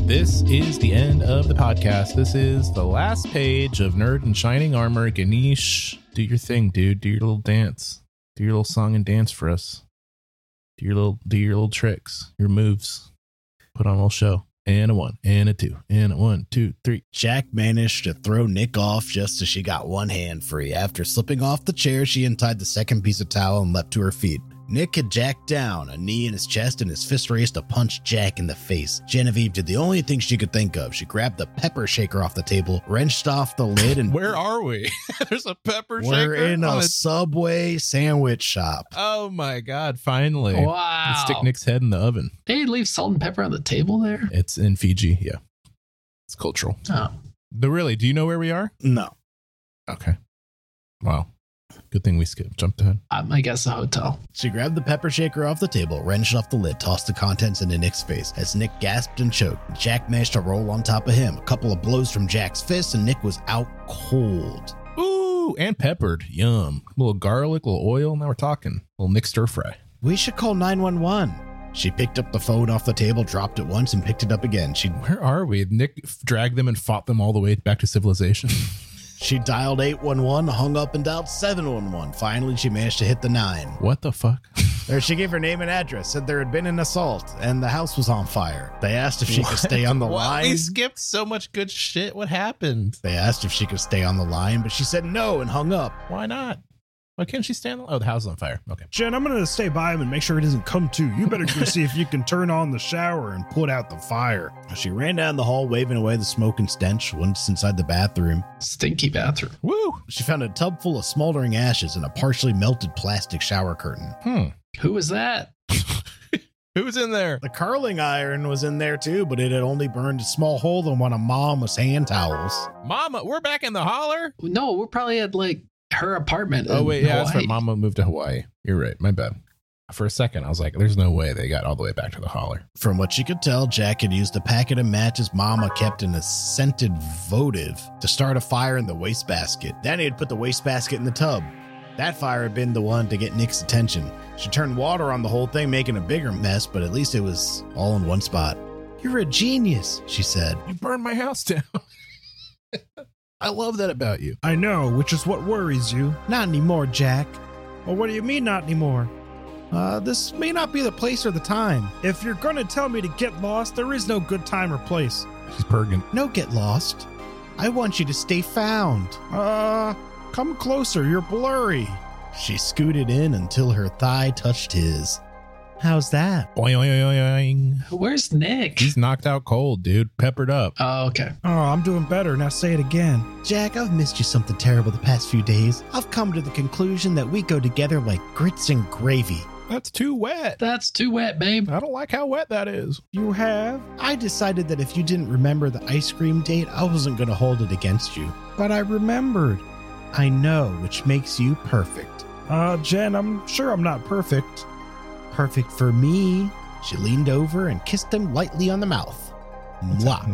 [SPEAKER 1] This is the end of the podcast. This is the last page of Nerd and Shining Armor. Ganesh, do your thing, dude. Do your little dance. Do your little song and dance for us. Do your little do your little tricks, your moves. Put on a little show. And a one, and a two, and a one, two, three.
[SPEAKER 3] Jack managed to throw Nick off just as she got one hand free. After slipping off the chair, she untied the second piece of towel and leapt to her feet. Nick had Jack down, a knee in his chest, and his fist raised to punch Jack in the face. Genevieve did the only thing she could think of. She grabbed the pepper shaker off the table, wrenched off the lid, and
[SPEAKER 1] Where are we? There's a pepper
[SPEAKER 3] we're
[SPEAKER 1] shaker.
[SPEAKER 3] in
[SPEAKER 1] on
[SPEAKER 3] a
[SPEAKER 1] it.
[SPEAKER 3] Subway sandwich shop.
[SPEAKER 1] oh my god! Finally,
[SPEAKER 4] Wow.
[SPEAKER 1] Let's stick Nick's head in the oven.
[SPEAKER 4] They leave salt and pepper on the table there.
[SPEAKER 1] It's in Fiji. Yeah, it's cultural.
[SPEAKER 4] Oh,
[SPEAKER 1] But really, do you know where we are?
[SPEAKER 3] No.
[SPEAKER 1] Okay. Wow. Good thing we skipped, jumped ahead.
[SPEAKER 4] um, I guess a hotel.
[SPEAKER 3] She grabbed the pepper shaker off the table, wrenched off the lid, tossed the contents into Nick's face. As Nick gasped and choked, Jack managed to roll on top of him. A couple of blows from Jack's fist, and Nick was out cold.
[SPEAKER 1] Ooh, and peppered. Yum. little garlic, little oil. Now we're talking. little Nick stir fry.
[SPEAKER 3] We should call 911. She picked up the phone off the table, dropped it once, and picked it up again. She
[SPEAKER 1] Where are we? Nick f- dragged them and fought them all the way back to civilization.
[SPEAKER 3] she dialed 811, hung up, and dialed 711. Finally, she managed to hit the nine.
[SPEAKER 1] what the fuck?
[SPEAKER 3] There, she gave her name and address, said there had been an assault, and the house was on fire. They asked if she could stay on the line.
[SPEAKER 8] We skipped so much good shit. What happened?
[SPEAKER 3] They asked if she could stay on the line, but she said no and hung up.
[SPEAKER 1] Why not? Why can't she stand? Oh, the house is on fire. Okay.
[SPEAKER 5] Jen, I'm gonna stay by him and make sure he doesn't come to. You better go see if you can turn on the shower and put out the fire.
[SPEAKER 3] She ran down the hall, waving away the smoke and stench. Once inside the bathroom,
[SPEAKER 4] Stinky bathroom.
[SPEAKER 1] Woo.
[SPEAKER 3] she found a tub full of smoldering ashes and a partially melted plastic shower curtain.
[SPEAKER 1] Hmm.
[SPEAKER 4] Who was that?
[SPEAKER 8] Who's in there?
[SPEAKER 3] The curling iron was in there too, but it had only burned a small hole in one of Mama's hand towels.
[SPEAKER 1] Mama, we're back in the holler.
[SPEAKER 4] No, we're probably at like her apartment.
[SPEAKER 1] Oh,
[SPEAKER 4] in
[SPEAKER 1] wait. Yeah, that's
[SPEAKER 4] Hawaii.
[SPEAKER 1] right. Mama moved to Hawaii. You're right. My bad. For a second, I was like, there's no way they got all the way back to the holler.
[SPEAKER 3] From what she could tell, Jack had used a packet of matches Mama kept in a scented votive to start a fire in the wastebasket. Then he had put the wastebasket in the tub. That fire had been the one to get Nick's attention. She turned water on the whole thing, making a bigger mess, but at least it was all in one spot. You're a genius, she said.
[SPEAKER 1] You burned my house down. I love that about you.
[SPEAKER 5] I know, which is what worries you.
[SPEAKER 3] Not anymore, Jack.
[SPEAKER 5] Well, what do you mean not anymore?
[SPEAKER 3] Uh, this may not be the place or the time.
[SPEAKER 5] If you're gonna tell me to get lost, there is no good time or place.
[SPEAKER 1] She's purging.
[SPEAKER 3] No, get lost. I want you to stay found.
[SPEAKER 5] Uh, come closer. You're blurry.
[SPEAKER 3] She scooted in until her thigh touched his. How's that?
[SPEAKER 1] Boing, boing, boing, boing.
[SPEAKER 4] Where's Nick?
[SPEAKER 1] He's knocked out cold, dude. Peppered up.
[SPEAKER 4] Oh, okay.
[SPEAKER 5] Oh, I'm doing better. Now say it again.
[SPEAKER 3] Jack, I've missed you something terrible the past few days. I've come to the conclusion that we go together like grits and gravy.
[SPEAKER 1] That's too wet.
[SPEAKER 4] That's too wet, babe.
[SPEAKER 1] I don't like how wet that is.
[SPEAKER 5] You have.
[SPEAKER 3] I decided that if you didn't remember the ice cream date, I wasn't going to hold it against you.
[SPEAKER 5] But I remembered.
[SPEAKER 3] I know, which makes you perfect.
[SPEAKER 5] Uh, Jen, I'm sure I'm not perfect.
[SPEAKER 3] Perfect for me. She leaned over and kissed him lightly on the mouth. Mwah.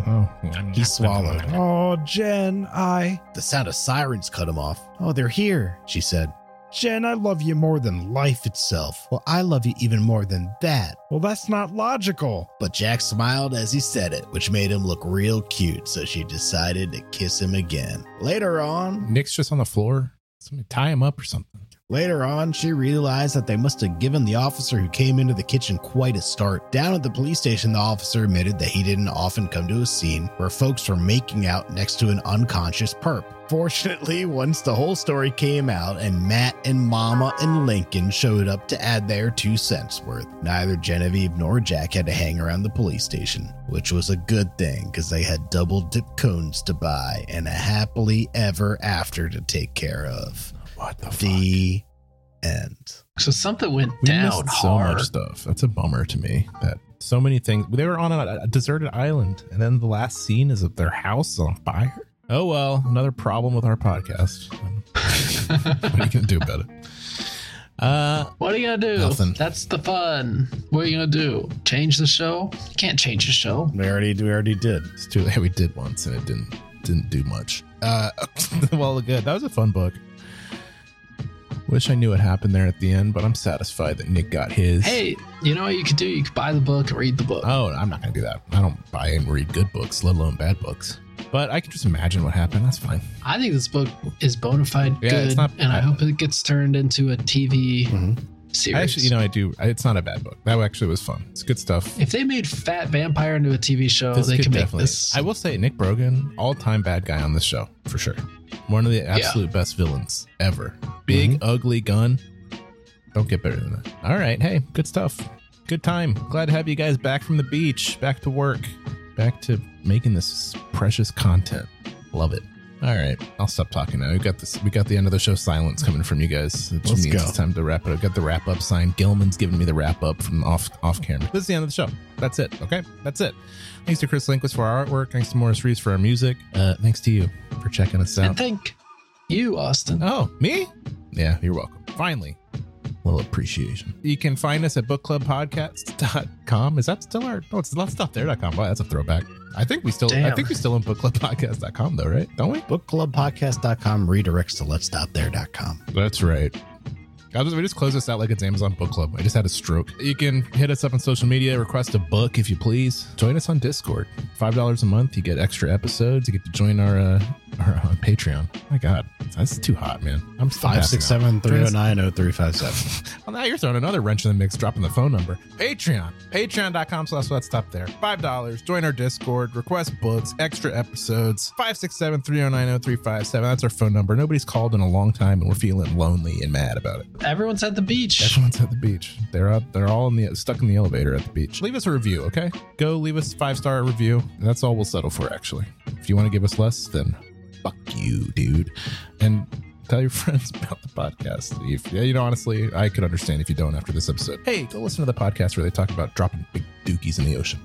[SPEAKER 1] Oh,
[SPEAKER 3] He swallowed.
[SPEAKER 5] Oh, Jen, I.
[SPEAKER 3] The sound of sirens cut him off. Oh, they're here, she said.
[SPEAKER 5] Jen, I love you more than.
[SPEAKER 3] Life itself. Well, I love you even more than that.
[SPEAKER 5] Well, that's not logical.
[SPEAKER 3] But Jack smiled as he said it, which made him look real cute, so she decided to kiss him again. Later on,
[SPEAKER 1] Nick's just on the floor. Somebody tie him up or something.
[SPEAKER 3] later on, she realized that they must have given the officer who came into the kitchen quite a start. Down at the police station, the officer admitted that he didn't often come to a scene where folks were making out next to an unconscious perp. Fortunately, once the whole story came out and Matt and Mama and Lincoln showed up to add their two cents worth, neither Genevieve nor Jack had to hang around the police station, which was a good thing because they had double dip cones to buy and a happily ever after to take care of.
[SPEAKER 1] What the
[SPEAKER 3] The end.
[SPEAKER 4] So something went
[SPEAKER 1] We
[SPEAKER 4] down
[SPEAKER 1] missed so
[SPEAKER 4] hard.
[SPEAKER 1] much stuff. That's a bummer to me. That so many things. They were on a, a deserted island, and then the last scene is of their house on fire. Oh well, another problem with our podcast. what are you gonna do about it? Uh,
[SPEAKER 4] What are you gonna do?
[SPEAKER 1] Nothing.
[SPEAKER 4] That's the fun. What are you gonna do? Change the show? You can't change the show.
[SPEAKER 3] We already we already did.
[SPEAKER 1] it's too late. We did once, and it didn't didn't do much. Uh, well, good. That was a fun book. Wish I knew what happened there at the end, but I'm satisfied that Nick got his.
[SPEAKER 4] Hey, you know what you could do? You could buy the book and read the book.
[SPEAKER 1] Oh, I'm not gonna do that. I don't buy and read good books, let alone bad books. But I can just imagine what happened. That's fine.
[SPEAKER 4] I think this book is bona fide
[SPEAKER 1] Yeah,
[SPEAKER 4] good,
[SPEAKER 1] it's not
[SPEAKER 4] and I,
[SPEAKER 1] bad. Mm-hmm.
[SPEAKER 4] hope it gets turned into a TV series.
[SPEAKER 1] I actually, you know, I do. It's not a bad book. That actually was fun. It's good stuff.
[SPEAKER 4] if they made Fat Vampire into a TV show, they could make this.
[SPEAKER 1] I will say, Nick Brogan, all-time bad guy on this show for sure. One of the absolute best villains ever.
[SPEAKER 4] Mm-hmm.
[SPEAKER 1] Big ugly gun. Don't get better than that. All right, hey, good stuff. Good time. Glad to have you guys back from the beach, back to work, back to making this precious content. Love it. All right, I'll stop talking now. We got this. We got the end of the show silence coming from you guys. It
[SPEAKER 3] Let's
[SPEAKER 1] means
[SPEAKER 3] go.
[SPEAKER 1] it's time to wrap it. I've got the wrap up sign. Gilman's giving me the wrap up from off off camera. This is the end of the show. That's it. Okay, that's it. Thanks to Chris Linquist for our artwork. Thanks to Morris Reese for our music. Uh, thanks to you for checking us
[SPEAKER 4] and
[SPEAKER 1] out.
[SPEAKER 4] think you, Austin.
[SPEAKER 1] Oh, me? Yeah, you're welcome. Finally, a little appreciation. You can find us at bookclubpodcast.com. Is that still our? Oh, it's that's not there.com. Wow, that's a throwback. I think we still. I
[SPEAKER 4] Damn.
[SPEAKER 1] think we still own bookclubpodcast.com though, right? Don't we?
[SPEAKER 3] Bookclubpodcast.com redirects to letstopthere.com.
[SPEAKER 1] That's right. I just, we just close this out like it's Amazon Book Club. I just had a stroke. You can hit us up on social media, request a book if you please. Join us on Discord. Five dollars a month, you get extra episodes. You get to join our uh, our uh, Patreon. My God, that's too hot, man. I'm
[SPEAKER 3] Five six
[SPEAKER 1] passing out.
[SPEAKER 3] seven three zero nine zero three five seven.
[SPEAKER 1] Well, now you're throwing another wrench in the mix, dropping the phone number. Patreon. Patreon.com slash let's stop there. $5. Join our Discord. Request books, extra episodes. 567 309 0357. That's our phone number. Nobody's called in a long time, and we're feeling lonely and mad about it.
[SPEAKER 4] Everyone's at the beach.
[SPEAKER 1] Everyone's at the beach. They're up. They're all in the stuck in the elevator at the beach. Leave us a review, okay? Go leave us a five star review. That's all we'll settle for, actually. If you want to give us less, then fuck you, dude. And tell your friends about the podcast. If, yeah, you know, honestly, I could understand if you don't after this episode. Hey, go listen to the podcast where they talk about dropping big dookies in the ocean.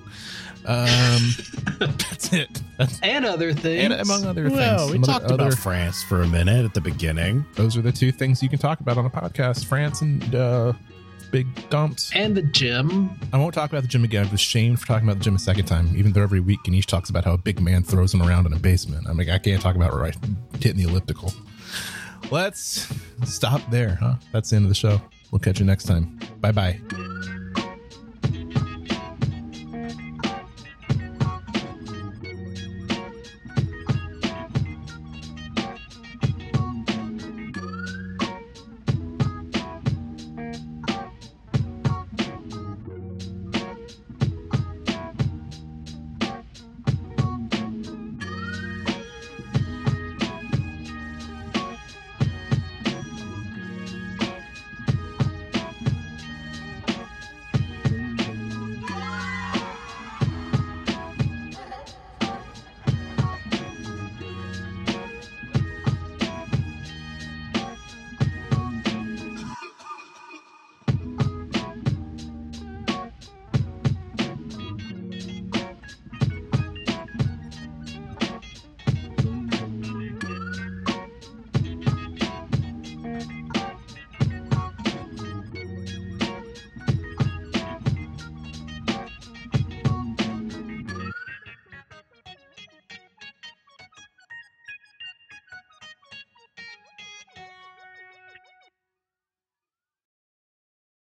[SPEAKER 1] Um, that's it. That's,
[SPEAKER 4] And other things.
[SPEAKER 1] and among other
[SPEAKER 3] Well,
[SPEAKER 1] things,
[SPEAKER 3] we
[SPEAKER 1] among
[SPEAKER 3] talked
[SPEAKER 1] other-
[SPEAKER 3] about France for a minute at the beginning.
[SPEAKER 1] those are the two things you can talk about on a podcast: France and uh, big dumps.
[SPEAKER 4] and the gym.
[SPEAKER 1] I won't talk about the gym again. I was shamed for talking about the gym a second time, even though every week Ganesh talks about how a big man throws him around in a basement. I'm like, I can't talk about right hitting the elliptical. Let's stop there, huh? That's the end of the show. We'll catch you next time. Bye bye.